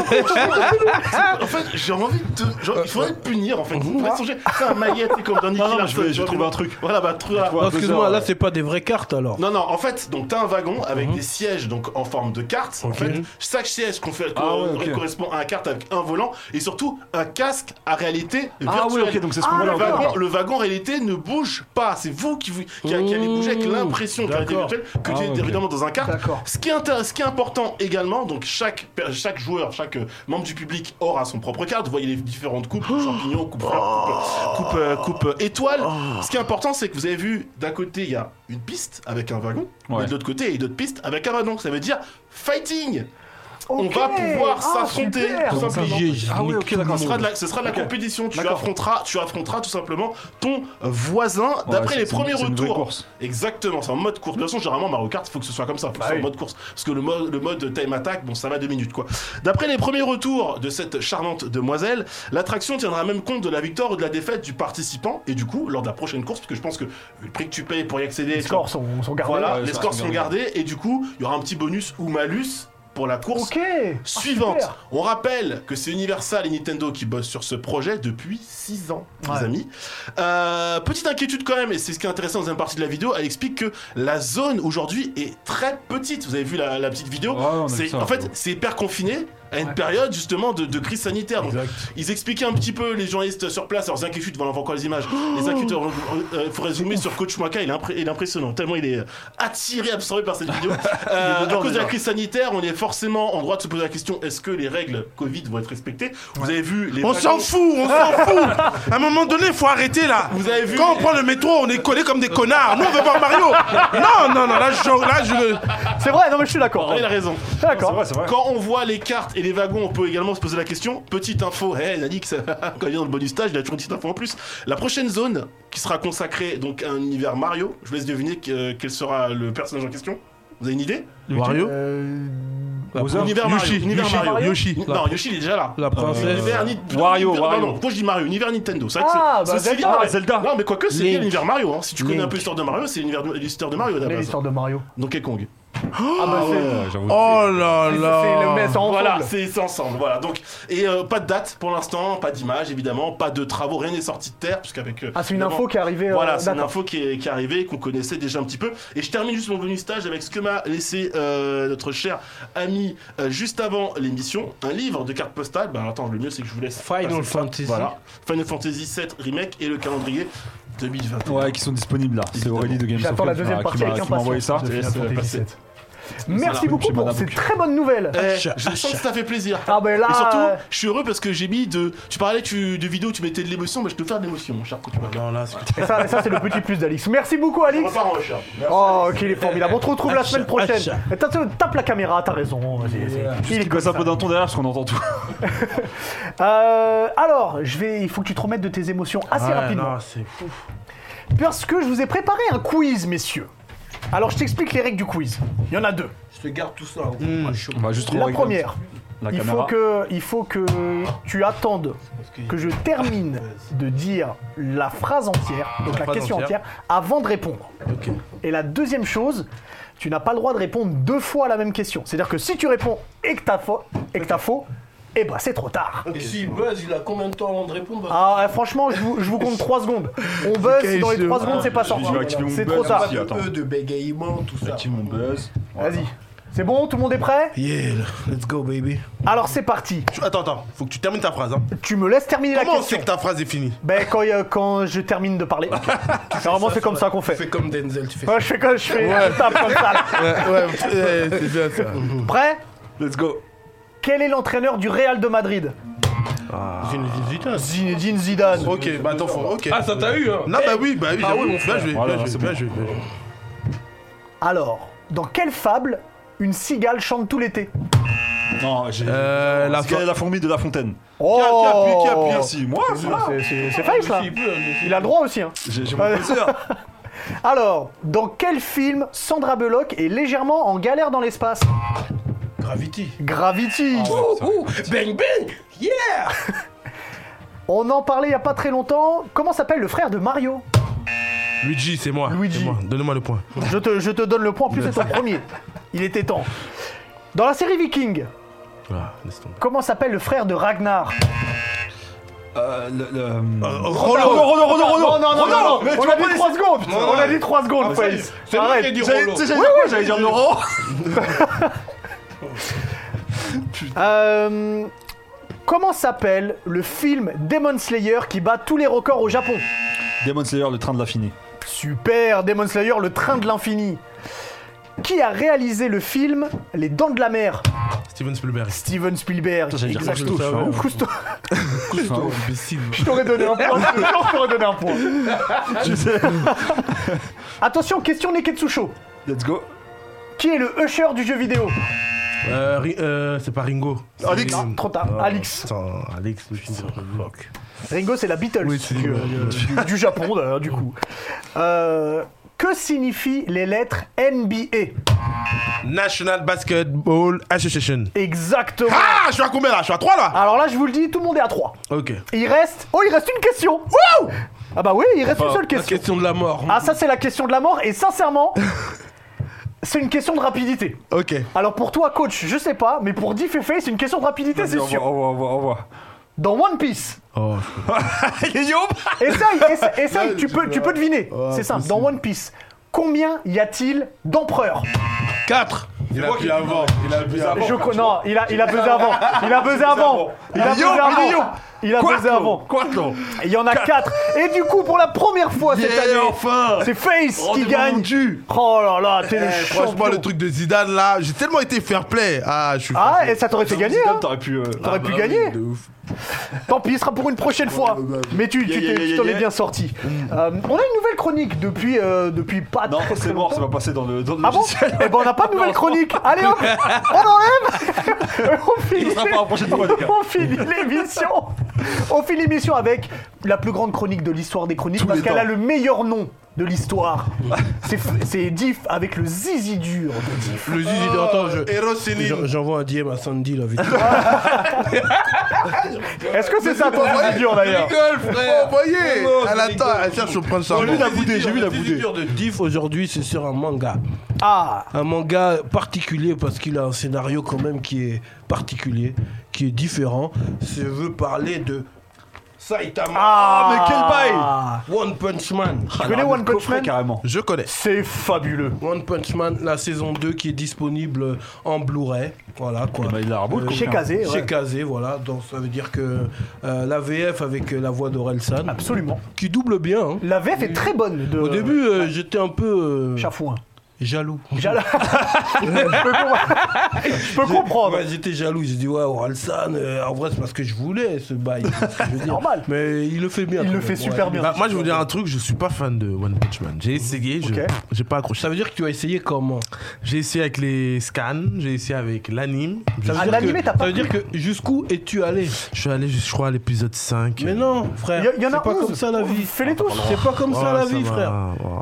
Speaker 8: En fait, j'ai envie de. te- genre, il faudrait le punir en fait. Il faudrait songer. C'est un maillet, c'est comme dans Nicky
Speaker 7: Mhm. Non, non, mais je
Speaker 8: Larson,
Speaker 7: vais- je
Speaker 8: tu
Speaker 7: vais
Speaker 8: vois,
Speaker 7: trouver
Speaker 8: mais-
Speaker 7: un truc.
Speaker 8: Voilà, bah, trouve un-
Speaker 7: Ouais,
Speaker 5: excuse-moi,
Speaker 7: deux
Speaker 5: là,
Speaker 7: heures,
Speaker 5: c'est pas des vraies cartes alors.
Speaker 8: Non, non, en fait, donc t'as un wagon avec
Speaker 7: Mhm.
Speaker 8: des sièges donc en forme de carte. En fait, chaque siège qu'on fait
Speaker 2: Ah ouais,
Speaker 8: co-
Speaker 2: ok.
Speaker 8: correspond à un carte avec un volant et surtout un casque à réalité virtuelle.
Speaker 2: Ah oui, ok, donc c'est ce
Speaker 8: Ah,
Speaker 2: qu'on
Speaker 8: le,
Speaker 2: voit là.
Speaker 8: wagon, le wagon en réalité ne bouge pas. C'est vous qui, vous, qui, qui allez bouger avec l'impression de la réalité
Speaker 5: D'accord.
Speaker 8: virtuelle que
Speaker 2: Ah
Speaker 8: tu es
Speaker 2: ouais, ok.
Speaker 8: évidemment dans un carte.
Speaker 1: D'accord.
Speaker 8: Ce qui, est intér- ce qui est important également, donc chaque, per- chaque joueur, chaque euh, membre du public aura son propre carte. Vous voyez les différentes coupes,
Speaker 2: Oh.
Speaker 8: champignons, coupe, fleurs, coupe, coupe, euh, coupe, euh, étoile. Ce qui est important, c'est que vous avez vu, d'un côté, il y a une piste avec un wagon,
Speaker 2: Ouais.
Speaker 8: mais de l'autre côté, il y a une autre piste avec un wagon. Ça veut dire fighting On
Speaker 1: Ok.
Speaker 8: va pouvoir
Speaker 1: Ah,
Speaker 8: s'affronter,
Speaker 1: super.
Speaker 8: tout simplement.
Speaker 2: Ah oui, ok,
Speaker 8: Ce
Speaker 2: d'accord.
Speaker 8: sera de la, ce sera de la compétition, tu
Speaker 2: D'accord.
Speaker 8: affronteras, tu affronteras tout simplement ton euh, voisin d'après
Speaker 2: c'est-
Speaker 8: les
Speaker 2: c'est-
Speaker 8: premiers
Speaker 2: c'est une vraie
Speaker 8: retours.
Speaker 2: course.
Speaker 8: Exactement, c'est en mode course. De toute façon, généralement, Mario Kart, il faut que ce soit comme ça,
Speaker 2: Bah
Speaker 8: faut que ce soit en mode course. Parce que le mode, le mode time attack, bon, ça va deux minutes quoi. D'après les premiers retours de cette charmante demoiselle, l'attraction tiendra même compte de la victoire ou de la défaite du participant. Et du coup, lors de la prochaine course, parce que je pense que vu le prix que tu payes pour y accéder,
Speaker 1: Les
Speaker 8: tu
Speaker 1: scores sont, sont gardés.
Speaker 8: voilà,
Speaker 2: ouais,
Speaker 8: les
Speaker 2: ça,
Speaker 8: scores
Speaker 2: c'est
Speaker 8: sont
Speaker 2: gardé.
Speaker 8: gardés. Et du coup, il y aura un petit bonus ou malus pour la course
Speaker 1: Ok. Ah,
Speaker 8: suivante.
Speaker 1: super.
Speaker 8: On rappelle que c'est Universal et Nintendo qui bossent sur ce projet depuis 6 ans,
Speaker 1: Ouais.
Speaker 8: les amis. Euh, petite inquiétude quand même, et c'est ce qui est intéressant dans une partie de la vidéo, elle explique que la zone aujourd'hui est très petite. Vous avez vu la, la petite vidéo
Speaker 2: Ouais, ouais, on a
Speaker 8: C'est-
Speaker 2: vu ça,
Speaker 8: En fait,
Speaker 2: ouais.
Speaker 8: c'est hyper confiné à une période justement de, de crise sanitaire. Donc, ils expliquaient un petit peu les journalistes sur place leurs inquiétudes, voilà on voit encore les images. les inquiétudes, il faudrait zoomer sur Coach Maka, il est, impré- il est impressionnant, tellement il est euh, attiré, absorbé par cette vidéo. Euh, à cause de la crise sanitaire, on est forcément en droit de se poser la question est-ce que les règles Covid vont être respectées Vous avez vu les.
Speaker 5: On
Speaker 8: wagons-
Speaker 5: s'en fout, on s'en fout. À un moment donné, faut arrêter là.
Speaker 8: Vous avez vu
Speaker 5: Quand on prend le métro, on est collés comme des connards. Nous, on veut voir Mario. Non, non, non, là, je, là, je,
Speaker 1: C'est vrai, non mais je suis d'accord.
Speaker 8: Ah, Il a raison.
Speaker 1: D'accord.
Speaker 2: c'est vrai.
Speaker 8: Quand on voit les cartes et les wagons, on peut également se poser la question. Petite info, eh, il a dit que ça- quand il est dans le bonus stage, il a toujours une petite info en plus. La prochaine zone qui sera consacrée donc à un univers Mario, je vous laisse deviner que- euh, quel sera le personnage en question. Vous avez une idée
Speaker 5: Wario
Speaker 1: Euh,
Speaker 8: Univers Mario.
Speaker 5: Yoshi,
Speaker 8: Univers
Speaker 5: Yoshi,
Speaker 8: Mario.
Speaker 5: Yoshi. Euh,
Speaker 8: Non, Yoshi il est déjà là.
Speaker 5: La princesse.
Speaker 8: Univers Nintendo.
Speaker 2: Wario, Wario.
Speaker 8: Non, non, pourquoi je dis Mario Univers Nintendo. C'est vrai que
Speaker 1: Ah,
Speaker 8: c'est-
Speaker 1: bah,
Speaker 8: c'est
Speaker 1: Zelda,
Speaker 8: lié-
Speaker 1: ouais,
Speaker 2: Zelda.
Speaker 8: Non, mais quoique, c'est lié à
Speaker 5: Link.
Speaker 8: l'univers Mario. hein. Si tu connais un
Speaker 5: Link.
Speaker 8: peu l'histoire de Mario, c'est l'univers- l'histoire de Mario à la
Speaker 1: quelle est
Speaker 8: base.
Speaker 1: l'histoire de Mario
Speaker 8: Donkey Kong.
Speaker 1: Ah bah c'est.
Speaker 2: Ouais, j'avoue.
Speaker 5: Oh là
Speaker 1: c'est- c'est le
Speaker 5: là.
Speaker 1: mettre ensemble. Ah,
Speaker 8: Voilà, c'est c'est ensemble. Voilà. Donc et euh, pas de date pour l'instant, pas d'image évidemment, pas de travaux, rien n'est sorti de terre puisqu'avec euh,
Speaker 1: Ah, c'est une
Speaker 8: évidemment,
Speaker 1: info qui est arrivée. euh,
Speaker 8: voilà, c'est une
Speaker 1: d'accord.
Speaker 8: info qui est, qui est arrivée, qu'on connaissait déjà un petit peu. Et je termine juste mon bonus stage avec ce que m'a laissé euh, notre cher ami euh, juste avant l'émission, un livre de cartes postales. Bah attends, le mieux c'est que je vous laisse.
Speaker 5: Final
Speaker 8: passer ça.
Speaker 5: Fantasy.
Speaker 8: Voilà, Final Fantasy 7 remake et le calendrier 2021.
Speaker 2: Ouais, qui sont disponibles là. C'est Aurélie de Games of
Speaker 1: J'attends la
Speaker 2: Life qui
Speaker 1: deuxième
Speaker 2: m'a- qui
Speaker 1: partie
Speaker 2: m'a
Speaker 1: avec
Speaker 2: qui m'a envoyé ça.
Speaker 1: impatience. de Final
Speaker 8: laisse, euh,
Speaker 1: Fantasy
Speaker 8: passer.
Speaker 1: VII. Merci beaucoup
Speaker 2: chez
Speaker 1: pour
Speaker 2: Madame
Speaker 1: ces
Speaker 2: Bouc.
Speaker 1: très bonnes nouvelles.
Speaker 8: Eh, je sens que ça fait plaisir.
Speaker 1: Ah, ben là,
Speaker 8: Et
Speaker 1: euh,
Speaker 8: surtout, je suis heureux parce que j'ai mis de. Tu parlais tu- de vidéo, tu mettais de l'émotion, mais je te fais de l'émotion, mon cher coach.
Speaker 5: Non, là, c'est-
Speaker 1: Et ça, et ça, c'est le petit plus d'Alix. Merci beaucoup, Alix.
Speaker 8: repart en recherche.
Speaker 1: Oh, qu'il est formidable. On te retrouve la
Speaker 5: Acha,
Speaker 1: semaine prochaine.
Speaker 5: acha.
Speaker 1: Et t'as- Tape la caméra, t'as raison. Vas-y, vas-y. Il est
Speaker 2: Il gosse un peu d'un ton derrière parce qu'on entend tout.
Speaker 1: Euh, alors, je vais, il faut que tu te remettes de tes émotions
Speaker 3: Ah,
Speaker 1: assez
Speaker 5: Ouais,
Speaker 1: rapidement.
Speaker 5: non, c'est fou.
Speaker 1: Parce que je vous ai préparé un quiz, messieurs. Alors, je t'explique les règles du quiz. Il y en a deux.
Speaker 5: Je te garde tout ça.
Speaker 2: On va juste
Speaker 1: La
Speaker 2: trouver
Speaker 1: première,
Speaker 2: la
Speaker 1: il
Speaker 2: caméra.
Speaker 1: faut, que, il faut que tu attendes que je termine de dire la phrase entière, donc la,
Speaker 5: phrase
Speaker 1: question entière.
Speaker 5: entière.
Speaker 1: avant de répondre. Et la deuxième chose, tu n'as pas le droit de répondre deux fois à la même question. C'est-à-dire que si tu réponds et que t'as faux, et que t'as faux, eh ben c'est trop tard.
Speaker 5: Et s'il buzz, il a combien de temps avant de répondre
Speaker 1: Ah, ouais, franchement, je vous, je vous compte 3 secondes. On buzz, et dans les 3 secondes, c'est pas sorti.
Speaker 2: vais activer mon
Speaker 1: C'est
Speaker 2: buzz
Speaker 1: trop tard.
Speaker 2: aussi, attends.
Speaker 5: de bégayement, tout ça.
Speaker 2: Active mon buzz.
Speaker 1: Vas-y. C'est bon, tout le monde est prêt
Speaker 5: Yeah, let's go, baby.
Speaker 1: Alors c'est parti.
Speaker 5: Tu- Attends, attends, faut que tu termines ta phrase. Hein.
Speaker 1: Tu me laisses terminer la
Speaker 5: Comment on
Speaker 1: question.
Speaker 5: sait que ta phrase est finie
Speaker 1: Ben quand, euh, quand je termine de parler. Normalement, c'est comme ça qu'on fait.
Speaker 5: Fais comme Denzel, tu fais.
Speaker 1: Ouais, je fais comme je fais. je tape comme ça. là.
Speaker 5: ouais, c'est bien ça.
Speaker 1: Prêt
Speaker 2: Let's go.
Speaker 1: Quel est l'entraîneur du Real de Madrid
Speaker 5: Ah.
Speaker 1: Zinedine Zidane.
Speaker 5: Ok, bah attends, faut... ok. Ah, ça t'a eu, hein Non, bah oui, bah oui, ah, oui, mon frère. Bien joué,
Speaker 2: Voilà,
Speaker 5: bien
Speaker 2: c'est
Speaker 5: joué,
Speaker 2: bon.
Speaker 5: bien joué, bien joué.
Speaker 1: Alors, dans quelle fable une cigale chante tout l'été
Speaker 2: Non, j'ai.
Speaker 5: Euh, la
Speaker 2: Quelle est la fourmi de la fontaine
Speaker 1: Oh
Speaker 2: Merci, moi voilà.
Speaker 1: C'est- c'est- C'est Face là Il a le droit aussi hein
Speaker 2: J'ai j'ai mon plaisir.
Speaker 1: Alors, dans quel film Sandra Bullock est légèrement en galère dans l'espace
Speaker 5: Gravity. Ah
Speaker 1: Gravity
Speaker 5: Bang, bang
Speaker 1: On en parlait il y a pas très longtemps. Comment s'appelle le frère de Mario
Speaker 3: Luigi, c'est moi.
Speaker 1: Luigi.
Speaker 3: C'est moi. Donnez-moi le point.
Speaker 1: je te, je te donne le point, en plus c'est ton premier. Il était temps. Dans la série Viking,
Speaker 3: Ah, laisse tomber.
Speaker 1: comment s'appelle le frère de Ragnar
Speaker 2: Euh, le- le-
Speaker 1: Roland Roland Roland Roland Non, non, non, non On a dit 3 secondes On a dit 3
Speaker 5: Ah,
Speaker 1: secondes, Face
Speaker 5: C'est moi qui ai
Speaker 1: Arrête
Speaker 5: dit
Speaker 1: J'allais-
Speaker 5: Rolo.
Speaker 1: tu sais, j'allais dire quoi J'allais dire Laurent Euh, Comment s'appelle le film Demon Slayer qui bat tous les records au Japon
Speaker 2: Demon Slayer, le train de l'infini.
Speaker 1: Super Demon Slayer, le train de l'infini qui a réalisé le film Les Dents de la Mer
Speaker 3: Steven Spielberg.
Speaker 1: Steven Spielberg.
Speaker 2: j'allais dire
Speaker 1: Exactement.
Speaker 3: Cousteau,
Speaker 1: Cousteau.
Speaker 3: Cousteau, imbécile.
Speaker 1: Je t'aurais donné un point. Je t'aurais donné un point. Attention, question Neketsu Show.
Speaker 2: Let's go.
Speaker 1: Qui est le usher du jeu vidéo
Speaker 3: Euh, Ri- euh, c'est pas Ringo. C'est-
Speaker 1: Alex. Non, trop tard.
Speaker 2: Ah.
Speaker 1: Alex.
Speaker 3: Putain, Alex. je suis sûr. Fuck.
Speaker 1: Ringo, c'est la Beatles
Speaker 3: Oui, c'est-
Speaker 1: du, euh, du- du Japon, d'ailleurs, du coup. Euh, que signifient les lettres NBA
Speaker 3: National Basketball Association.
Speaker 1: Exactement.
Speaker 3: Ah, je suis à combien là Je suis à 3 là
Speaker 1: Alors là, je vous le dis, tout le monde est à 3.
Speaker 3: Ah, Ok.
Speaker 1: Il reste. Oh, il reste une question. ah bah oui, il reste une seule
Speaker 8: La
Speaker 1: question.
Speaker 8: question de la mort.
Speaker 1: Ah, ça, c'est la question de la mort. Et sincèrement, c'est une question de rapidité.
Speaker 3: Ok.
Speaker 1: Alors pour toi, coach, je sais pas, mais pour Difféfé, c'est une question de rapidité, c'est
Speaker 2: Au revoir,
Speaker 1: sûr.
Speaker 2: au revoir, au revoir, au revoir.
Speaker 1: Dans One Piece.
Speaker 3: Oh,
Speaker 1: Essaye, essa- essaye, tu, peux, tu peux deviner. c'est simple. Dans One Piece, combien y a-t-il d'empereurs
Speaker 3: Ah
Speaker 8: 4.
Speaker 3: il a pu avant. Il a pu avant.
Speaker 1: Je crois- Non, il a, il a buzzé avant. Il a buzzé avant. Il a buzzé avant. Il a buzzé avant.
Speaker 3: Quoi non
Speaker 1: Il y en a 4. Et du coup, pour la première fois cette année, c'est Face qui gagne. Oh là là, t'es le
Speaker 3: Eh, Franchement,
Speaker 1: champion.
Speaker 3: le truc de Zidane là, j'ai tellement été fair play. Ah, je suis.
Speaker 1: Ah, et ça t'aurait fait gagner. hein.
Speaker 2: T'aurais pu. euh,
Speaker 1: T'aurais pu gagner.
Speaker 3: Ah bah de ouf.
Speaker 1: Tant pis, il sera pour une prochaine fois. Mais tu tu t'es- tu t'en es bien sorti. Euh, on a une nouvelle chronique depuis, euh, depuis pas
Speaker 2: Mm. Non,
Speaker 1: très, très
Speaker 2: c'est mort,
Speaker 1: longtemps.
Speaker 2: c'est pas passé dans le, dans le
Speaker 1: Ah bon
Speaker 2: logiciel.
Speaker 1: Eh ben on n'a pas de nouvelle chronique. Allez hop, on enlève. on finit.
Speaker 2: sera pour la prochaine fois, en tout cas.
Speaker 1: on finit l'émission. On finit l'émission avec la plus grande chronique de l'histoire des chroniques parce
Speaker 2: les
Speaker 1: qu'elle
Speaker 2: temps.
Speaker 1: a le meilleur nom de l'histoire. C'est f- C'est Diff avec le zizi dur. de Diff.
Speaker 8: Le zizi,
Speaker 3: Ah.
Speaker 8: attends, je-
Speaker 3: Héros Céline.
Speaker 8: j'en- j'envoie un DM à Sandy là vite.
Speaker 1: Est-ce que c'est ça ton zizi dur d'ailleurs
Speaker 3: Rigole, frère. Envoyez.
Speaker 8: Non, non,
Speaker 3: Elle
Speaker 8: je
Speaker 3: attend,
Speaker 8: rigole.
Speaker 3: elle cherche à prendre ça.
Speaker 8: J'ai vu la boudée. de Diff aujourd'hui, c'est sur un manga.
Speaker 1: Ah,
Speaker 8: Un manga particulier parce qu'il a un scénario quand même qui est particulier, qui est différent. Je veux parler de Saitama.
Speaker 1: Ah,
Speaker 8: mais quel bail One Punch Man.
Speaker 1: tu connais One Punch Man
Speaker 2: Ah, Carrément.
Speaker 3: Je connais.
Speaker 1: C'est fabuleux.
Speaker 8: One Punch Man, la saison 2 qui est disponible en Blu-ray. Voilà quoi.
Speaker 2: bah, il la raboule, quoi.
Speaker 1: Chez Kazé, ouais.
Speaker 8: Chez Kazé, voilà. Donc ça veut dire que euh, la VF avec euh, la voix d'Orelsan,
Speaker 1: Absolument.
Speaker 8: qui double bien. hein.
Speaker 1: La VF est très bonne. De...
Speaker 8: Au début, euh, j'étais un peu euh,
Speaker 1: Chafouin.
Speaker 8: jaloux.
Speaker 1: Jal- je, peux comprendre. Je peux comprendre.
Speaker 8: Ouais, j'étais jaloux, j'ai dit ouais Orelsan, euh, en vrai c'est parce que je voulais ce bail. c'est ce que je veux dire.
Speaker 1: normal.
Speaker 8: Mais il le fait bien.
Speaker 1: Il
Speaker 8: quand
Speaker 1: le
Speaker 8: même,
Speaker 1: fait
Speaker 8: ouais.
Speaker 1: super bien.
Speaker 3: Bah, moi, je vais vous dire un truc, je suis pas fan de One Punch Man. J'ai essayé, je-
Speaker 1: Ok.
Speaker 3: j'ai pas accroché.
Speaker 8: Ça veut dire que tu as essayé comment
Speaker 3: J'ai essayé avec les scans, j'ai essayé avec l'anime.
Speaker 8: Ça veut
Speaker 1: Ah,
Speaker 8: dire
Speaker 1: l'animé,
Speaker 8: que-
Speaker 1: t'as pas
Speaker 8: ça veut dire que jusqu'où es-tu allé
Speaker 3: Je suis allé, je crois, à l'épisode 5.
Speaker 8: Mais non, frère.
Speaker 1: Il y a- il y en a Oh,
Speaker 8: c'est pas
Speaker 1: 11.
Speaker 8: comme ça la vie.
Speaker 1: Fais-les tous.
Speaker 8: C'est pas comme ça
Speaker 3: Ouais,
Speaker 8: la
Speaker 3: Oh, ça
Speaker 8: vie,
Speaker 3: va, Oh.
Speaker 8: frère.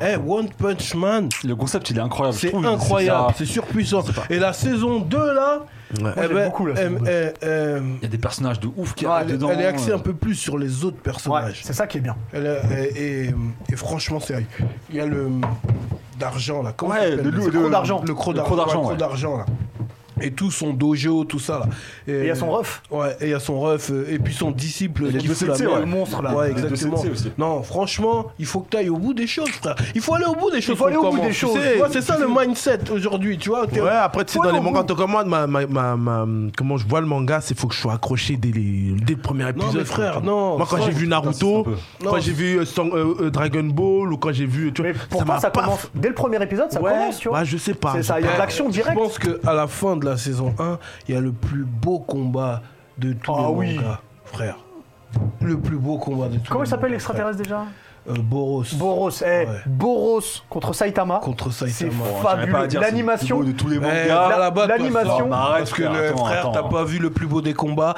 Speaker 8: Eh,
Speaker 3: ouais.
Speaker 8: One Punch Man,
Speaker 2: Le concept, il est incroyable. je
Speaker 8: c'est
Speaker 2: trouve.
Speaker 8: incroyable,
Speaker 2: C'est-
Speaker 8: c'est surpuissant. Et la saison 2 là,
Speaker 3: Ouais.
Speaker 8: eh
Speaker 1: j'aime
Speaker 8: ben,
Speaker 1: beaucoup la
Speaker 8: eh,
Speaker 1: saison deux.
Speaker 8: eh, eh,
Speaker 2: Il y a des personnages de ouf qui arrivent
Speaker 8: elle,
Speaker 2: dedans. euh,
Speaker 8: elle est axée un peu plus sur les autres
Speaker 1: Ouais,
Speaker 8: personnages.
Speaker 1: c'est ça qui est bien.
Speaker 8: Elle a- et, et- et franchement, c'est il y a le d'argent là. Comment
Speaker 2: Ouais,
Speaker 8: ça s'appelle,
Speaker 2: le
Speaker 8: là
Speaker 2: loup-
Speaker 8: C'est
Speaker 2: le-
Speaker 8: le croc
Speaker 2: le
Speaker 8: d'argent,
Speaker 2: croc d'argent,
Speaker 8: ouais, le
Speaker 2: ouais.
Speaker 8: croc d'argent là. Et tout son dojo, tout ça là.
Speaker 1: Et il y a son ref.
Speaker 8: Ouais, et il y a son ref euh, et puis son disciple
Speaker 2: les
Speaker 8: qui
Speaker 2: deux
Speaker 8: fout la
Speaker 2: sensei,
Speaker 8: merde.
Speaker 2: ouais. Le
Speaker 1: monstre, là.
Speaker 8: Ouais,
Speaker 2: Les deux
Speaker 8: exactement.
Speaker 2: sensei aussi.
Speaker 8: Non, franchement, il faut que tu ailles au bout des choses, frère. Il faut aller au bout des choses.
Speaker 1: faut aller au bout
Speaker 8: concrètement,
Speaker 1: des
Speaker 8: tu
Speaker 1: choses.
Speaker 8: sais. Tu vois, c'est ça le mindset aujourd'hui, tu vois. t'es-
Speaker 3: Ouais, après, tu sais,
Speaker 8: Ouais,
Speaker 3: dans les
Speaker 8: au
Speaker 3: mangas,
Speaker 8: bout.
Speaker 3: en commande, ma, ma, ma, ma- comment je vois le manga, c'est faut que je sois accroché dès, les, dès le premier épisode.
Speaker 8: mais frère,
Speaker 3: quoi.
Speaker 8: non,
Speaker 3: Moi, quand
Speaker 8: frère,
Speaker 3: j'ai vu Naruto,
Speaker 2: putain,
Speaker 8: Non.
Speaker 3: quand j'ai vu euh, Sang- euh, euh, Dragon Ball, ou quand j'ai vu. Tu vois,
Speaker 1: Mais pourtant,
Speaker 3: m'a
Speaker 1: ça,
Speaker 3: pas-
Speaker 1: commence. Dès le premier épisode, ça
Speaker 3: Ouais,
Speaker 1: commence, tu vois.
Speaker 8: bah,
Speaker 3: ouais, je sais pas.
Speaker 1: C'est ça, il y a de l'action
Speaker 8: Je
Speaker 1: directe.
Speaker 8: pense qu'à la fin de la saison 1, il y a le plus beau combat de tous
Speaker 1: Ah
Speaker 8: les
Speaker 1: oui.
Speaker 8: mangas, frère. Le plus beau combat de tous
Speaker 1: Comment
Speaker 8: les
Speaker 1: il s'appelle
Speaker 8: mangas,
Speaker 1: l'extraterrestre déjà
Speaker 8: frère. Euh, Boros.
Speaker 1: Boros. eh,
Speaker 8: Ouais.
Speaker 1: Boros contre Saitama.
Speaker 8: Contre
Speaker 1: C'est
Speaker 8: Saitama.
Speaker 1: fabuleux. L'animation.
Speaker 2: de tous les
Speaker 8: Eh,
Speaker 2: mangas.
Speaker 8: va là-bas, toi,
Speaker 1: l'animation.
Speaker 8: frère.
Speaker 2: Non, mais arrête,
Speaker 8: Parce que
Speaker 2: frère,
Speaker 8: le
Speaker 2: attends,
Speaker 8: frère, t'as
Speaker 2: attends.
Speaker 8: pas vu le plus beau des combats.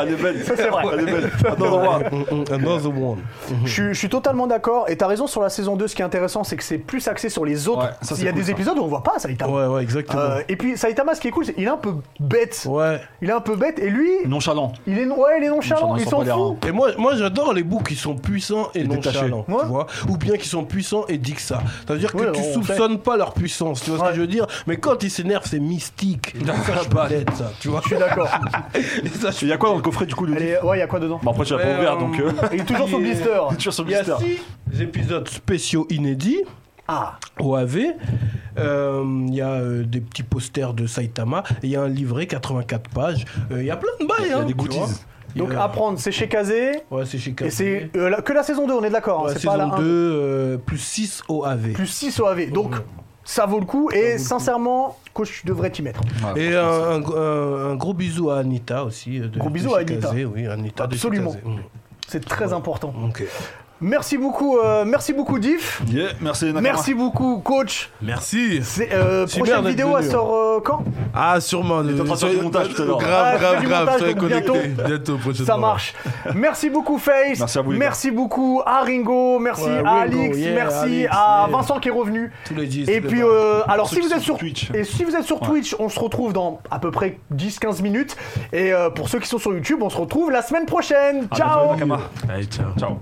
Speaker 2: Elle est belle.
Speaker 1: Ça, c'est vrai.
Speaker 2: Elle est belle. Attends, attends, attends.
Speaker 8: Another one.
Speaker 1: Je, suis- je suis totalement d'accord. Et t'as raison sur la saison 2. Ce qui est intéressant, c'est que c'est plus axé sur les autres.
Speaker 2: Ouais, ça, c'est
Speaker 1: il y a
Speaker 2: cool,
Speaker 1: des
Speaker 2: ça.
Speaker 1: épisodes où on voit pas Saitama.
Speaker 8: Ouais, ouais, exactement.
Speaker 1: Euh, et puis Saitama, ce qui est cool, c'est qu'il est un peu bête.
Speaker 8: Ouais.
Speaker 1: Il est un peu bête. Et lui,
Speaker 2: Nonchalant.
Speaker 1: il est, ouais, il est nonchalant.
Speaker 2: Nonchalant,
Speaker 1: Il
Speaker 2: il
Speaker 1: s'en
Speaker 2: s'en bat les
Speaker 1: fout.
Speaker 2: reins.
Speaker 8: Et moi, moi j'adore J'adore les bouts qui sont puissants et, nonchalants,
Speaker 1: Ouais.
Speaker 8: tu vois, ou bien qui sont puissants et dixent ça. C'est-à-dire que
Speaker 1: Ouais,
Speaker 8: tu
Speaker 1: on
Speaker 8: soupçonnes pas leur puissance, tu vois ce
Speaker 1: Ouais.
Speaker 8: que je veux dire Mais quand ils s'énervent, c'est mystique. Ça, je peux l'être, ça, tu vois.
Speaker 1: Je suis d'accord.
Speaker 8: Et ça, je-
Speaker 2: Il y a quoi dans le coffret du coup de
Speaker 1: Elle est- Ouais, il y a quoi dedans
Speaker 2: Bon, après, tu l'as
Speaker 8: Ouais,
Speaker 2: pas ouvert
Speaker 8: euh,
Speaker 2: donc. euh,
Speaker 1: Il est toujours son
Speaker 8: Il est-
Speaker 1: blister.
Speaker 2: Tu sur
Speaker 8: Il y a six épisodes spéciaux inédits.
Speaker 1: Ah,
Speaker 8: OAV. Euh, Il y a euh, des petits posters de Saitama. et Il y a un livret 84 pages. Euh, Il y a plein de bails.
Speaker 2: Il y a
Speaker 8: hein,
Speaker 2: des
Speaker 8: tu
Speaker 2: goodies.
Speaker 8: vois.
Speaker 1: donc
Speaker 8: Euh,
Speaker 1: à prendre, c'est chez Kazé.
Speaker 8: Ouais, c'est chez
Speaker 1: Et
Speaker 8: Cartier.
Speaker 1: c'est euh, la- que la saison 2, on est d'accord. hein,
Speaker 8: Ouais,
Speaker 1: c'est pas la
Speaker 8: saison
Speaker 1: 1,
Speaker 8: 2, euh, plus 6 OAV.
Speaker 1: plus 6 OAV. Donc ça vaut le coup. Et sincèrement, coach, tu devrais t'y mettre.
Speaker 2: Ah,
Speaker 8: Et euh, un, un- un- un gros bisou à Anita aussi. euh, De,
Speaker 1: Gros
Speaker 8: de
Speaker 1: bisou
Speaker 8: chez
Speaker 1: à Anita.
Speaker 8: Kazé, oui, Anita de chez
Speaker 1: Absolument.
Speaker 8: Kazé. Mm.
Speaker 1: C'est très important.
Speaker 8: Ok.
Speaker 1: Merci beaucoup, euh, merci beaucoup, Diff.
Speaker 2: Yeah, merci Nakama.
Speaker 1: Merci beaucoup, coach.
Speaker 3: Merci.
Speaker 1: C'est, euh,
Speaker 8: Super
Speaker 1: prochaine
Speaker 8: d'être
Speaker 1: vidéo, elle
Speaker 8: venu. hein.
Speaker 1: sort euh, quand
Speaker 3: Ah, sûrement.
Speaker 2: est en train de faire du montage tout à l'heure.
Speaker 1: Ah,
Speaker 3: Grave,
Speaker 1: faire
Speaker 3: grave,
Speaker 1: du
Speaker 3: grave.
Speaker 1: montage,
Speaker 3: Soyez
Speaker 1: donc bientôt.
Speaker 3: connectés. Bientôt, prochaine
Speaker 1: Ça
Speaker 3: fois.
Speaker 1: marche. Merci beaucoup, Face.
Speaker 2: Merci à vous, les gars.
Speaker 1: Merci beaucoup à Ringo. Merci
Speaker 8: Ouais,
Speaker 1: à
Speaker 8: Ringo,
Speaker 1: Alix.
Speaker 8: yeah,
Speaker 1: merci
Speaker 8: Alix,
Speaker 1: à
Speaker 8: yeah.
Speaker 1: Vincent qui est revenu.
Speaker 8: Tous les 10.
Speaker 1: Et puis, euh, alors si
Speaker 2: qui
Speaker 1: vous
Speaker 2: sont
Speaker 1: êtes sur
Speaker 2: sur Twitch.
Speaker 1: et si vous êtes sur Twitch, on se retrouve dans à peu près 10-15 minutes. Et euh, pour ceux qui sont sur YouTube, on se retrouve
Speaker 2: Ah,
Speaker 1: la semaine prochaine. Ciao.
Speaker 2: Nakama.
Speaker 3: Allez, ciao.
Speaker 2: Ciao.